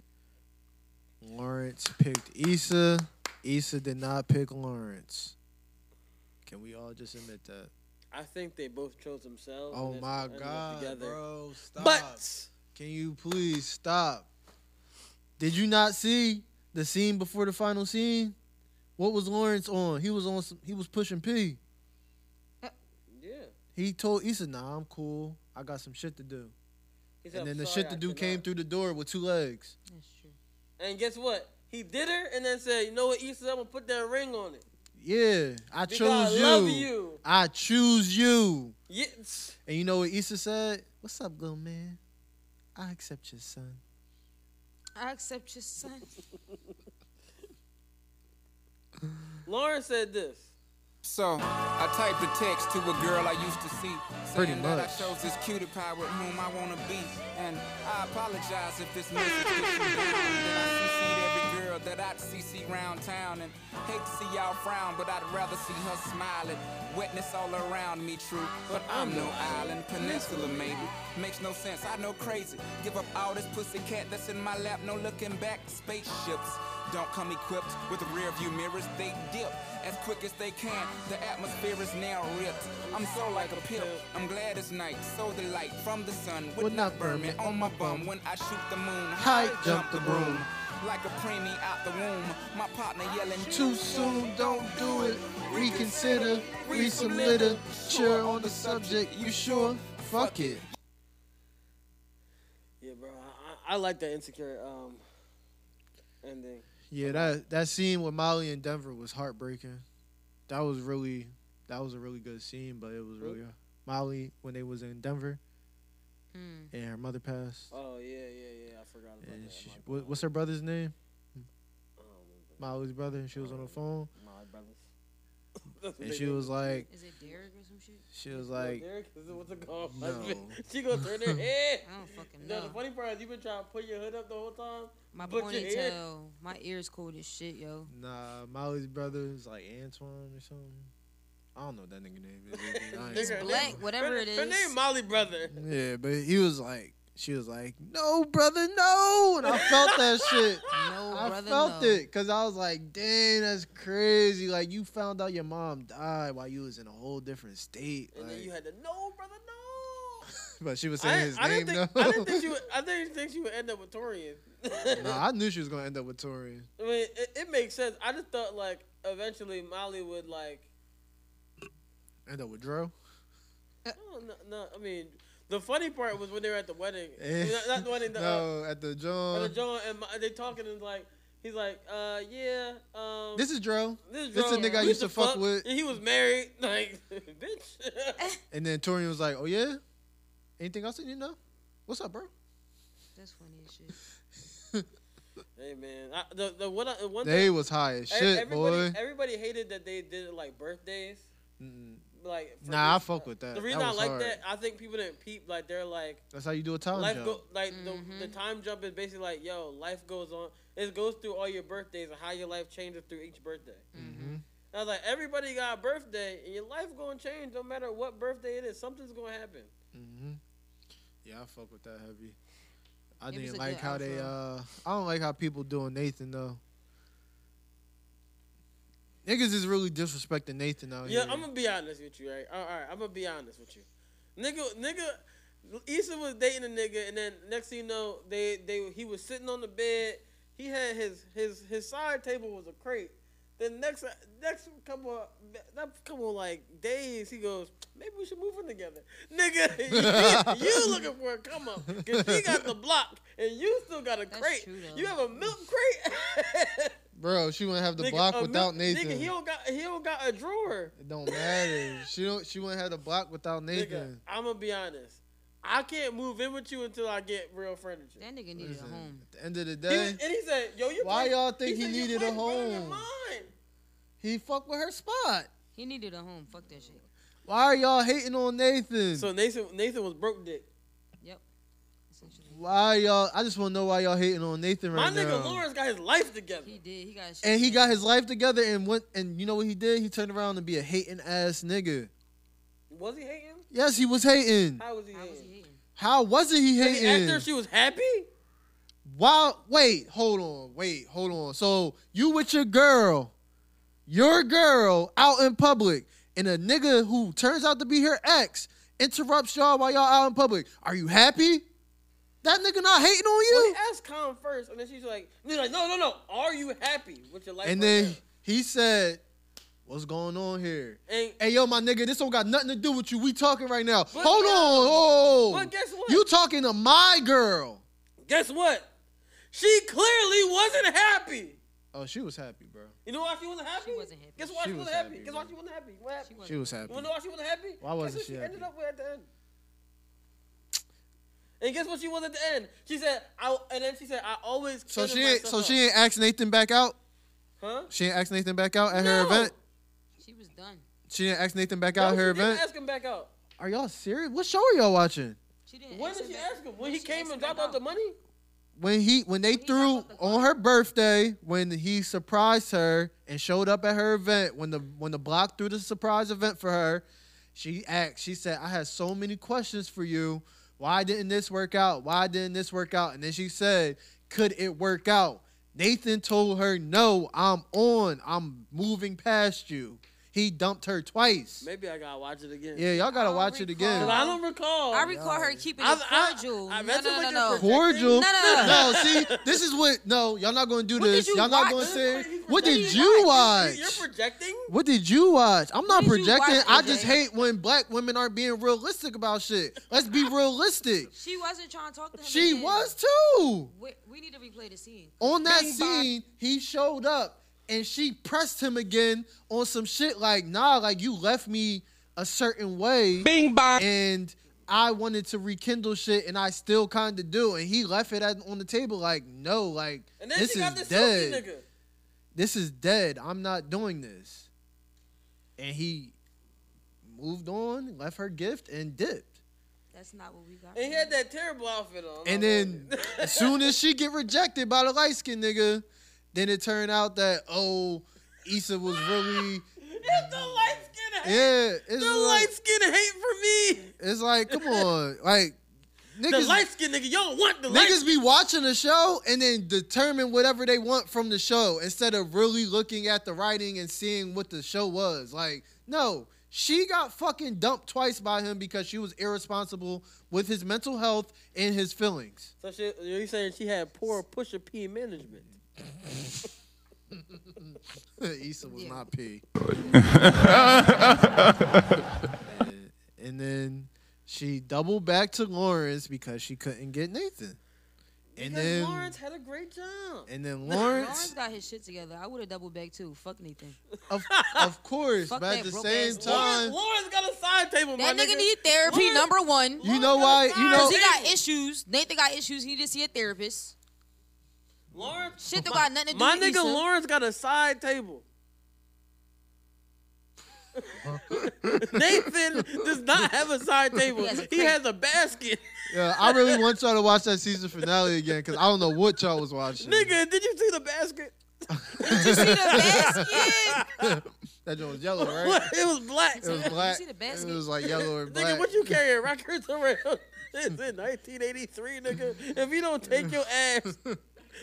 [SPEAKER 3] Lawrence picked Issa? Issa did not pick Lawrence. Can we all just admit that?
[SPEAKER 2] I think they both chose themselves.
[SPEAKER 3] Oh
[SPEAKER 2] and they
[SPEAKER 3] my
[SPEAKER 2] ended up
[SPEAKER 3] god,
[SPEAKER 2] together.
[SPEAKER 3] bro! Stop.
[SPEAKER 2] But
[SPEAKER 3] Can you please stop? Did you not see the scene before the final scene? What was Lawrence on? He was on. Some, he was pushing P.
[SPEAKER 2] yeah,
[SPEAKER 3] He told Issa, "Nah, I'm cool. I got some shit to do."
[SPEAKER 2] He said,
[SPEAKER 3] and
[SPEAKER 2] "I'm
[SPEAKER 3] then the
[SPEAKER 2] sorry
[SPEAKER 3] shit to
[SPEAKER 2] I
[SPEAKER 3] do came
[SPEAKER 2] cannot."
[SPEAKER 3] through the door with two legs.
[SPEAKER 4] That's true.
[SPEAKER 2] and guess what? He did her, and then said, "You know what, Issa? I'm gonna put that ring on it."
[SPEAKER 3] Yeah, I
[SPEAKER 2] Because
[SPEAKER 3] chose
[SPEAKER 2] I
[SPEAKER 3] you.
[SPEAKER 2] love you.
[SPEAKER 3] I choose you.
[SPEAKER 2] Yeah.
[SPEAKER 3] And you know what Issa said? What's up, little man? I accept your son.
[SPEAKER 4] I accept your son.
[SPEAKER 2] Lauren said this.
[SPEAKER 18] So I typed a text to a girl I used to see,
[SPEAKER 3] Pretty
[SPEAKER 18] saying that I
[SPEAKER 3] much.
[SPEAKER 18] chose this cutie pie with whom I wanna be, and I apologize if this message gets you down. That I CC'd every girl that I'd CC round town, and hate to see y'all frown, but I'd rather see her smiling. Witness all around me, true, but I'm no island, peninsula maybe. Makes no sense, I know crazy. Give up all this pussy cat that's in my lap, no looking back. Spaceships don't come equipped with rear view mirrors, they dip as quick as they can. The atmosphere is now ripped. I'm so like a pimp. I'm glad it's night, so the light from the sun would not burn me on my bum when I shoot the moon.
[SPEAKER 3] High jump the broom.
[SPEAKER 18] Like a preemie out the womb, my partner yelling
[SPEAKER 3] Too soon, don't do it. Reconsider, read some literature on the subject. You sure? Fuck it.
[SPEAKER 2] Yeah, bro. I, I, I like that insecure um ending.
[SPEAKER 3] Yeah, that that scene with Molly and Denver was heartbreaking. That was really that was a really good scene, but it was really Molly when they was in Denver
[SPEAKER 4] Mm.
[SPEAKER 3] and her mother passed.
[SPEAKER 2] Oh yeah, yeah, yeah. I forgot about
[SPEAKER 3] And
[SPEAKER 2] that.
[SPEAKER 3] she, what, what's her brother's name? Molly's brother. and She was on the phone
[SPEAKER 2] My brothers. That's what
[SPEAKER 3] and
[SPEAKER 2] they
[SPEAKER 3] she
[SPEAKER 2] do.
[SPEAKER 3] was like,
[SPEAKER 4] Is it Derek or some shit?
[SPEAKER 3] she was
[SPEAKER 2] No,
[SPEAKER 3] like,
[SPEAKER 2] Derek is what's it called?
[SPEAKER 3] No.
[SPEAKER 2] she gonna turn her head.
[SPEAKER 4] I don't fucking
[SPEAKER 2] No,
[SPEAKER 4] know.
[SPEAKER 2] the funny part is you've been trying to put your hood up the whole time.
[SPEAKER 4] My
[SPEAKER 2] but your hair-
[SPEAKER 4] ponytail, my ears cold as shit, yo.
[SPEAKER 3] nah, Molly's brother is like Antoine or something. I don't know what that nigga name. is. I ain't
[SPEAKER 4] It's
[SPEAKER 3] gonna-
[SPEAKER 4] black, whatever
[SPEAKER 2] her,
[SPEAKER 4] it
[SPEAKER 2] Her
[SPEAKER 4] is.
[SPEAKER 2] name Molly brother.
[SPEAKER 3] Yeah, but he was like, she was like, no, brother, no. And I felt that shit.
[SPEAKER 4] No,
[SPEAKER 3] Ah, I
[SPEAKER 4] brother,
[SPEAKER 3] felt
[SPEAKER 4] no.
[SPEAKER 3] it because I was like, dang, that's crazy. Like, you found out your mom died while you was in a whole different state.
[SPEAKER 2] And then
[SPEAKER 3] like-
[SPEAKER 2] you had to no brother no.
[SPEAKER 3] but she was saying
[SPEAKER 2] I,
[SPEAKER 3] his
[SPEAKER 2] I
[SPEAKER 3] name,
[SPEAKER 2] didn't think
[SPEAKER 3] though.
[SPEAKER 2] I didn't think she would I didn't think she would end up with Torian.
[SPEAKER 3] nah, I knew she was going to end up with Tori.
[SPEAKER 2] I mean, it, it makes sense. I just thought like eventually Molly would like.
[SPEAKER 3] End up with Dro.
[SPEAKER 4] Uh.
[SPEAKER 2] No, no, no. I mean, the funny part was when they were at the wedding. I
[SPEAKER 3] Eh,
[SPEAKER 2] mean, not, not the wedding. The, uh,
[SPEAKER 3] no, at the John.
[SPEAKER 2] at the John and Mo- they talking and like he's like, uh, yeah. Um,
[SPEAKER 3] This is Dro.
[SPEAKER 2] This is
[SPEAKER 3] This the
[SPEAKER 2] Dro.
[SPEAKER 3] nigga I
[SPEAKER 2] We
[SPEAKER 3] used to fuck with.
[SPEAKER 2] And he was married. Like, bitch.
[SPEAKER 3] And then Tori was like, oh, yeah? Anything else that you know? What's up, bro?
[SPEAKER 4] That's funny as shit.
[SPEAKER 2] hey man, I, the the one, I- one
[SPEAKER 3] They
[SPEAKER 2] thing-
[SPEAKER 3] was high as
[SPEAKER 2] e-
[SPEAKER 3] shit,
[SPEAKER 2] everybody,
[SPEAKER 3] boy.
[SPEAKER 2] Everybody hated that they did it like birthdays.
[SPEAKER 3] Mm-mm.
[SPEAKER 2] like. for
[SPEAKER 3] Nah, I
[SPEAKER 2] me-
[SPEAKER 3] fuck with that.
[SPEAKER 2] The reason
[SPEAKER 3] That
[SPEAKER 2] I
[SPEAKER 3] was
[SPEAKER 2] like
[SPEAKER 3] hard.
[SPEAKER 2] that, I think people didn't peep. Like they're like.
[SPEAKER 3] That's how you do a time
[SPEAKER 2] life
[SPEAKER 3] jump.
[SPEAKER 2] Go, like the, the time jump is basically like, yo, life goes on. It goes through all your birthdays and how your life changes through each birthday.
[SPEAKER 3] Mhm.
[SPEAKER 2] I was like, everybody got a birthday, and your life gonna change no matter what birthday it is. Something's gonna happen.
[SPEAKER 3] hmm Yeah, I fuck with that heavy. I
[SPEAKER 2] It was
[SPEAKER 3] didn't
[SPEAKER 2] a
[SPEAKER 3] like
[SPEAKER 2] good
[SPEAKER 3] how they. uh I don't like how people doing Nathan though. Niggas is really disrespecting Nathan out
[SPEAKER 2] Yeah,
[SPEAKER 3] here.
[SPEAKER 2] I'm gonna be honest with you, right? All all right, I'm gonna be honest with you, nigga. Nigga, Issa was dating a nigga, and then next thing you know, they they he was sitting on the bed. He had his his his side table was a crate. Then next next couple of, that couple of, like days, he goes, maybe we should move in together, nigga. You, you looking for a come up? Cause she got the block, and you still got a crate. you have a milk crate.
[SPEAKER 3] Bro, she wouldn't have the
[SPEAKER 2] nigga,
[SPEAKER 3] block
[SPEAKER 2] a milk-
[SPEAKER 3] without Nathan.
[SPEAKER 2] Nigga, he don't got he don't got a drawer.
[SPEAKER 3] It don't matter. she don't. She wouldn't have the block without Nathan.
[SPEAKER 2] I'm gonna be honest. I can't move in with you until I get real furniture. That nigga needed
[SPEAKER 3] Listen, At the end of the
[SPEAKER 2] He,
[SPEAKER 3] day,
[SPEAKER 2] and he said, "Yo, you
[SPEAKER 3] why
[SPEAKER 2] play-
[SPEAKER 3] y'all think he,
[SPEAKER 2] said, "You
[SPEAKER 3] needed
[SPEAKER 2] play
[SPEAKER 3] a
[SPEAKER 2] better than
[SPEAKER 3] home?
[SPEAKER 2] mine."
[SPEAKER 3] He fucked with her spot.
[SPEAKER 4] He needed a home. Fuck that shit.
[SPEAKER 3] Why are y'all hating on Nathan?
[SPEAKER 2] So Nathan, Nathan was broke dick.
[SPEAKER 4] Yep.
[SPEAKER 3] why y'all? I just want to know why y'all hating on Nathan
[SPEAKER 2] My
[SPEAKER 3] right
[SPEAKER 2] nigga
[SPEAKER 3] now.
[SPEAKER 2] Lawrence got his life together. He
[SPEAKER 4] did. He got. His
[SPEAKER 3] and he got his life together and went and you know what he did? He turned around and be a hating ass nigga.
[SPEAKER 2] Was he hating?
[SPEAKER 3] Yes, he was hating.
[SPEAKER 2] How was he hating?
[SPEAKER 3] How wasn't he
[SPEAKER 2] Because
[SPEAKER 3] hating?
[SPEAKER 2] After she was happy.
[SPEAKER 3] Wow, wait, hold on, wait, hold on. So you with your girl, your girl out in public, and a nigga who turns out to be her ex interrupts y'all while y'all out in public. Are you happy? That nigga not hating on
[SPEAKER 2] Well,
[SPEAKER 3] you.
[SPEAKER 2] he asked Calm first, and then she's like, "He's like, no, no, no. Are you happy with your life?"
[SPEAKER 3] And
[SPEAKER 2] right
[SPEAKER 3] then
[SPEAKER 2] now?"
[SPEAKER 3] he said, "What's going on here?"
[SPEAKER 2] And-
[SPEAKER 3] hey, yo, my nigga, this don't got nothing to do with you. We talking right now.
[SPEAKER 2] But-
[SPEAKER 3] Hold on. Oh,
[SPEAKER 2] But guess what?
[SPEAKER 3] You talking to my girl?
[SPEAKER 2] Guess what? She clearly wasn't happy.
[SPEAKER 3] Oh, she was happy, bro.
[SPEAKER 2] You know why she wasn't happy? She wasn't happy. Guess why
[SPEAKER 3] She
[SPEAKER 2] she,
[SPEAKER 3] was
[SPEAKER 2] wasn't happy?
[SPEAKER 3] happy,
[SPEAKER 2] Guess why she wasn't happy? What happened?
[SPEAKER 3] She was happy.
[SPEAKER 2] You wanna know why she wasn't happy?
[SPEAKER 3] Why wasn't
[SPEAKER 2] Guess what
[SPEAKER 3] she happy?
[SPEAKER 2] ended up with at the end? And guess what she was at the end? She said, "I." And then she said, "I always."
[SPEAKER 3] So
[SPEAKER 2] kidded
[SPEAKER 3] she ain't,
[SPEAKER 2] myself
[SPEAKER 3] so
[SPEAKER 2] up."
[SPEAKER 3] she ain't asked Nathan back out.
[SPEAKER 2] Huh?
[SPEAKER 3] She ain't asked Nathan back out at her event.
[SPEAKER 4] She was done.
[SPEAKER 3] She didn't ask Nathan back
[SPEAKER 2] No,
[SPEAKER 3] out at
[SPEAKER 2] she
[SPEAKER 3] her
[SPEAKER 2] didn't
[SPEAKER 3] event.
[SPEAKER 2] ask him back out.
[SPEAKER 3] Are y'all serious? What show are y'all watching?
[SPEAKER 4] She didn't.
[SPEAKER 2] When did she ask him? When he came and dropped out the money?
[SPEAKER 3] When he when they threw on her birthday, when he surprised her and showed up at her event, when the when the block threw the surprise event for her, she asked, she said, I had so many questions for you. Why didn't this work out? Why didn't this work out? And then she said, Could it work out? Nathan told her, No, I'm on. I'm moving past you. He dumped her twice.
[SPEAKER 2] Maybe I gotta watch it again.
[SPEAKER 3] Yeah, y'all gotta watch it again.
[SPEAKER 2] Cause I don't recall.
[SPEAKER 4] I recall her keeping
[SPEAKER 2] I-
[SPEAKER 4] it cordial.
[SPEAKER 2] I- I-
[SPEAKER 4] no,
[SPEAKER 2] that's
[SPEAKER 4] no,
[SPEAKER 2] what
[SPEAKER 4] no,
[SPEAKER 2] you're
[SPEAKER 4] no.
[SPEAKER 3] cordial.
[SPEAKER 4] No, no, no.
[SPEAKER 3] see, this is what. No, y'all not gonna do this.
[SPEAKER 4] did you
[SPEAKER 3] Y'all not gonna
[SPEAKER 4] watch?
[SPEAKER 3] say. What did you watch?
[SPEAKER 2] You're projecting.
[SPEAKER 3] What did you watch? I'm not
[SPEAKER 2] did you watch,
[SPEAKER 3] projecting. I
[SPEAKER 4] TJ?
[SPEAKER 3] just hate when black women aren't being realistic about shit. Let's be realistic.
[SPEAKER 4] She wasn't trying to talk to him.
[SPEAKER 3] She
[SPEAKER 4] again.
[SPEAKER 3] was too.
[SPEAKER 4] We, we need to replay the scene.
[SPEAKER 3] On that
[SPEAKER 4] Bing bong.
[SPEAKER 3] scene, he showed up and she pressed him again on some shit like, nah, like you left me a certain way. Bing bong. And I wanted to rekindle shit and I still kind of do. And he left it at, on the table like, no, like,
[SPEAKER 2] And then
[SPEAKER 3] this
[SPEAKER 2] she
[SPEAKER 3] is
[SPEAKER 2] got this
[SPEAKER 3] dead.
[SPEAKER 2] selfie nigga.
[SPEAKER 3] This is dead. I'm not doing this. And he moved on, left her gift, and dipped.
[SPEAKER 4] That's not what we got.
[SPEAKER 2] And he had that terrible outfit on.
[SPEAKER 3] And then as soon as she get rejected by the light skinned nigga, then it turned out that oh Issa was really
[SPEAKER 2] it's the light skin. hate.
[SPEAKER 3] Yeah, it's
[SPEAKER 2] the
[SPEAKER 3] like-
[SPEAKER 2] light skin hate for me.
[SPEAKER 3] it's like, come on. Like niggas
[SPEAKER 2] the light skin nigga, y'all want the light
[SPEAKER 3] Niggas be watching the show and then determine whatever they want from the show instead of really looking at the writing and seeing what the show was. Like, no, she got fucking dumped twice by him because she was irresponsible with his mental health and his feelings.
[SPEAKER 2] So she, you saying she had poor Pusha P management?
[SPEAKER 3] Issa was not P. and then she doubled back to Lawrence because she couldn't get Nathan. And
[SPEAKER 2] Because
[SPEAKER 3] then
[SPEAKER 2] Lawrence had a great job.
[SPEAKER 3] and then
[SPEAKER 4] Lawrence
[SPEAKER 3] Lawrence,
[SPEAKER 4] got his shit together. I would have double back too. Fuck Nathan.
[SPEAKER 3] of, of course,
[SPEAKER 4] Fuck
[SPEAKER 3] but at
[SPEAKER 4] that
[SPEAKER 3] the
[SPEAKER 4] broke
[SPEAKER 3] same
[SPEAKER 4] ass
[SPEAKER 3] time,
[SPEAKER 2] Lawrence got a side table.
[SPEAKER 4] That
[SPEAKER 2] my
[SPEAKER 4] nigga
[SPEAKER 2] nigga.
[SPEAKER 4] need therapy.
[SPEAKER 2] Lawrence-
[SPEAKER 4] number one.
[SPEAKER 3] you know why? You know
[SPEAKER 4] Cause he got issues. Nathan got issues. He needed to see a therapist.
[SPEAKER 2] Lawrence.
[SPEAKER 4] Shit that got nothing to do
[SPEAKER 2] My
[SPEAKER 4] with
[SPEAKER 2] nigga
[SPEAKER 4] Issa.
[SPEAKER 2] Lawrence got a side table. Nathan does not have a side table. He has a, basket.
[SPEAKER 3] Yeah, I really want y'all to watch that season finale again because I don't know what y'all was watching.
[SPEAKER 2] Nigga, did you see the basket?
[SPEAKER 4] Did you see the basket?
[SPEAKER 3] that joint was yellow, right?
[SPEAKER 2] What? It was black.
[SPEAKER 3] It was black. It was like yellow or black.
[SPEAKER 2] Nigga, what you carrying records around? It's in 1983, nigga. If you don't take your ass,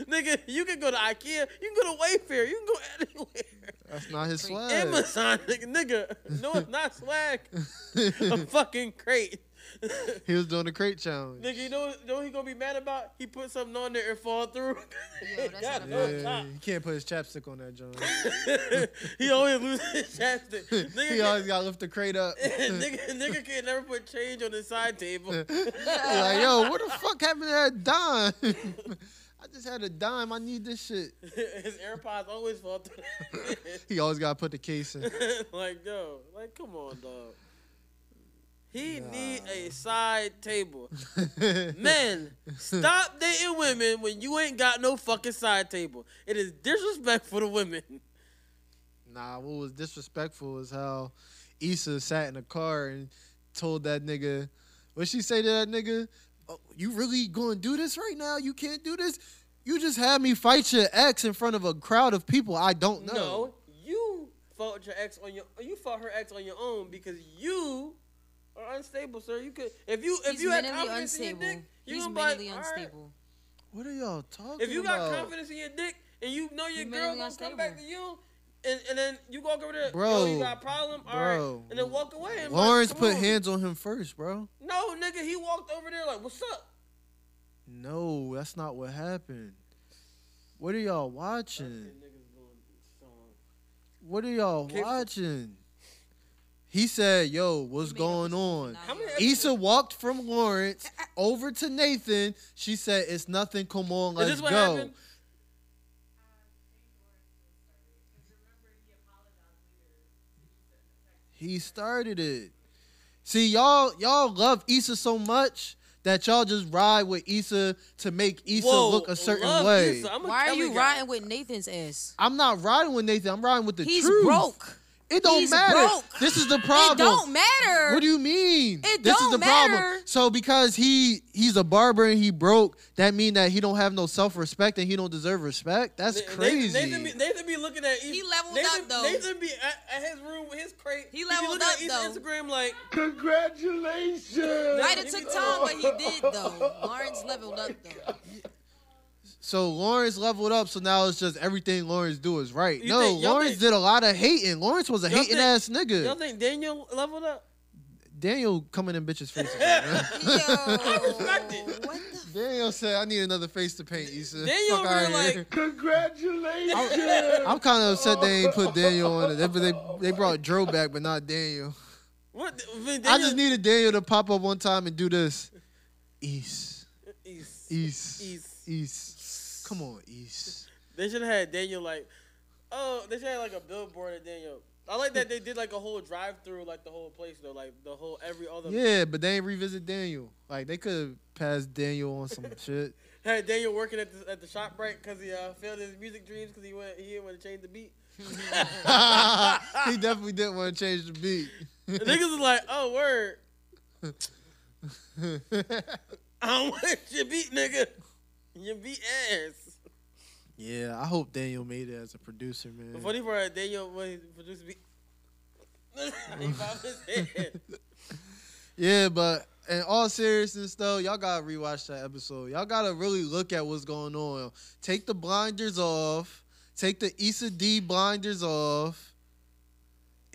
[SPEAKER 2] nigga, you can go to IKEA, you can go to Wayfair, you can go anywhere.
[SPEAKER 3] That's not his swag.
[SPEAKER 2] Amazon, nigga, nigga. No, it's not swag. A fucking crate.
[SPEAKER 3] He was doing the crate challenge.
[SPEAKER 2] Nigga, you know, you know what he gonna be mad about? He put something on there and fall through. God, no, it's
[SPEAKER 3] Yeah,
[SPEAKER 2] not.
[SPEAKER 3] he can't put his chapstick on that joint.
[SPEAKER 2] he always loses his chapstick. Nigga,
[SPEAKER 3] he always got to lift the crate up.
[SPEAKER 2] nigga, nigga can't never put change on his side table.
[SPEAKER 3] He like, yo, what the fuck happened to that dime? I just had a dime. I need this shit.
[SPEAKER 2] His AirPods always fall through.
[SPEAKER 3] He always got to put the case in.
[SPEAKER 2] like, yo, like, come on, dog. He need a side table. Men, stop dating women when you ain't got no fucking side table. It is disrespectful to women.
[SPEAKER 3] Nah, what was disrespectful is how Issa sat in the car and told that nigga, what she say to that nigga? Oh, you really going to do this right now? You can't do this? You just had me fight your ex in front of a crowd of people I don't know.
[SPEAKER 2] you fought your ex on your you fought her ex on your own because you are unstable, sir. You could if you if
[SPEAKER 4] He's
[SPEAKER 2] you had
[SPEAKER 4] mentally
[SPEAKER 2] confidence in your
[SPEAKER 4] unstable.
[SPEAKER 2] dick, you
[SPEAKER 4] He's
[SPEAKER 2] gonna be like,
[SPEAKER 4] mentally
[SPEAKER 2] "All right,
[SPEAKER 4] unstable.
[SPEAKER 3] What are y'all talking
[SPEAKER 2] If you got
[SPEAKER 3] about?
[SPEAKER 2] confidence in your dick and you know your
[SPEAKER 4] You
[SPEAKER 2] girl
[SPEAKER 4] mentally
[SPEAKER 2] gonna come back to you, and, and then you walk over there,
[SPEAKER 3] Bro,
[SPEAKER 2] yo, you got a problem, all right,
[SPEAKER 3] bro.
[SPEAKER 2] and then walk away. And be like,
[SPEAKER 3] Lawrence
[SPEAKER 2] "Come
[SPEAKER 3] put
[SPEAKER 2] on."
[SPEAKER 3] hands on him first, bro.
[SPEAKER 2] No, nigga, he walked over there like, "What's up?"
[SPEAKER 3] No, that's not what happened. What are y'all watching? What are y'all watching? He said, "Yo, what's going on?" Issa walked from Lawrence over to Nathan. She said, "It's nothing. Come on,
[SPEAKER 2] Is
[SPEAKER 3] let's
[SPEAKER 2] this what
[SPEAKER 3] go."
[SPEAKER 2] happened?
[SPEAKER 3] He started it. See, y'all, y'all love Issa so much that y'all just ride with Issa to make Issa
[SPEAKER 4] Whoa,
[SPEAKER 3] look a certain
[SPEAKER 4] love
[SPEAKER 3] way.
[SPEAKER 4] Issa. I'm a Why are you Kelly guy. riding with Nathan's ass?
[SPEAKER 3] I'm not riding with Nathan. I'm riding with the
[SPEAKER 4] He's
[SPEAKER 3] truth.
[SPEAKER 4] broke.
[SPEAKER 3] It don't
[SPEAKER 4] He's
[SPEAKER 3] matter.
[SPEAKER 4] broke.
[SPEAKER 3] This is the problem.
[SPEAKER 4] don't matter.
[SPEAKER 3] What do you mean?
[SPEAKER 4] It
[SPEAKER 3] this is
[SPEAKER 4] don't
[SPEAKER 3] the problem.
[SPEAKER 4] matter.
[SPEAKER 3] So because he he's a barber and he broke, that mean that he don't have no self respect and he don't deserve respect. That's
[SPEAKER 2] Nathan-
[SPEAKER 3] crazy.
[SPEAKER 2] Nathan, be, Nathan be looking at Issa. He
[SPEAKER 4] leveled
[SPEAKER 2] Nathan,
[SPEAKER 4] up, though.
[SPEAKER 2] Nathan be at, at his room with his crate.
[SPEAKER 4] He
[SPEAKER 2] be
[SPEAKER 4] leveled
[SPEAKER 2] looking
[SPEAKER 4] up,
[SPEAKER 2] at Issa's
[SPEAKER 4] though.
[SPEAKER 2] Instagram like,
[SPEAKER 4] Congratulations. Might have took time, but he did though. Lawrence leveled up though.
[SPEAKER 3] so Lawrence leveled up. So now it's just everything Lawrence do is right.
[SPEAKER 2] You
[SPEAKER 3] no,
[SPEAKER 2] think- y'all
[SPEAKER 3] Lawrence
[SPEAKER 2] think-
[SPEAKER 3] did a lot of hating. Lawrence was a
[SPEAKER 2] Y'all
[SPEAKER 3] hating
[SPEAKER 2] think-
[SPEAKER 3] ass
[SPEAKER 2] Y'all
[SPEAKER 3] nigga.
[SPEAKER 2] think Daniel leveled up?
[SPEAKER 3] Daniel coming in bitches' faces. man.
[SPEAKER 2] I
[SPEAKER 3] Oh,
[SPEAKER 2] respect it.
[SPEAKER 3] Daniel said, "I need another face to paint." Issa.
[SPEAKER 2] Daniel
[SPEAKER 3] Fuck
[SPEAKER 2] over there
[SPEAKER 3] outta here.
[SPEAKER 2] like,
[SPEAKER 3] congratulations. I'm kind of upset they ain't put Daniel on it. They, they, they brought Drew back, but not Daniel.
[SPEAKER 2] What? the- Vin
[SPEAKER 3] I
[SPEAKER 2] Daniel-
[SPEAKER 3] just needed Daniel to pop up one time and do this. East.
[SPEAKER 2] East.
[SPEAKER 3] East.
[SPEAKER 2] East.
[SPEAKER 3] East. Come on, East.
[SPEAKER 2] They should have had Daniel like, oh, they should have like a billboard of Daniel. I like that they did like a whole drive through, like the whole place though, like the whole every other.
[SPEAKER 3] Yeah, but they ain't revisit Daniel. Like, they could have passed Daniel on some shit.
[SPEAKER 2] Had Daniel working at the at the shop break because he uh, failed his music dreams because he went he didn't want to change the beat.
[SPEAKER 3] he definitely didn't want to change the beat.
[SPEAKER 2] The niggas is like, oh word, I don't want your beat, nigga. Your beat ass.
[SPEAKER 3] yeah, I hope Daniel made it as a producer, man.
[SPEAKER 2] The funny part, is Daniel when he produced beat. he bobbed his head.
[SPEAKER 3] Yeah, but in all seriousness though, y'all gotta rewatch that episode. Y'all gotta really look at what's going on. Take the blinders off. Take the Issa D blinders off.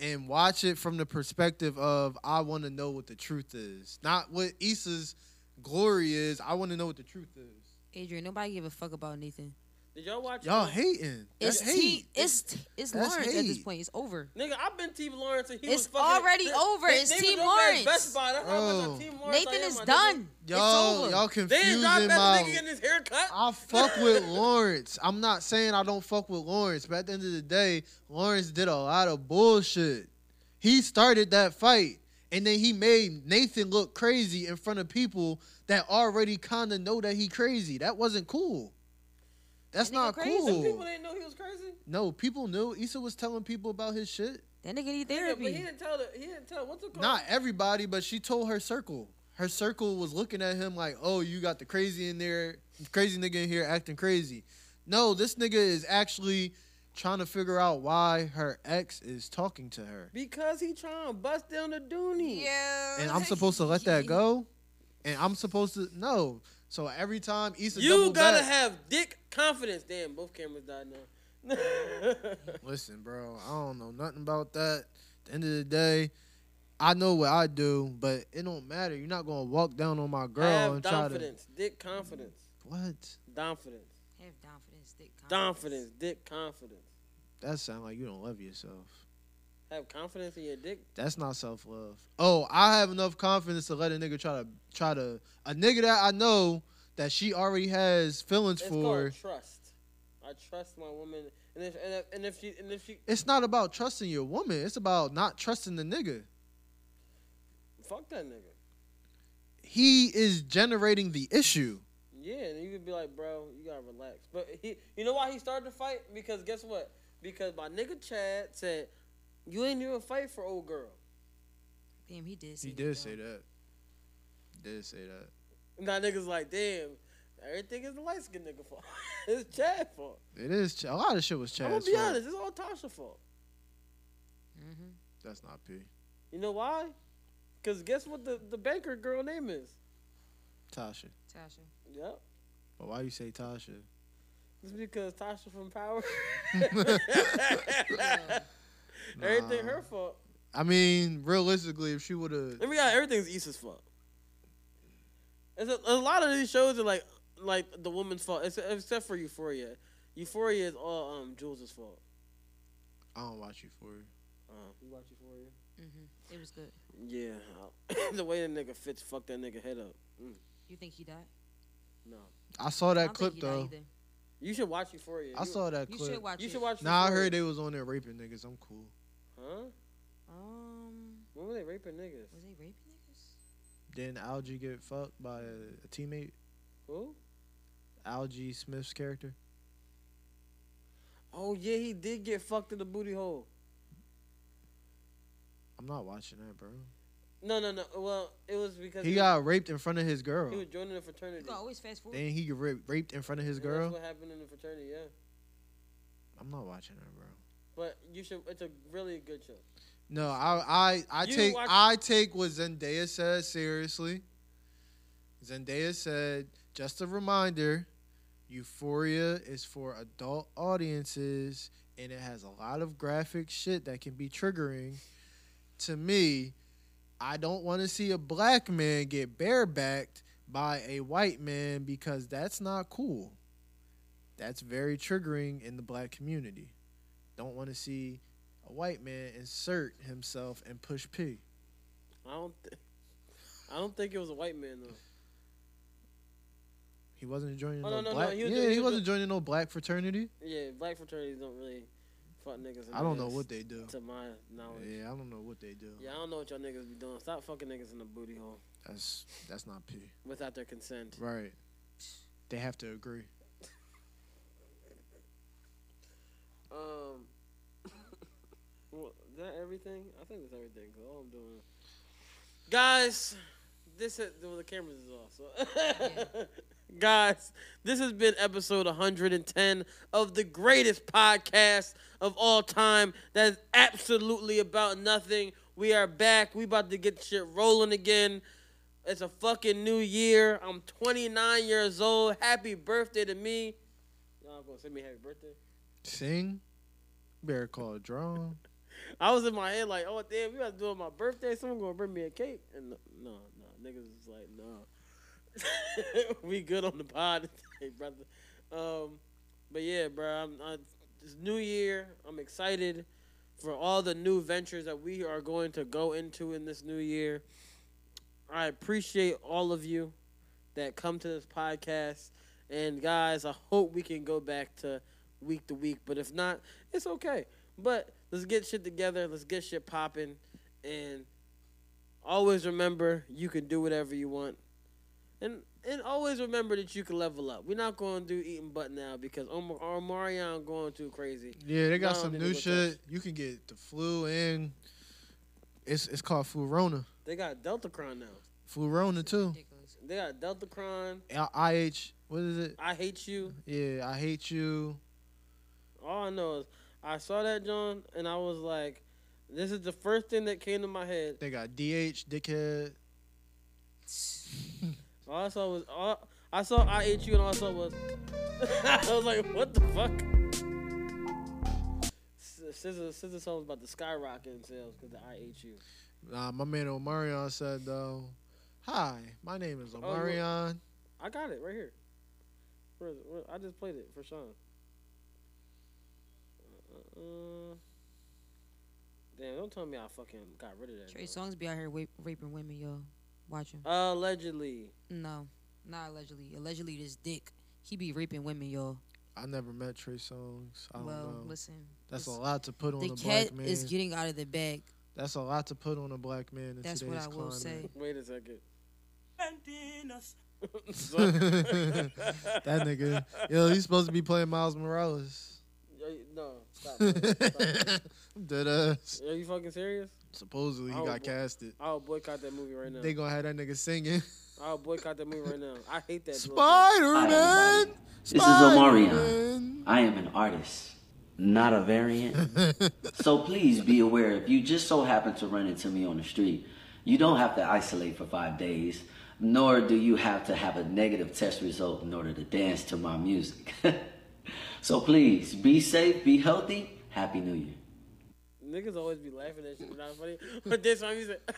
[SPEAKER 3] And watch it from the perspective of I want to know what the truth is, not what Issa's glory is. I want to know what the truth is.
[SPEAKER 4] Adrian, nobody give a fuck about Nathan.
[SPEAKER 2] Did y'all watch?
[SPEAKER 3] Y'all
[SPEAKER 2] uh,
[SPEAKER 3] hating. That's
[SPEAKER 4] It's
[SPEAKER 3] hate.
[SPEAKER 4] T, it's t- it's
[SPEAKER 3] That's
[SPEAKER 4] Lawrence at this
[SPEAKER 3] hate.
[SPEAKER 4] point. It's over.
[SPEAKER 2] Nigga, I've been Team Lawrence and he was
[SPEAKER 4] It's
[SPEAKER 2] fucking.
[SPEAKER 4] already over. It's
[SPEAKER 2] was
[SPEAKER 4] Team
[SPEAKER 2] over at
[SPEAKER 4] Lawrence.
[SPEAKER 2] Best Buy. That's how much
[SPEAKER 3] Bro.
[SPEAKER 2] of Team Lawrence I am,
[SPEAKER 4] Nathan is
[SPEAKER 2] my nigga.
[SPEAKER 4] done. it's
[SPEAKER 3] Y'all,
[SPEAKER 4] over.
[SPEAKER 3] y'all
[SPEAKER 2] They
[SPEAKER 3] confusing
[SPEAKER 2] didn't drop that
[SPEAKER 3] my.
[SPEAKER 2] nigga getting his haircut.
[SPEAKER 3] I fuck with Lawrence. I'm not saying I don't fuck with Lawrence, but at the end of the day, Lawrence did a lot of bullshit. He started that fight, and then he made Nathan look crazy in front of people that already kind of know that he crazy. That wasn't cool. That's
[SPEAKER 4] That nigga
[SPEAKER 3] not
[SPEAKER 4] crazy.
[SPEAKER 3] cool.
[SPEAKER 2] People didn't know he was crazy.
[SPEAKER 3] No, people knew. Issa was telling people about his shit.
[SPEAKER 4] That nigga need
[SPEAKER 2] Yeah, but he didn't tell. The, he didn't tell. What's it called?
[SPEAKER 3] Not everybody, but she told her circle. Her circle was looking at him like, "Oh, you got the crazy in there, crazy nigga in here acting crazy." No, this nigga is actually trying to figure out why her ex is talking to her,
[SPEAKER 2] because he trying to bust down the Dooney.
[SPEAKER 4] Yeah.
[SPEAKER 3] and I'm supposed to let that go, and I'm supposed to no. So every time Issa
[SPEAKER 2] You
[SPEAKER 3] double
[SPEAKER 2] gotta
[SPEAKER 3] back-
[SPEAKER 2] have dick confidence. Damn, both cameras died now.
[SPEAKER 3] Listen, bro, I don't know nothing about that. At the end of the day, I know what I do, but it don't matter. You're not gonna walk down on my girl
[SPEAKER 2] have
[SPEAKER 3] and try to
[SPEAKER 2] confidence. Dick confidence.
[SPEAKER 3] what?
[SPEAKER 2] Confidence.
[SPEAKER 4] Have confidence. Dick
[SPEAKER 2] Confidence. Dick confidence.
[SPEAKER 3] That sound like you don't love yourself.
[SPEAKER 2] Have confidence in your dick.
[SPEAKER 3] That's not self love. Oh, I have enough confidence to let a nigga try to try to a nigga that I know that she already has feelings
[SPEAKER 2] It's
[SPEAKER 3] for.
[SPEAKER 2] called trust. I trust my woman, and if and if, and if she and if she
[SPEAKER 3] It's not about trusting your woman. It's about not trusting the nigga.
[SPEAKER 2] fuck that nigga.
[SPEAKER 3] He is generating the issue.
[SPEAKER 2] Yeah, and you could be like, bro, you gotta relax. But he, you know why he started to fight? Because guess what? Because my nigga Chad said, you ain't even fight for old girl.
[SPEAKER 4] Damn, he did.
[SPEAKER 3] He did say that. Did say that.
[SPEAKER 2] And that nigga's like, damn, everything is the light skinned nigga fault. it's Chad fault.
[SPEAKER 3] It is. Ch- A lot of shit was
[SPEAKER 2] I'm gonna
[SPEAKER 3] Chad's
[SPEAKER 2] be
[SPEAKER 3] fault.
[SPEAKER 2] honest, it's all Tasha fault.
[SPEAKER 4] Mm-hmm.
[SPEAKER 3] That's not P.
[SPEAKER 2] You know why? Because guess what the, the banker girl name is?
[SPEAKER 3] Tasha.
[SPEAKER 4] Tasha.
[SPEAKER 2] Yep.
[SPEAKER 3] But why you say Tasha?
[SPEAKER 2] It's because Tasha from Power.
[SPEAKER 3] Nah.
[SPEAKER 2] Everything her fault.
[SPEAKER 3] I mean, realistically, if she would have,
[SPEAKER 2] And we got everything's Issa's fault. It's a, a lot of these shows are like like the woman's fault, except, except for Euphoria. Euphoria is all um Jules' fault. Um,
[SPEAKER 3] I don't watch you for it.
[SPEAKER 2] you watch Euphoria?
[SPEAKER 4] Mm-hmm. It was good.
[SPEAKER 2] Yeah, the way that nigga Fitz fucked that nigga head up. Mm,
[SPEAKER 4] You think he died?
[SPEAKER 2] no,
[SPEAKER 3] I saw that
[SPEAKER 4] don't
[SPEAKER 3] clip
[SPEAKER 4] think he
[SPEAKER 3] though.
[SPEAKER 4] died either.
[SPEAKER 2] you should watch Euphoria.
[SPEAKER 3] I
[SPEAKER 2] You-
[SPEAKER 3] saw that
[SPEAKER 4] You
[SPEAKER 3] clip.
[SPEAKER 4] should watch
[SPEAKER 2] You
[SPEAKER 4] it.
[SPEAKER 2] should watch.
[SPEAKER 3] Nah, I
[SPEAKER 2] Euphoria.
[SPEAKER 3] heard they was on there raping niggas. I'm cool.
[SPEAKER 2] Huh?
[SPEAKER 4] Um,
[SPEAKER 2] When were they raping niggas?
[SPEAKER 4] was they raping niggas?
[SPEAKER 3] Then Algie get fucked by a, a teammate.
[SPEAKER 2] Who?
[SPEAKER 3] Algie Smith's character.
[SPEAKER 2] Oh yeah, he did get fucked in the booty hole.
[SPEAKER 3] I'm not watching that, bro.
[SPEAKER 2] No, no, no. Well, it was because
[SPEAKER 3] He got raped in front of his girl.
[SPEAKER 2] he was joining the fraternity.
[SPEAKER 4] You can always fast forward.
[SPEAKER 3] Then he get ra- raped in front of his
[SPEAKER 2] And That's
[SPEAKER 3] girl.
[SPEAKER 2] what happened in the fraternity. Yeah,
[SPEAKER 3] I'm not watching that, bro.
[SPEAKER 2] but you should. It's a really good show.
[SPEAKER 3] No, I I, I
[SPEAKER 2] You
[SPEAKER 3] take
[SPEAKER 2] watch-
[SPEAKER 3] I take what Zendaya said seriously. Zendaya said, just a reminder, Euphoria is for adult audiences and it has a lot of graphic shit that can be triggering. To me, I don't want to see a black man get barebacked by a white man because that's not cool. That's very triggering in the black community. Don't want to see a white man insert himself and push P.
[SPEAKER 2] I don't. Th- I don't think it was a white man though.
[SPEAKER 3] He wasn't joining
[SPEAKER 2] Oh,
[SPEAKER 3] no,
[SPEAKER 2] no, no, no,
[SPEAKER 3] black.
[SPEAKER 2] he was
[SPEAKER 3] yeah,
[SPEAKER 2] doing- he
[SPEAKER 3] he
[SPEAKER 2] was
[SPEAKER 3] wasn't joining no black fraternity.
[SPEAKER 2] Yeah, black fraternities don't really fuck niggas. in
[SPEAKER 3] I
[SPEAKER 2] the
[SPEAKER 3] don't know
[SPEAKER 2] ass,
[SPEAKER 3] what they do.
[SPEAKER 2] To my knowledge. Yeah.
[SPEAKER 3] Yeah, I don't know what they do.
[SPEAKER 2] I don't know what y'all niggas be doing. Stop fucking niggas in the booty hole
[SPEAKER 3] That's that's not P.
[SPEAKER 2] without their consent.
[SPEAKER 3] Right. They have to agree.
[SPEAKER 2] Um. well, is that everything? I think that's everything. 'cause all I'm doing. Guys, this is well, the cameras is off. So, guys, this has been episode 110 of the greatest podcast of all time. That is absolutely about nothing. We are back. We about to get shit rolling again. It's a fucking new year. I'm 29 years old. Happy birthday to me. Y'all gonna send me happy birthday?
[SPEAKER 3] Sing. Better call a drone.
[SPEAKER 2] I was in my head like, oh damn, we about to do it on my birthday. Someone gonna bring me a cake, and no, no, no. niggas was like, no, we good on the pod today, brother. Um, but yeah, bro, I'm, I, it's New Year. I'm excited for all the new ventures that we are going to go into in this new year. I appreciate all of you that come to this podcast, and guys, I hope we can go back to week to week. But if not, it's okay. But let's get shit together. Let's get shit popping. And always remember, you can do whatever you want. And and always remember that you can level up. We're not going to do eating butt now because Omar Omarion going too crazy.
[SPEAKER 3] Yeah, they
[SPEAKER 2] Nah,
[SPEAKER 3] got some
[SPEAKER 2] nigga,
[SPEAKER 3] new
[SPEAKER 2] with us.
[SPEAKER 3] shit. You can get the flu and it's it's called Flurona.
[SPEAKER 2] They got Deltacron now.
[SPEAKER 3] Flurona too.
[SPEAKER 2] They got Deltacron.
[SPEAKER 3] I- IH. What is it?
[SPEAKER 2] I hate you.
[SPEAKER 3] Yeah, I hate you.
[SPEAKER 2] All I know is I saw that John and I was like, this is the first thing that came to my head.
[SPEAKER 3] They got DH, dickhead.
[SPEAKER 2] All I saw was all I saw I ate you and all I saw was I was like, what the fuck? S- Scissor, scissor song was about to skyrocket in sales because the I ate you.
[SPEAKER 3] Nah, my man Omarion said though, "Hi, my name is
[SPEAKER 2] Oh, well-
[SPEAKER 3] Omarion."
[SPEAKER 2] I got it right here. Where is it? Where- I just played it for Sean. Uh, damn, don't tell me I fucking got rid of that.
[SPEAKER 4] Trey
[SPEAKER 2] bro.
[SPEAKER 4] Songs be out here wa- raping women, yo. Watch him.
[SPEAKER 2] Allegedly.
[SPEAKER 4] No, not allegedly. Allegedly, this dick. He be raping women, yo.
[SPEAKER 3] I never met Trey Songs. I don't
[SPEAKER 4] well,
[SPEAKER 3] know.
[SPEAKER 4] listen.
[SPEAKER 3] That's a
[SPEAKER 4] this-
[SPEAKER 3] lot to put on
[SPEAKER 4] the
[SPEAKER 3] a
[SPEAKER 4] cat
[SPEAKER 3] black man.
[SPEAKER 4] is getting out of the bag.
[SPEAKER 3] That's a lot to put on a black man. In
[SPEAKER 4] That's what
[SPEAKER 3] today's
[SPEAKER 4] I will
[SPEAKER 3] climate.
[SPEAKER 2] Wait a second.
[SPEAKER 3] that nigga, yo, he's supposed to be playing Miles Morales.
[SPEAKER 2] Yo, you- No, stop. bro. Stop.
[SPEAKER 3] Dead ass.
[SPEAKER 2] Are you fucking serious?
[SPEAKER 3] Supposedly he
[SPEAKER 2] I'll
[SPEAKER 3] got
[SPEAKER 2] Oh, boy-
[SPEAKER 3] casted.
[SPEAKER 2] I'll boycott that movie right now.
[SPEAKER 3] They gonna have that nigga singing.
[SPEAKER 2] I'll boycott that movie right now. I hate that. little
[SPEAKER 3] Spider Man.
[SPEAKER 19] This is Omarion. I am an artist, not a variant. so please be aware if you just so happen to run into me on the street, you don't have to isolate for five days, nor do you have to have a negative test result in order to dance to my music. so please be safe, be healthy. Happy New Year.
[SPEAKER 2] Niggas always be laughing at shit, not funny. But this time you said,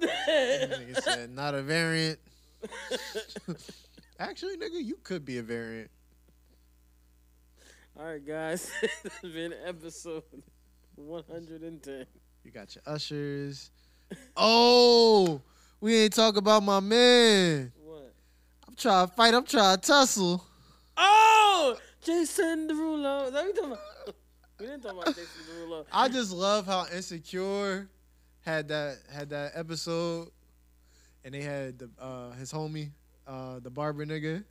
[SPEAKER 3] nigga said, not a variant. Actually, nigga, you could be a variant.
[SPEAKER 2] "All right, guys, this has been episode 110."
[SPEAKER 3] You got your ushers. Oh, we ain't talk about my man.
[SPEAKER 2] What?
[SPEAKER 3] I'm trying to fight. I'm trying to tussle.
[SPEAKER 2] Oh, Jason Derulo. Is that what you talking about? We didn't talk about Jason Derulo.
[SPEAKER 3] I just love how insecure had that had that episode, and they had the, uh, his homie, uh, the barber nigga.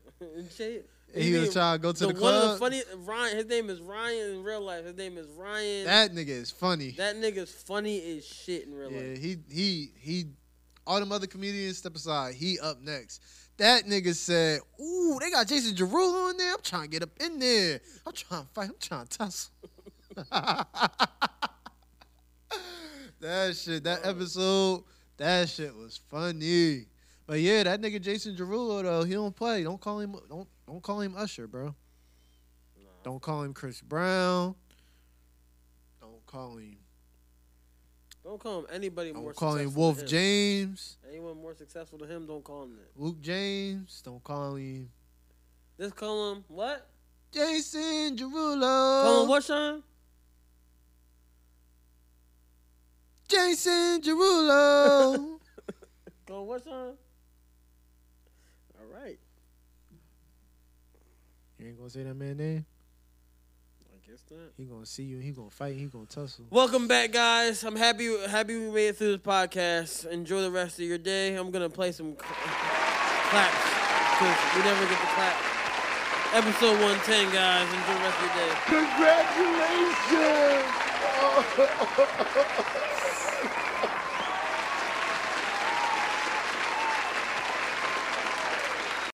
[SPEAKER 2] Jay-
[SPEAKER 3] And he was trying to go to the,
[SPEAKER 2] One of the
[SPEAKER 3] club.
[SPEAKER 2] funny Ryan. His name is Ryan in real life. His name is Ryan.
[SPEAKER 3] That nigga is funny.
[SPEAKER 2] That nigga's funny as shit in real life.
[SPEAKER 3] Yeah, he he he. All them other comedians step aside. He up next. That nigga said, "Ooh, they got Jason Derulo in there. I'm trying to get up in there. I'm trying to fight. I'm trying to tussle." that shit. That episode. That shit was funny. But yeah, that nigga Jason Derulo though, he don't play. Don't call him. Don't don't call him Usher, bro. Don't call him Chris Brown. Don't call him
[SPEAKER 2] Don't call him anybody more.
[SPEAKER 3] don't call him
[SPEAKER 2] successful
[SPEAKER 3] Wolf
[SPEAKER 2] than him.
[SPEAKER 3] James,
[SPEAKER 2] Anyone more successful than him, don't call him that.
[SPEAKER 3] Luke James. Don't call him
[SPEAKER 2] Just call him what?
[SPEAKER 3] Jason Derulo.
[SPEAKER 2] Call him what, Sean?
[SPEAKER 3] Jason Derulo.
[SPEAKER 2] Call him what, Sean? All right.
[SPEAKER 3] you ain't gonna say that man name.
[SPEAKER 2] I guess not.
[SPEAKER 3] He gonna see you. He gonna fight. He gonna tussle.
[SPEAKER 2] Welcome back, guys. I'm happy happy we made it through this podcast. Enjoy the rest of your day. I'm gonna play some cl- claps because we never get to clap. Episode 110, guys. Enjoy the rest of your day.
[SPEAKER 8] Congratulations!